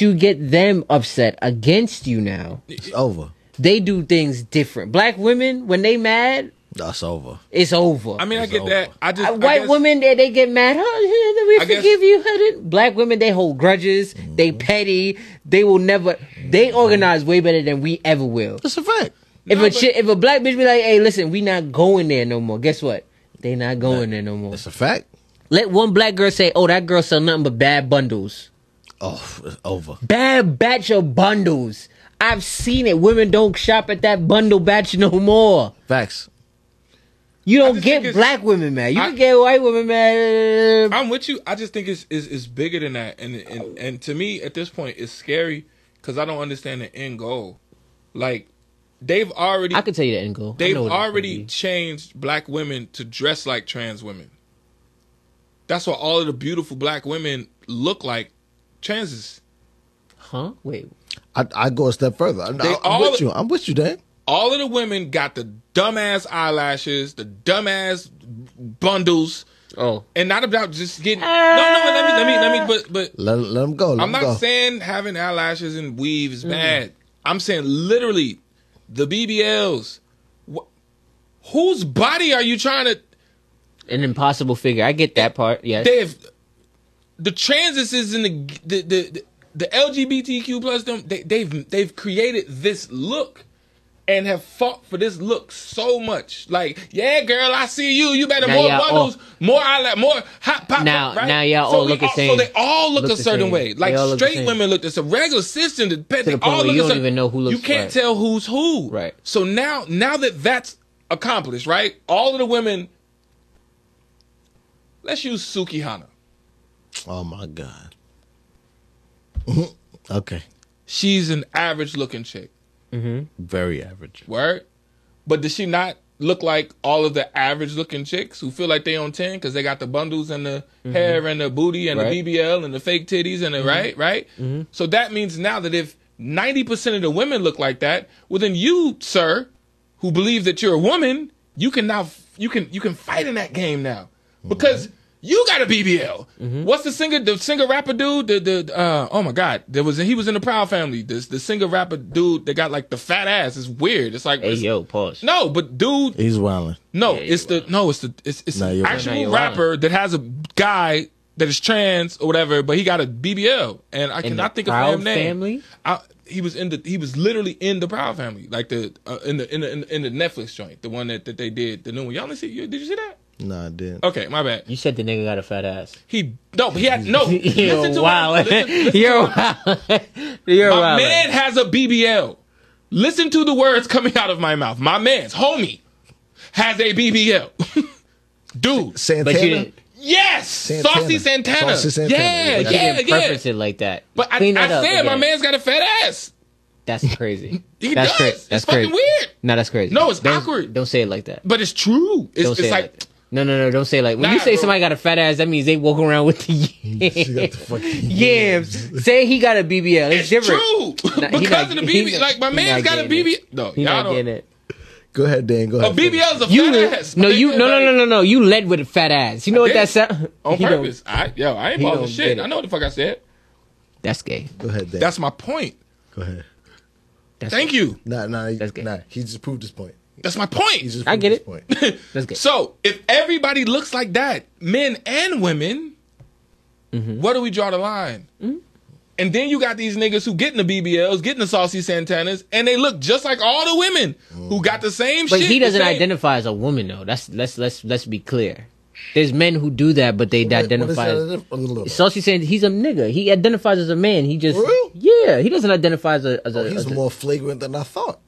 S7: involved.
S5: you get them upset against you now
S6: It's over.
S5: they do things different. Black women, when they mad,
S6: That's over.
S5: it's over.
S7: I mean, I
S6: It's
S7: get
S6: over.
S7: that. I just
S5: Uh,
S7: I
S5: white
S7: guess-
S5: women, they, they get mad. Oh, we
S7: I guess- Mm-hmm.
S5: forgive you. honey." Black women, they hold grudges. They petty. They will never. They organize way better than we ever will.
S6: That's a fact.
S5: If
S7: No,
S5: a
S7: but-
S5: chi- if a black bitch be like, "Hey, listen, we not going there no more." Guess what? They not going there no more.
S6: That's a fact.
S5: Let one black girl say, "Oh, that girl sell nothing but bad bundles."
S6: Oh, it's over.
S5: bad batch of bundles. I've seen it. Women don't shop at that bundle batch no more.
S6: Facts.
S5: You don't
S7: just think
S5: get
S7: it's-
S5: black women mad. You
S7: I-
S5: can get white women mad.
S7: I'm with you. I just think it's it's, it's bigger than that, and, and and to me at this point, it's scary because I don't understand the end goal. Like they've already
S5: I can tell you the end goal. I
S7: they've
S5: know what it's gonna
S7: already
S5: be.
S7: changed black women to dress like trans women. That's why all of the beautiful black women look like transes.
S5: Huh? Wait.
S6: I I go a step further. I'm, I'm
S7: all-
S6: with you. I'm with you, Dan.
S7: All of the women got the dumbass eyelashes, the dumbass bundles,
S5: Oh.
S7: and not about just getting. No, no, but let me, let me, let me. But, but
S6: Let let them go. Let
S7: I'm not
S6: 'em go.
S7: saying having eyelashes and weave is bad. I'm saying literally the BBLs. Wh- whose body are you trying to?
S5: An impossible figure. I get that part. Yes.
S7: They've the transits is in the the the. the the LGBTQ plus them they, they've they've created this look and have fought for this look so much. Like, yeah, girl, I see you. You better
S5: Now
S7: more
S5: y'all
S7: bundles, more eyelash, more hot pop.
S5: Now-
S7: right?
S5: now y'all
S7: so
S5: all
S7: we
S5: look the
S7: So
S5: same.
S7: they all look,
S5: Look
S7: a
S5: the
S7: certain
S5: same.
S7: way. Like
S5: They all look the
S7: straight
S5: same.
S7: women look the same. Regular system, the pet,
S5: To the
S7: they
S5: point
S7: all look
S5: where
S7: the
S5: you don't
S7: same.
S5: even know who looks
S7: You can't
S5: right.
S7: tell who's who.
S5: Right.
S7: So now, now that that's accomplished, right? All of the women. Let's use Suki Hana.
S6: Oh my god. okay.
S7: She's an average-looking chick.
S6: Very average.
S7: Word. But does she not look like all of the average looking chicks who feel like they on 10 because they got the bundles and the hair and the booty and
S5: Mm-hmm. Right. Mm-hmm.
S7: the BBL and the fake titties and the right? Right? So that means now that if 90% of the women look like that, well, then you, sir, who believe that you're a woman, you can now, you can, you can fight in that game now because you got a BBL.
S5: Mm-hmm.
S7: What's the singer, the singer rapper dude? The, the, uh, oh my God. There was, he was in the Proud family. This, the singer rapper dude that got like the fat ass is weird. It's like,
S5: hey
S7: it's-
S5: yo, pause.
S7: no, but dude,
S6: He's wilding.
S7: no, it's the no, it's the it's it's
S6: Nah,
S7: the
S6: you're right.
S5: Nah,
S7: actual
S5: you're
S7: rapper that has a guy that is trans or whatever, but he got a BBL, and I cannot
S5: the
S7: think of
S5: Proud
S7: his name.
S5: Family?
S7: I, he was in the he was literally in the Proud Family, like the uh, in the in the in the- in the Netflix joint, the one that, that they did the new one. Y'all didn't see? You, did you see that?
S6: Nah, I didn't.
S7: Okay, my bad.
S5: You said the nigga got a fat ass.
S7: He no, he had no. listen to
S5: You're wild.
S7: Him, listen, listen
S5: You're
S7: to him.
S5: wild. You're
S7: My
S5: wild.
S7: man has a BBL. Listen to the words coming out of my mouth. My man's homie has a BBL. Dude,
S6: Santana.
S5: But you didn't,
S7: Yes,
S6: Santana.
S7: Saucy Santana.
S6: Saucy Santana.
S7: Yeah,
S6: But
S5: you
S7: yeah,
S5: didn't
S7: yeah.
S5: preference it like that.
S7: But I,
S5: Clean
S7: I
S5: that up
S7: said my
S5: again.
S7: man's got a fat ass.
S5: That's crazy.
S7: He
S5: that's
S7: does.
S5: cra-
S7: It's fucking weird.
S5: No, that's crazy.
S7: No, it's
S5: Don't-
S7: awkward.
S5: Don't say it like that.
S7: But it's true. It's,
S5: Don't
S7: it's
S5: say it
S7: like,
S5: like that. No, no, no! Don't say it like when
S7: Nah,
S5: you say
S7: bro.
S5: somebody got a fat ass, that means they walk around with the
S6: got the fucking
S5: yams. Say he got a BBL. It's,
S7: it's
S5: different.
S7: true.
S5: Nah, he
S7: because
S5: not-
S7: of the
S5: he
S7: BBL.
S5: not-
S7: Like, my
S5: he
S7: man's
S5: not
S7: got a
S5: getting
S7: BBL.
S5: it.
S7: No,
S5: He
S7: y'all
S5: not
S7: don't.
S5: getting
S7: A
S5: it.
S6: Go ahead, Dan. Go ahead.
S7: BBL is a
S5: You
S7: fat ass.
S5: no,
S7: My
S5: you
S7: nigga,
S5: no, no,
S7: like,
S5: no, no, no. You led with a fat ass. You know what
S7: did.
S5: that sound?
S7: On
S5: He don't-
S7: purpose. I, yo, I ain't
S5: he
S7: balling
S5: don't
S7: shit.
S5: get it.
S7: I know what the fuck I said.
S5: That's gay.
S6: Go ahead, Dan.
S7: That's my point.
S6: go ahead.
S5: That's
S7: Thank you.
S6: Nah, nah,
S5: That's good.
S6: nah. He just proved his point.
S7: That's my
S6: He
S7: point.
S6: just
S5: I
S6: proved
S5: get
S6: his
S5: it.
S6: Point.
S5: That's gay.
S7: So if everybody looks
S5: Mm-hmm.
S7: like that, men and women, where do we draw the line? And then you got these niggas who getting the BBLs, getting the saucy Santanas, and they look just like all the women who got the same
S5: But
S7: shit.
S5: he
S7: the
S5: doesn't
S7: same-
S5: identify as a woman though. That's let's let's let's be clear. There's men who do that, but they identify. as... Saucy saying he's a nigga. He identifies as a man. He just
S6: For real? Oh,
S5: yeah. He doesn't identify as a. As a,
S6: He's
S5: as a-
S6: more flagrant than I thought.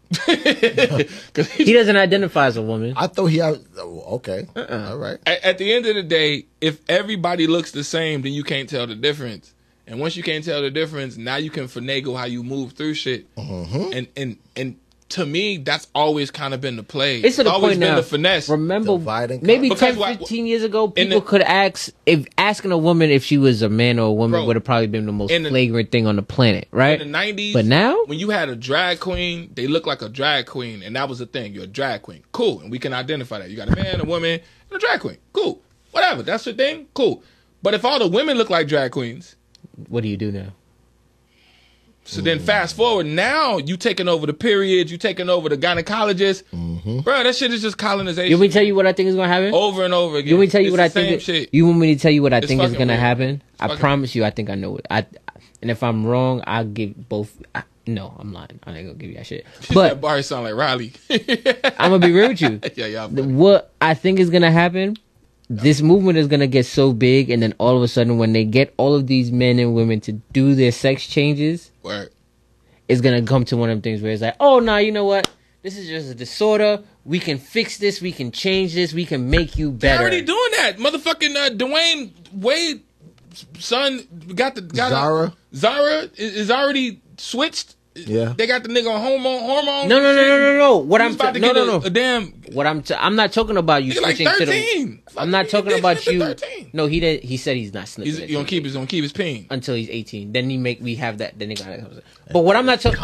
S5: he doesn't identify as a woman.
S6: I thought he. Had, oh, okay.
S5: Uh-uh.
S6: All right.
S7: at, at the end of the day, if everybody looks the same, then you can't tell the difference. And once you can't tell the difference, now you can finagle how you move through shit.
S5: Uh-huh.
S7: And and and to me, that's always kind of been the play.
S5: It's to the
S7: always
S5: point
S7: been
S5: now.
S7: the finesse.
S5: Remember,
S6: Divide and
S5: maybe
S7: conquer.
S5: 10,
S7: Because why-
S5: 15 years ago,
S7: in
S5: people
S7: the-
S5: could ask if asking a woman if she was a man or a woman
S7: Bro,
S5: would have probably been the most
S7: in the-
S5: flagrant thing on the planet, right?
S7: in the nineties.
S5: But now?
S7: when you had a drag queen, they looked like a drag queen, and that was the thing. You're a drag queen, cool, and we can identify that. You got a man, a woman, and a drag queen, cool, whatever. That's your thing, cool. But if all the women look like drag queens,
S5: what do you do now?
S7: So then
S5: Mm.
S7: fast forward, now you taking over the periods, you taking over the gynecologist. Bro, that shit is just colonization
S5: Mm-hmm. You want me to tell you what I think is gonna happen?
S7: over and over again.
S5: You want me to tell you
S7: It's
S5: what
S7: the
S5: I think?
S7: same
S5: it-
S7: shit.
S5: You want me to tell you what I
S7: It's
S5: think is
S7: fucking
S5: gonna
S7: weird.
S5: happen? I
S7: fucking-
S5: promise you, I think I know it. I and if I'm wrong, I'll give both. I, no, I'm lying. I ain't gonna give you that shit.
S7: that
S5: But
S7: bar sound like Riley.
S5: I'm gonna be real with you.
S7: yeah, yeah.
S5: The- What I think is gonna happen? This movement is gonna get so big, and then all of a sudden, when they get all of these men and women to do their sex changes,
S7: Word.
S5: it's gonna come to one of them things where it's like, oh nah, you know what? This is just a disorder. We can fix this. We can change this. We can make you
S7: They
S5: better.
S7: already doing that. Motherfucking uh, Dwayne Wade son got the got a-
S6: Zara?
S7: Zara is, is already switched.
S6: Yeah.
S7: They got the nigga on hormone hormones.
S5: no,
S7: and
S5: no, no,
S7: shit.
S5: no, no, no. What
S7: He
S5: I'm
S7: was about
S5: t-
S7: to
S5: no,
S7: get
S5: no,
S7: a-
S5: no.
S7: a damn
S5: What I'm t- I'm not talking about you
S7: Nigga like
S5: switching to the.
S7: 13.
S5: I'm not
S7: Fucking
S5: talking about
S7: addiction to
S5: you.
S7: 13.
S5: No, he did. He said he's not sniffing
S7: He's
S5: it
S7: he gonna keep his gonna keep his pain.
S5: until he's 18. Then he make we have that. Then they got that. But what I'm not talking.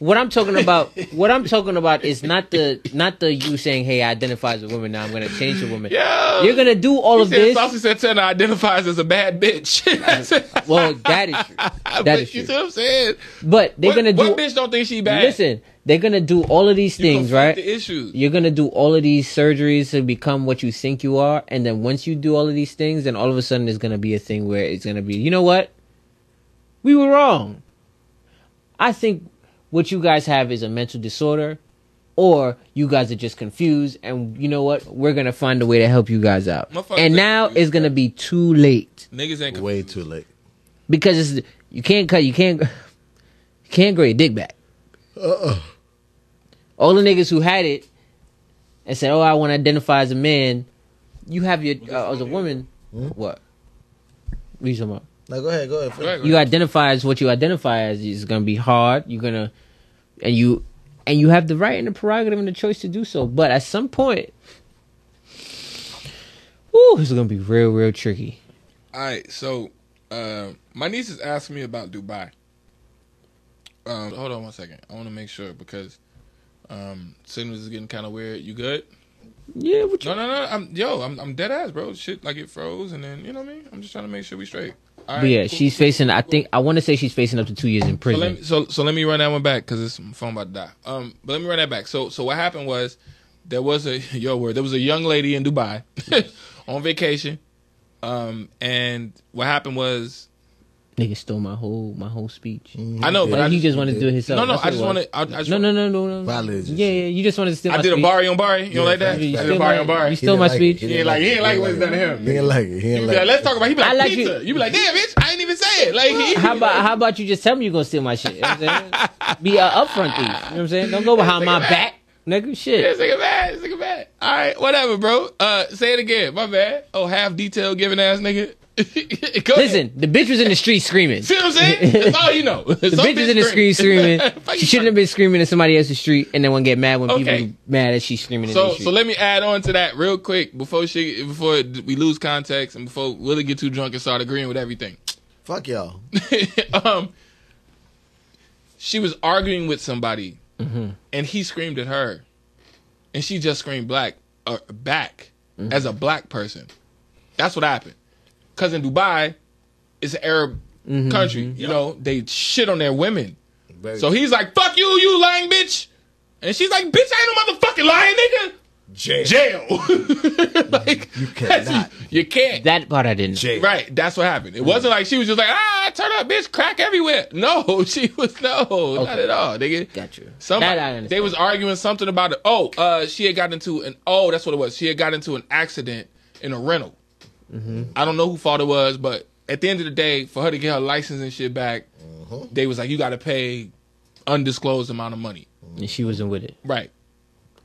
S5: What I'm talking about, what I'm talking about is not the not the you saying, "Hey, I identify as a woman. Now I'm gonna change to woman."
S7: Yeah.
S5: You're gonna do all
S7: He
S5: of
S7: said
S5: this.
S7: Saucy Santana identifies as a bad bitch.
S5: Well, that is true.
S7: But
S5: That is
S7: you
S5: true.
S7: see what I'm saying?
S5: But they're
S7: what,
S5: gonna do.
S7: what bitch don't think she bad?
S5: Listen, they're gonna do all of these
S7: You
S5: things,
S7: conflate
S5: right?
S7: The issues.
S5: You're gonna do all of these surgeries to become what you think you are, and then once you do all of these things, then all of a sudden there's gonna be a thing where it's gonna be, you know what? We were wrong. I think what you guys have is a mental disorder, or you guys are just confused, and you know what? We're gonna find a way to help you guys out.
S7: Motherfuckers
S5: And
S7: are
S5: now
S7: confused,
S5: it's gonna be too late
S7: Niggas ain't
S6: Way too late.
S5: because it's you can't cut you can't you can't grow your dick back. All the niggas who had it and said, "Oh, I want to identify as a man," you have your uh, as a woman. What? What you talking about?
S6: Now go ahead. Go ahead.
S7: Right, right.
S5: You identify as what you identify as. It's gonna be hard. You're gonna and you and you have the right and the prerogative and the choice to do so. But at some point, whoo, it's gonna be real, real tricky.
S7: All right, so uh, my niece is asking me about Dubai. Um, hold on one second. I want to make sure because um, signals is getting kind of weird. You good?
S5: Yeah, what you,
S7: No, no, no. I'm yo. I'm I'm dead ass, bro. Shit, like it froze, and then you know what I mean. I'm just trying to make sure we straight. All right,
S5: but yeah,
S7: cool.
S5: she's facing. I think I want to say she's facing up to two years in
S7: So
S5: prison.
S7: let me, so so let me run that one back because this my phone about to die. Um, but let me run that back. So so what happened was there was a your word there was a young lady in Dubai on vacation, um, and what happened was
S5: Nigga stole my whole my whole speech.
S7: I know, but
S5: Like,
S7: I
S5: he
S7: just,
S5: just wanted to do it himself.
S7: Mm-hmm. no no
S5: That's
S7: I
S5: what
S7: just
S5: it was.
S7: want to I, I just
S5: No, no, no, no, no.
S6: Violated
S5: Yeah,
S6: you.
S5: yeah. You just wanted to steal.
S7: I
S5: my
S7: did a
S5: speech.
S7: bari on bari. You don't like that?
S5: You
S7: I did
S5: still
S7: a bari on
S5: my-
S7: bari.
S5: you still- stole my speech.
S7: He ain't like he ain't like what's done to him.
S6: He ain't like it. He
S7: He
S6: ain't
S7: be like,
S6: like
S7: let's
S6: it.
S7: talk about. He be like,
S5: I like
S7: pizza.
S5: you-
S7: You. be like, damn, bitch, I ain't even say it. Like, he,
S5: How about how about you just tell me you're gonna steal my shit? You know what I'm saying? Be uh, upfront thief. You know what I'm saying? Don't go behind my back, nigga.
S7: This
S5: Shit.
S7: nigga bad. This nigga bad. All right, whatever, bro. Uh, say it again. My bad. Oh, half detail giving ass nigga. Go ahead.
S5: Listen, the bitch was in the street screaming.
S7: See what I'm saying? That's all you know.
S5: The bitch was in the street screaming. She shouldn't have been screaming in somebody else's street, and then one get mad when
S7: Okay.
S5: people be mad that she's screaming in
S7: So,
S5: the street.
S7: so let me add on to that real quick before she, before we lose context and before Willie get too drunk and start agreeing with everything.
S6: Fuck y'all.
S7: um, she was arguing with somebody,
S6: Mm-hmm.
S7: and he screamed at her, and she just screamed black uh, back
S6: Mm-hmm.
S7: as a black person. That's what happened. Cause in Dubai, it's an Arab
S6: Mm-hmm.
S7: country. You know they shit on their women. So he's like, "Fuck you, you lying bitch," and she's like, "Bitch, I ain't no motherfucking lying nigga."
S9: Jail.
S7: jail. like
S6: You
S7: that's-
S6: cannot.
S7: you can't.
S5: That part I didn't. know.
S9: Jail.
S7: Right, that's what happened. It wasn't like she was just like, ah, turn up, bitch, crack everywhere. No, she was no, not at all. Nigga.
S5: Got you.
S7: Somebody,
S5: That I understand.
S7: they was arguing something about it. Oh, uh, she had got into an oh, that's what it was. She had got into an accident in a rental.
S5: Mm-hmm.
S7: I don't know who fault it was, but at the end of the day, for her to get her license and shit back,
S5: Mm-hmm.
S7: they was like, you got to pay undisclosed amount of money.
S5: And she wasn't with it.
S7: Right,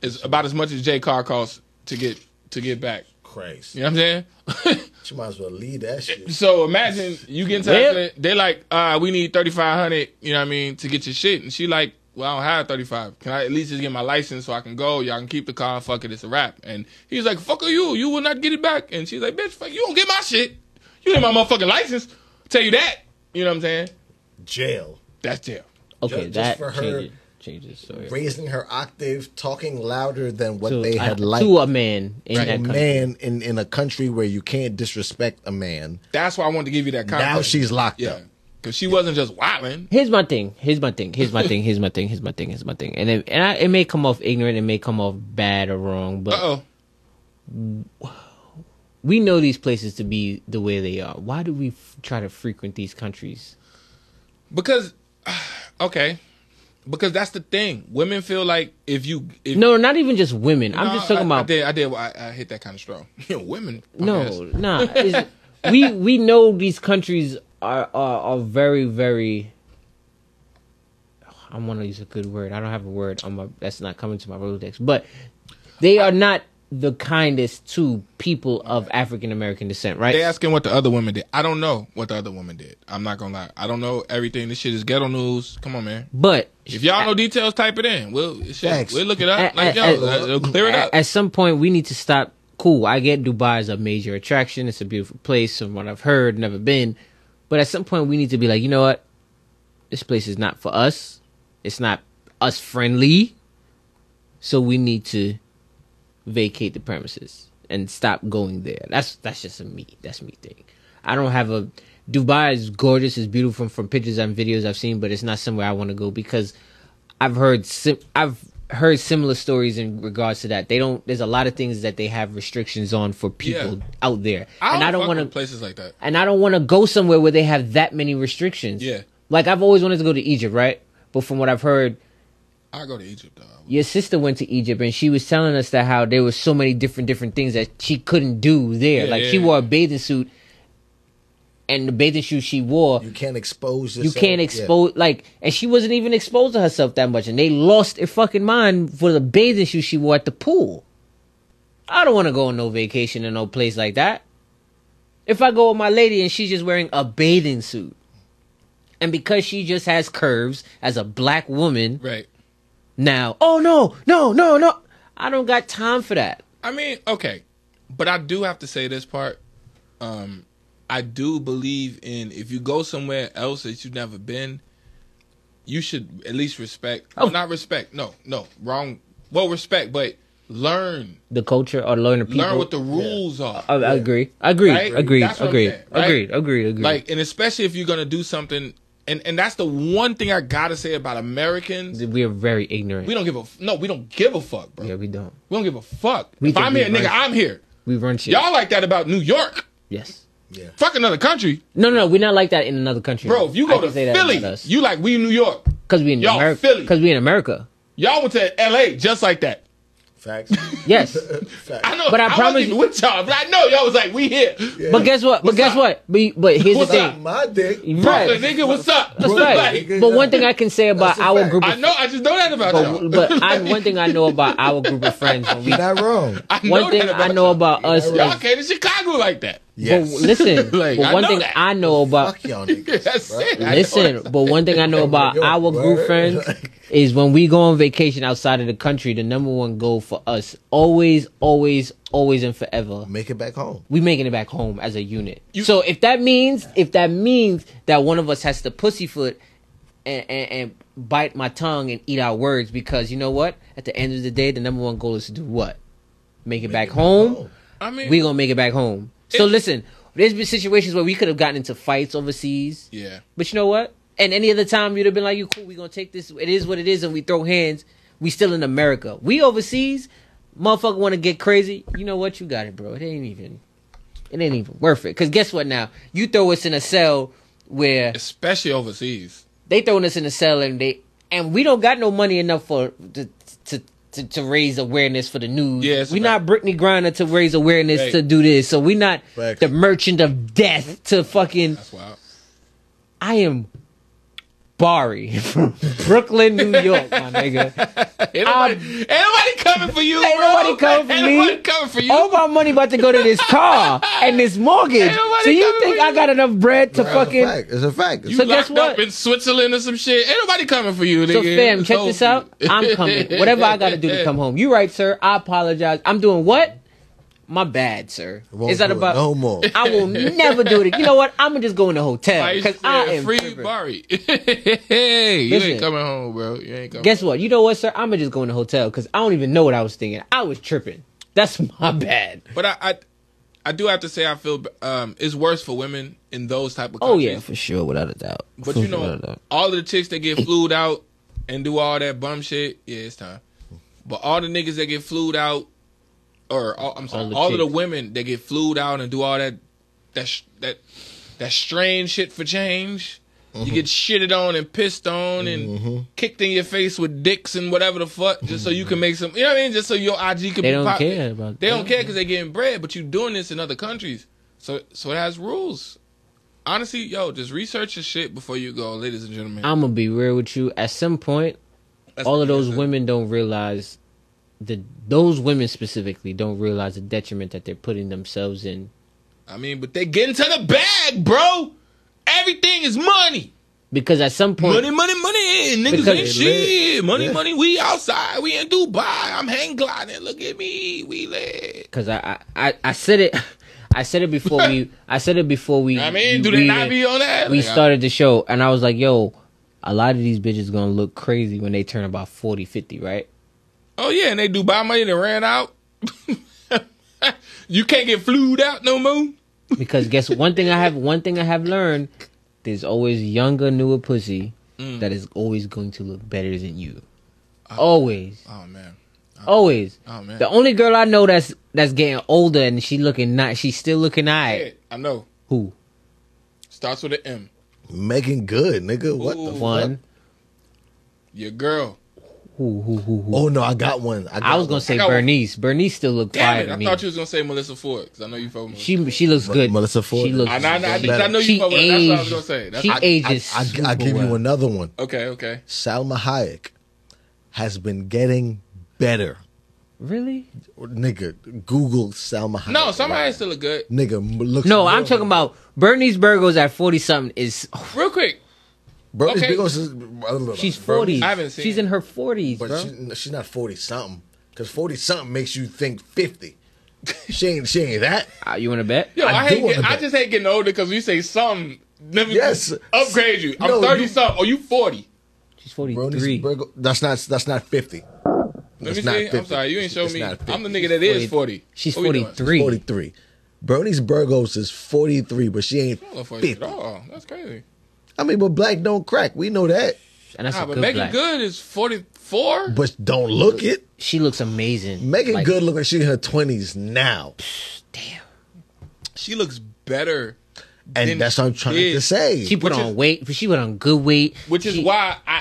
S7: it's about as much as J car costs to get to get back.
S9: Christ.
S7: You know what I'm saying?
S9: She might as well leave that shit.
S7: So imagine you get into
S5: Well-
S7: accident, they like, uh, we need thirty five hundred, you know what I mean, to get your shit. And she like, Well, I don't have thirty five. Can I at least just get my license so I can go? Y'all can keep the car, fuck it, it's a wrap. And he's like, Fuck you, you will not get it back. And she's like, Bitch, fuck you don't get my shit. You didn't my motherfucking license. Tell you that. You know what I'm saying?
S9: Jail.
S7: That's jail.
S5: Okay,
S9: Ju- just
S5: that
S9: for her-
S5: changes, changes the story.
S9: Raising her octave, talking louder than what
S5: To-
S9: they had
S5: uh,
S9: liked.
S5: to a man in
S7: Right.
S5: that
S9: a
S5: country.
S9: man in, in a country where you can't disrespect a man.
S7: That's why I wanted to give you that context.
S9: Now she's locked
S7: Yeah.
S9: up.
S7: Cause she wasn't just wilding.
S5: Here's my thing. Here's my thing. Here's my thing. Here's my thing. Here's my thing. Here's my thing. And it, and I, it may come off ignorant. It may come off bad or wrong. But
S7: Uh oh.
S5: we know these places to be the way they are. Why do we f- try to frequent these countries?
S7: Because okay. Because that's the thing. Women feel like if you if
S5: No, not even just women. I'm
S7: No,
S5: just talking
S7: I,
S5: about
S7: I did. I did. I, I hit that kind of strong. You know, women.
S5: No,
S7: punk ass.
S5: nah. It's- we we know these countries are are, are very very. I want to use a good word. I don't have a word on my. That's not coming to my Rolodex, but they are not the kindest to people of African American descent, right?
S7: They asking what the other women did. I don't know what the other women did. I'm not gonna lie. I don't know everything. This shit is ghetto news. Come on, man.
S5: but
S7: If y'all know details, type it in. We'll shit,
S9: Thanks.
S7: we'll look it up.
S5: At-
S7: like
S5: at-
S7: yo,
S5: at-
S7: uh, it'll clear it
S5: at,
S7: up.
S5: at some point, we need to stop. Cool, I get Dubai is a major attraction. It's a beautiful place, from what I've heard, never been. But at some point, we need to be like, you know what? This place is not for us. It's not us friendly. So we need to vacate the premises and stop going there. That's that's just a me. That's me thing. I don't have a Dubai is gorgeous, it's beautiful from pictures and videos I've seen, but it's not somewhere I want to go because I've heard sim- I've heard similar stories in regards to that. They don't. There's a lot of things that they have restrictions on for people
S7: Yeah.
S5: out there,
S7: I
S5: and I
S7: fuck
S5: don't want
S7: with
S5: to.
S7: places like that.
S5: And I don't want to go somewhere where they have that many restrictions.
S7: Yeah.
S5: Like I've always wanted to go to Egypt, right? But from what I've heard,
S7: I go to Egypt dog.
S5: your sister went to Egypt and she was telling us that how there was so many different different things that she couldn't do there.
S7: Yeah,
S5: like
S7: yeah,
S5: she
S7: yeah.
S5: wore a bathing suit, and the bathing suit she wore,
S9: You can't expose
S5: you
S9: yourself.
S5: can't
S9: Yeah.
S5: expose like, and she wasn't even exposed to herself that much, and they lost their fucking mind for the bathing suit she wore at the pool. I don't want to go on no vacation in no place like that. If I go with my lady and she's just wearing a bathing suit, and because she just has curves as a black woman,
S7: Right.
S5: now. Oh no, no, no, no. I don't got time for that.
S7: I mean, okay, but I do have to say this part. Um, I do believe in if you go somewhere else that you've never been, you should at least respect. Oh, not respect. No, no, wrong. Well, respect, but learn,
S5: The culture or learn the people.
S7: learn what the rules are.
S5: I, I agree. Agree.
S7: Right?
S5: Agree.
S7: That's what I'm
S5: Agree.
S7: saying, right?
S5: Agreed. Agreed. Agreed.
S7: Like, and especially if you're gonna do something, and and that's the one thing I gotta say about Americans.
S5: we are very ignorant.
S7: We don't give a f- no. We don't give a fuck, bro.
S5: yeah, we don't.
S7: We don't give a fuck.
S5: We
S7: if
S5: think
S7: I'm
S5: we
S7: here, nigga,
S5: right.
S7: I'm here.
S5: We run shit.
S7: Y'all like that about New York?
S5: yes.
S7: Fuck another country.
S5: No, no, no. We're not like that in another country.
S7: Bro, if you go to Philly, you like we in New York.
S5: because we in
S7: y'all
S5: America.
S7: Philly.
S5: Because we in America.
S7: Y'all went to L.A. just like that.
S9: Facts.
S5: Yes.
S9: Facts.
S7: I know.
S5: But I
S7: I,
S5: promise
S7: wasn't
S5: you-
S7: even with y'all, but I know y'all was like we here.
S5: But guess what? But
S7: What's
S5: guess
S7: up?
S5: what? But, you- but here's
S7: What's
S5: the
S7: up?
S5: thing.
S9: My dick.
S7: Brooklyn, nigga, what's up?
S5: That's right.
S7: Like,
S5: But one thing I can say about
S9: That's a
S5: our
S9: fact.
S5: group
S7: I
S5: of
S7: know. I just know that about y'all.
S5: but, but I, one thing I know about our group of friends when we
S9: You're not wrong.
S7: I know
S5: one thing
S7: that
S5: I
S7: about
S5: know
S7: y'all.
S5: about us is
S7: Y'all came to Chicago like that.
S9: Yes.
S5: But listen,
S7: Like,
S5: but
S7: I
S5: one
S7: know
S5: thing
S7: that.
S5: I know about
S9: Fuck y'all niggas.
S7: That's it. I know
S5: listen,
S7: that.
S5: but one thing I know about
S9: Yo,
S5: our group
S9: word.
S5: friends is when we go on vacation outside of the country, the number one goal for us always, always, always and forever.
S9: Make it back home.
S5: We making it back home as a unit. so if that means if that means that one of us has to pussyfoot and, and, and bite my tongue and eat our words because you know what? At the end of the day, the number one goal is to do what? Make it back home
S7: I mean,
S5: we gonna make it back home. So
S7: It-
S5: listen, there's been situations where we could have gotten into fights overseas,
S7: yeah.
S5: but you know what? And any other time you'd have been like, "You cool? We gonna take this. It is what it is," and we throw hands. We still in America. We overseas. motherfucker want to get crazy, you know what? You got it, bro. It ain't even. It ain't even worth it. Cause guess what? Now you throw us in a cell where
S7: especially overseas.
S5: they throwing us in a cell and they and we don't got no money enough for to to to, to raise awareness for the news.
S7: Yeah, it's
S5: we
S7: a
S5: not Brittany Grinder to raise awareness
S7: Right.
S5: to do this. So we not
S6: Facts.
S5: the merchant of death to fucking.
S7: That's wild.
S5: I am. Barry from Brooklyn, New York, my nigga.
S7: Ain't nobody, ain't nobody coming for you,
S5: Um, Ain't
S7: bro.
S5: nobody coming for
S7: ain't
S5: me. Oh,
S7: nobody coming for you.
S5: All my money about to go to this car and this mortgage.
S7: Ain't nobody
S5: So you
S7: coming
S5: think
S7: for
S5: I
S7: you.
S5: got enough bread to fucking?
S10: It's a fact. It's a fact.
S7: you
S5: so guess
S7: locked up
S5: what?
S7: in Switzerland or some shit. Ain't nobody coming for you, nigga.
S5: So fam, check
S7: So-
S5: this out. I'm coming. Whatever I gotta do to come home. You right, sir. I apologize. I'm doing what? My bad, sir.
S6: Won't
S5: Is that
S6: do it
S5: about?
S6: no more?
S5: I will never do it. You know what? I'm gonna just go in the hotel
S7: I used to
S5: because I
S7: say,
S5: am
S7: free
S5: tripping.
S7: Bari. hey, you
S5: Listen.
S7: ain't coming home, bro. You ain't coming.
S5: Guess what? You know what, sir? I'm gonna just go in the hotel because I don't even know what I was thinking. I was tripping. That's my bad.
S7: But I, I, I do have to say I feel um, it's worse for women in those type of
S5: Oh
S7: countries.
S5: yeah, for sure, without a doubt.
S7: But
S5: For
S7: you
S5: sure, without
S7: know,
S5: a doubt.
S7: all of the chicks that get flued out and do all that bum shit, yeah, it's time. But all the niggas that get flued out, or all, I'm sorry,
S5: All
S7: all,
S5: the
S7: of the
S5: chicks.
S7: women that get flued out and do all that, that sh- that that strange shit for change. You get
S5: Mm-hmm.
S7: shitted on and pissed on and kicked in your face with dicks and whatever the fuck, just so you can make some. You know what I mean? Just so your IG can.
S5: They
S7: be
S5: don't
S7: pop-
S5: care about
S7: They don't
S5: that.
S7: care because they're getting bread, but you doing this in other countries, so so it has rules. Honestly, yo, just research your shit before you go, ladies and gentlemen.
S5: I'm gonna be real with you. At some point,
S7: That's
S5: all of
S7: the
S5: those
S7: answer.
S5: women don't realize that those women specifically don't realize the detriment that they're putting themselves in.
S7: I mean, but they get into the bag, bro. Everything is money.
S5: Because at some point,
S7: Money, money, money. Niggas
S5: Because-
S7: ain't shit. Money, money. We outside. We in Dubai. I'm hang gliding. Look at me. We lit.
S5: because I, I I I said it, I said it before we I said it before we.
S7: I mean, do
S5: we- uh,
S7: they not be on that?
S5: We
S7: Like, I-
S5: started the show, and I was like, "Yo, a lot of these bitches gonna look crazy when they turn about 40, 50, right?"
S7: Oh yeah, and they Dubai money that ran out. you can't get flued out no more.
S5: Because guess one thing I have one thing I have learned, there's always younger, newer pussy
S7: Mm.
S5: that is always going to look better than you. always.
S7: Oh man.
S5: Always.
S7: Oh, man.
S5: The only girl I know that's that's getting older and she looking not she's still looking alright.
S7: Shit, I know.
S5: Who?
S7: Starts with an M.
S6: Megan Good, nigga. What the
S7: Ooh.
S5: One.
S7: Your girl.
S5: Who who who who?
S6: Oh no, I got one. I, got
S5: I was
S6: one.
S5: gonna say
S7: I got one.
S5: Bernice. Bernice still look
S7: Damn
S5: fire
S7: it!
S5: to
S7: I
S5: me.
S7: thought you was gonna say Melissa Ford because I know you from. Melissa.
S5: she she looks good.
S6: Melissa
S5: She
S6: Ford.
S5: looks
S7: I know, I know, I
S5: good.
S7: I know you
S5: she
S7: probably- that's what I was
S5: aged-
S7: gonna say. That's-
S5: she
S7: I-
S5: ages.
S6: I, I, I
S5: super
S6: give you
S5: well.
S6: another one.
S7: okay, okay.
S6: Salma Hayek has been getting better.
S5: Really?
S6: Nigga, Google Salma Hayek.
S7: No, somebody still look good.
S6: Nigga m- looks.
S5: No,
S6: more-
S5: I'm talking about Bernice Burgos at forty something is oh,
S7: Real quick,
S6: Bro, it's
S7: okay.
S6: because it's-
S5: she's
S6: bro,
S5: forty.
S7: I haven't seen
S5: She's
S7: it.
S5: in her forties,
S6: But
S5: bro.
S6: she, she's not forty something. Because forty something makes you think fifty. she ain't. She ain't that.
S5: Uh, you wanna bet?
S7: yo,
S6: I
S7: I, hate.
S6: do
S7: Get,
S6: wanna
S7: I
S6: bet.
S7: just hate getting older because you say something. Let me
S6: Yes.
S7: upgrade you. I'm
S6: No,
S7: thirty
S6: you-
S7: something. Oh, you forty?
S5: She's forty
S6: Bro, this
S5: three.
S6: Virgo- that's not. That's not fifty.
S7: Let
S6: It's
S7: me
S6: not
S7: see. I'm
S6: 50.
S7: sorry, you ain't
S6: It's-
S7: show
S6: it's
S7: me.
S6: not 50.
S7: I'm the nigga that is forty.
S5: She's
S7: Oh, What we doing?
S5: forty three.
S6: 43. Bernice Burgos is 43, but she ain't
S7: I don't know if I
S6: 50.
S7: did at all. That's crazy.
S6: I mean, but black don't crack. We know that.
S5: And that's
S7: Nah,
S5: a
S7: Ah, but
S5: good
S7: Megan
S5: black.
S7: Good is forty four.
S6: But don't look it.
S5: She looks amazing.
S6: Megan
S5: Like,
S6: Good look like she in her 20s now.
S5: Damn.
S7: She looks better.
S6: And
S7: Then
S6: that's what I'm trying
S7: did.
S6: to say.
S5: She put
S7: Which
S5: on
S7: is-
S5: weight. She put on good weight.
S7: Which is
S5: She-
S7: why I.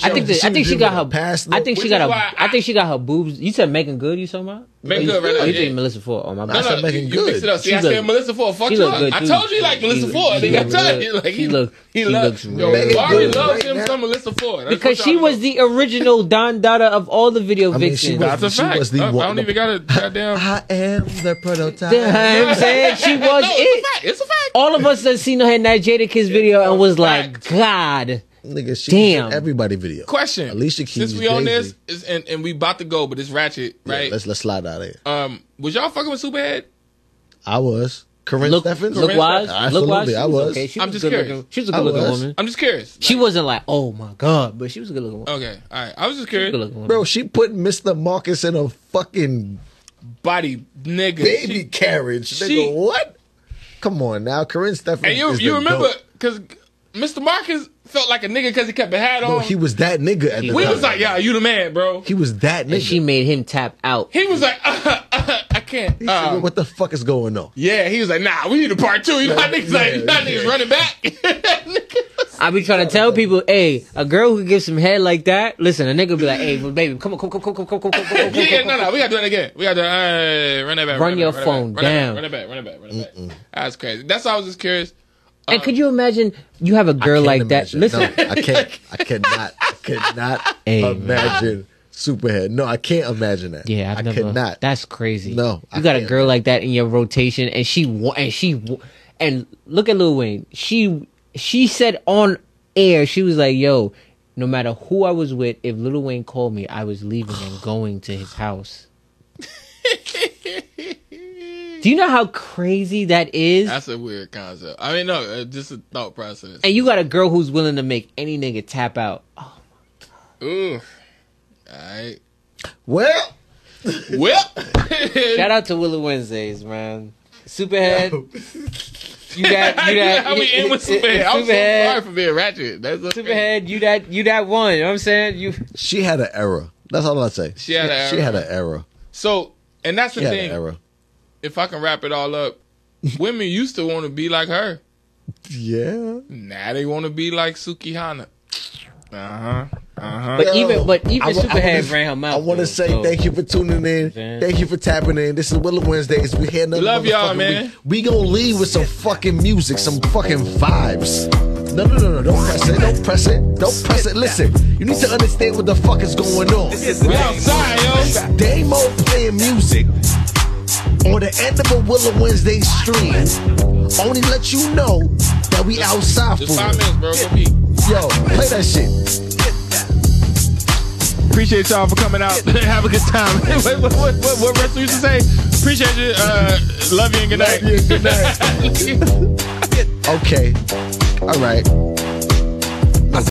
S5: I think that, I think she got her.
S6: Past
S5: I think
S7: which
S5: she got
S7: is
S5: her.
S7: why
S5: I, think she got her boobs. You said Megan Good. You talking about?
S7: Megan
S5: Or you-
S7: Good, right
S5: or
S7: now,
S5: you
S7: yeah.
S5: think Melissa Ford? Oh my
S6: I
S7: No,
S5: bad.
S6: said
S7: no,
S6: Megan
S7: you, you mixed
S6: Good.
S7: it up. See,
S5: She
S7: I
S5: look-
S7: said Melissa Ford. Fuck
S5: she
S7: you
S5: look
S7: up.
S5: good,
S7: I
S5: too.
S7: told you he like Melissa
S5: She
S7: Ford.
S5: look-
S7: Nigga, I
S5: she
S7: told
S5: look-
S7: you. Like,
S5: she
S7: he,
S5: look-
S7: he
S5: she
S7: lo-
S5: looks
S7: Yo,
S5: really
S7: Barry
S6: good
S7: loves
S6: right
S7: him
S6: now.
S7: some Melissa Ford. That's
S5: Because
S7: what
S5: she
S7: y'all
S5: was
S7: know.
S5: the original Don Dada of all the video
S6: I mean, she
S5: vixens.
S6: was-
S7: That's a
S6: she
S7: fact.
S6: was the
S7: I, I
S6: one-
S7: don't even got a goddamn.
S6: I am the prototype.
S5: You know what I'm saying she was
S7: no,
S5: it.
S7: It's a fact. It's a fact.
S5: All of us that seen her in that Jada Kiss video and was like, God.
S6: Nigga, she
S5: Damn.
S6: Damn. everybody video.
S7: Question.
S6: Alicia Keys.
S7: Since we on
S6: Jay-Z.
S7: this is, and, and we about to go, but it's ratchet,
S6: Yeah,
S7: right?
S6: let's, let's slide out of here.
S7: um, was y'all fucking with Superhead?
S6: I was. Corinne
S5: Look,
S6: Steffens?
S5: look wise.
S6: Absolutely,
S5: Look wise. She
S6: I
S5: was
S6: was.
S5: okay. She
S7: I'm
S5: was
S7: just
S5: good
S7: curious.
S5: looking. She was a
S6: I
S5: good looking
S6: was.
S5: woman.
S7: I'm just curious.
S5: She
S7: Like,
S5: wasn't like, oh my God, but she was a good looking woman.
S7: Okay, all right. I was just
S5: Good
S7: curious.
S5: looking woman.
S6: Bro, she put Mr. Marcus in a fucking
S7: Body nigga.
S6: baby
S7: She-
S6: carriage.
S7: she-
S6: Nigga, what? Come on now, Corinne Steffens.
S7: And you
S6: is
S7: you
S6: the
S7: remember
S6: goat.
S7: because Mr. Marcus felt like a nigga because he kept a hat on.
S6: No, Oh, he was that nigga at the
S7: we
S6: time.
S7: was like, yeah, you the man, bro.
S6: he was that nigga.
S5: And she made him tap out.
S7: He was like, uh, uh, I can't.
S6: He said,
S7: Uh,
S6: what the fuck is going on?
S7: yeah, he was like, nah, we need a part two. You know, how niggas like, you know how niggas running back.
S5: I be trying to tell people, hey, a girl who gives some head like that, listen, a nigga be like, hey, well, baby, come on, come, come, come, come, come, come, come, come, come,
S7: yeah, yeah,
S5: come,
S7: no,
S5: come.
S7: no, we gotta do it again. We gotta uh, run that back.
S5: Run
S7: that
S5: your
S7: back,
S5: phone
S7: run that back,
S5: down.
S7: Run it back. Run it back. Run it back. Run it back. That's crazy. That's why I was just curious.
S5: And could you imagine you have a girl
S6: Can't
S5: like that?
S6: imagine.
S5: Listen,
S6: No, I can't. I cannot. I cannot
S5: Amen.
S6: imagine Superhead. No, I can't imagine that.
S5: yeah, I've
S6: I
S5: never.
S6: cannot.
S5: That's crazy.
S6: No, I
S5: you got a
S6: can't.
S5: girl like that in your rotation, and she wa- and she wa- and look at Lil Wayne. She she said on air, she was like, "Yo, no matter who I was with, if Lil Wayne called me, I was leaving and going to his house." Do you know how crazy that is?
S7: That's a weird concept. I mean, no, uh, just a thought process.
S5: and you got a girl who's willing to make any nigga tap out. Oh,
S7: Ooh. All right.
S6: well,
S7: Well,
S5: shout out to Willow Wednesdays, man. Superhead. You that
S7: I
S5: you
S7: know
S5: that eh,
S7: how we end with Superhead. I'm so sorry for being ratchet. That's okay.
S5: Superhead, you that you that one. You know what I'm saying? You
S6: she had an error. That's all I say.
S7: She had an
S6: She
S7: error.
S6: had an error.
S7: So, and that's the
S6: She had an
S7: thing.
S6: error.
S7: If I can wrap it all up, women used to want to be like her.
S6: Yeah.
S7: Now they want to be like Sukihana. Uh huh. Uh huh.
S5: but even but even
S6: I wa- I wanna-
S5: Superhead ran her mouth.
S6: I want
S5: though,
S6: to say
S5: so-
S6: thank you for tuning in.
S5: Damn.
S6: Thank you for tapping in. This is Willow Wednesdays. We had another
S7: Love y'all,
S6: motherfucking
S7: man.
S6: week. We gonna leave with some fucking music, some fucking vibes. No, no, no, no! Don't press it. Don't press it. Don't press it. Listen, you need to understand what the fuck is going on.
S7: We outside, yo.
S6: Damo playing music on the end of a Willow Wednesday stream. Only let you know that we outside for
S7: Just five
S6: it.
S7: minutes, bro. Go pee.
S6: Yo, play that shit.
S7: Appreciate y'all for coming out. Have a good time. what, what, what, what, what wrestler used to say? Appreciate you. Uh, love you and good night.
S6: Good night. okay. All right.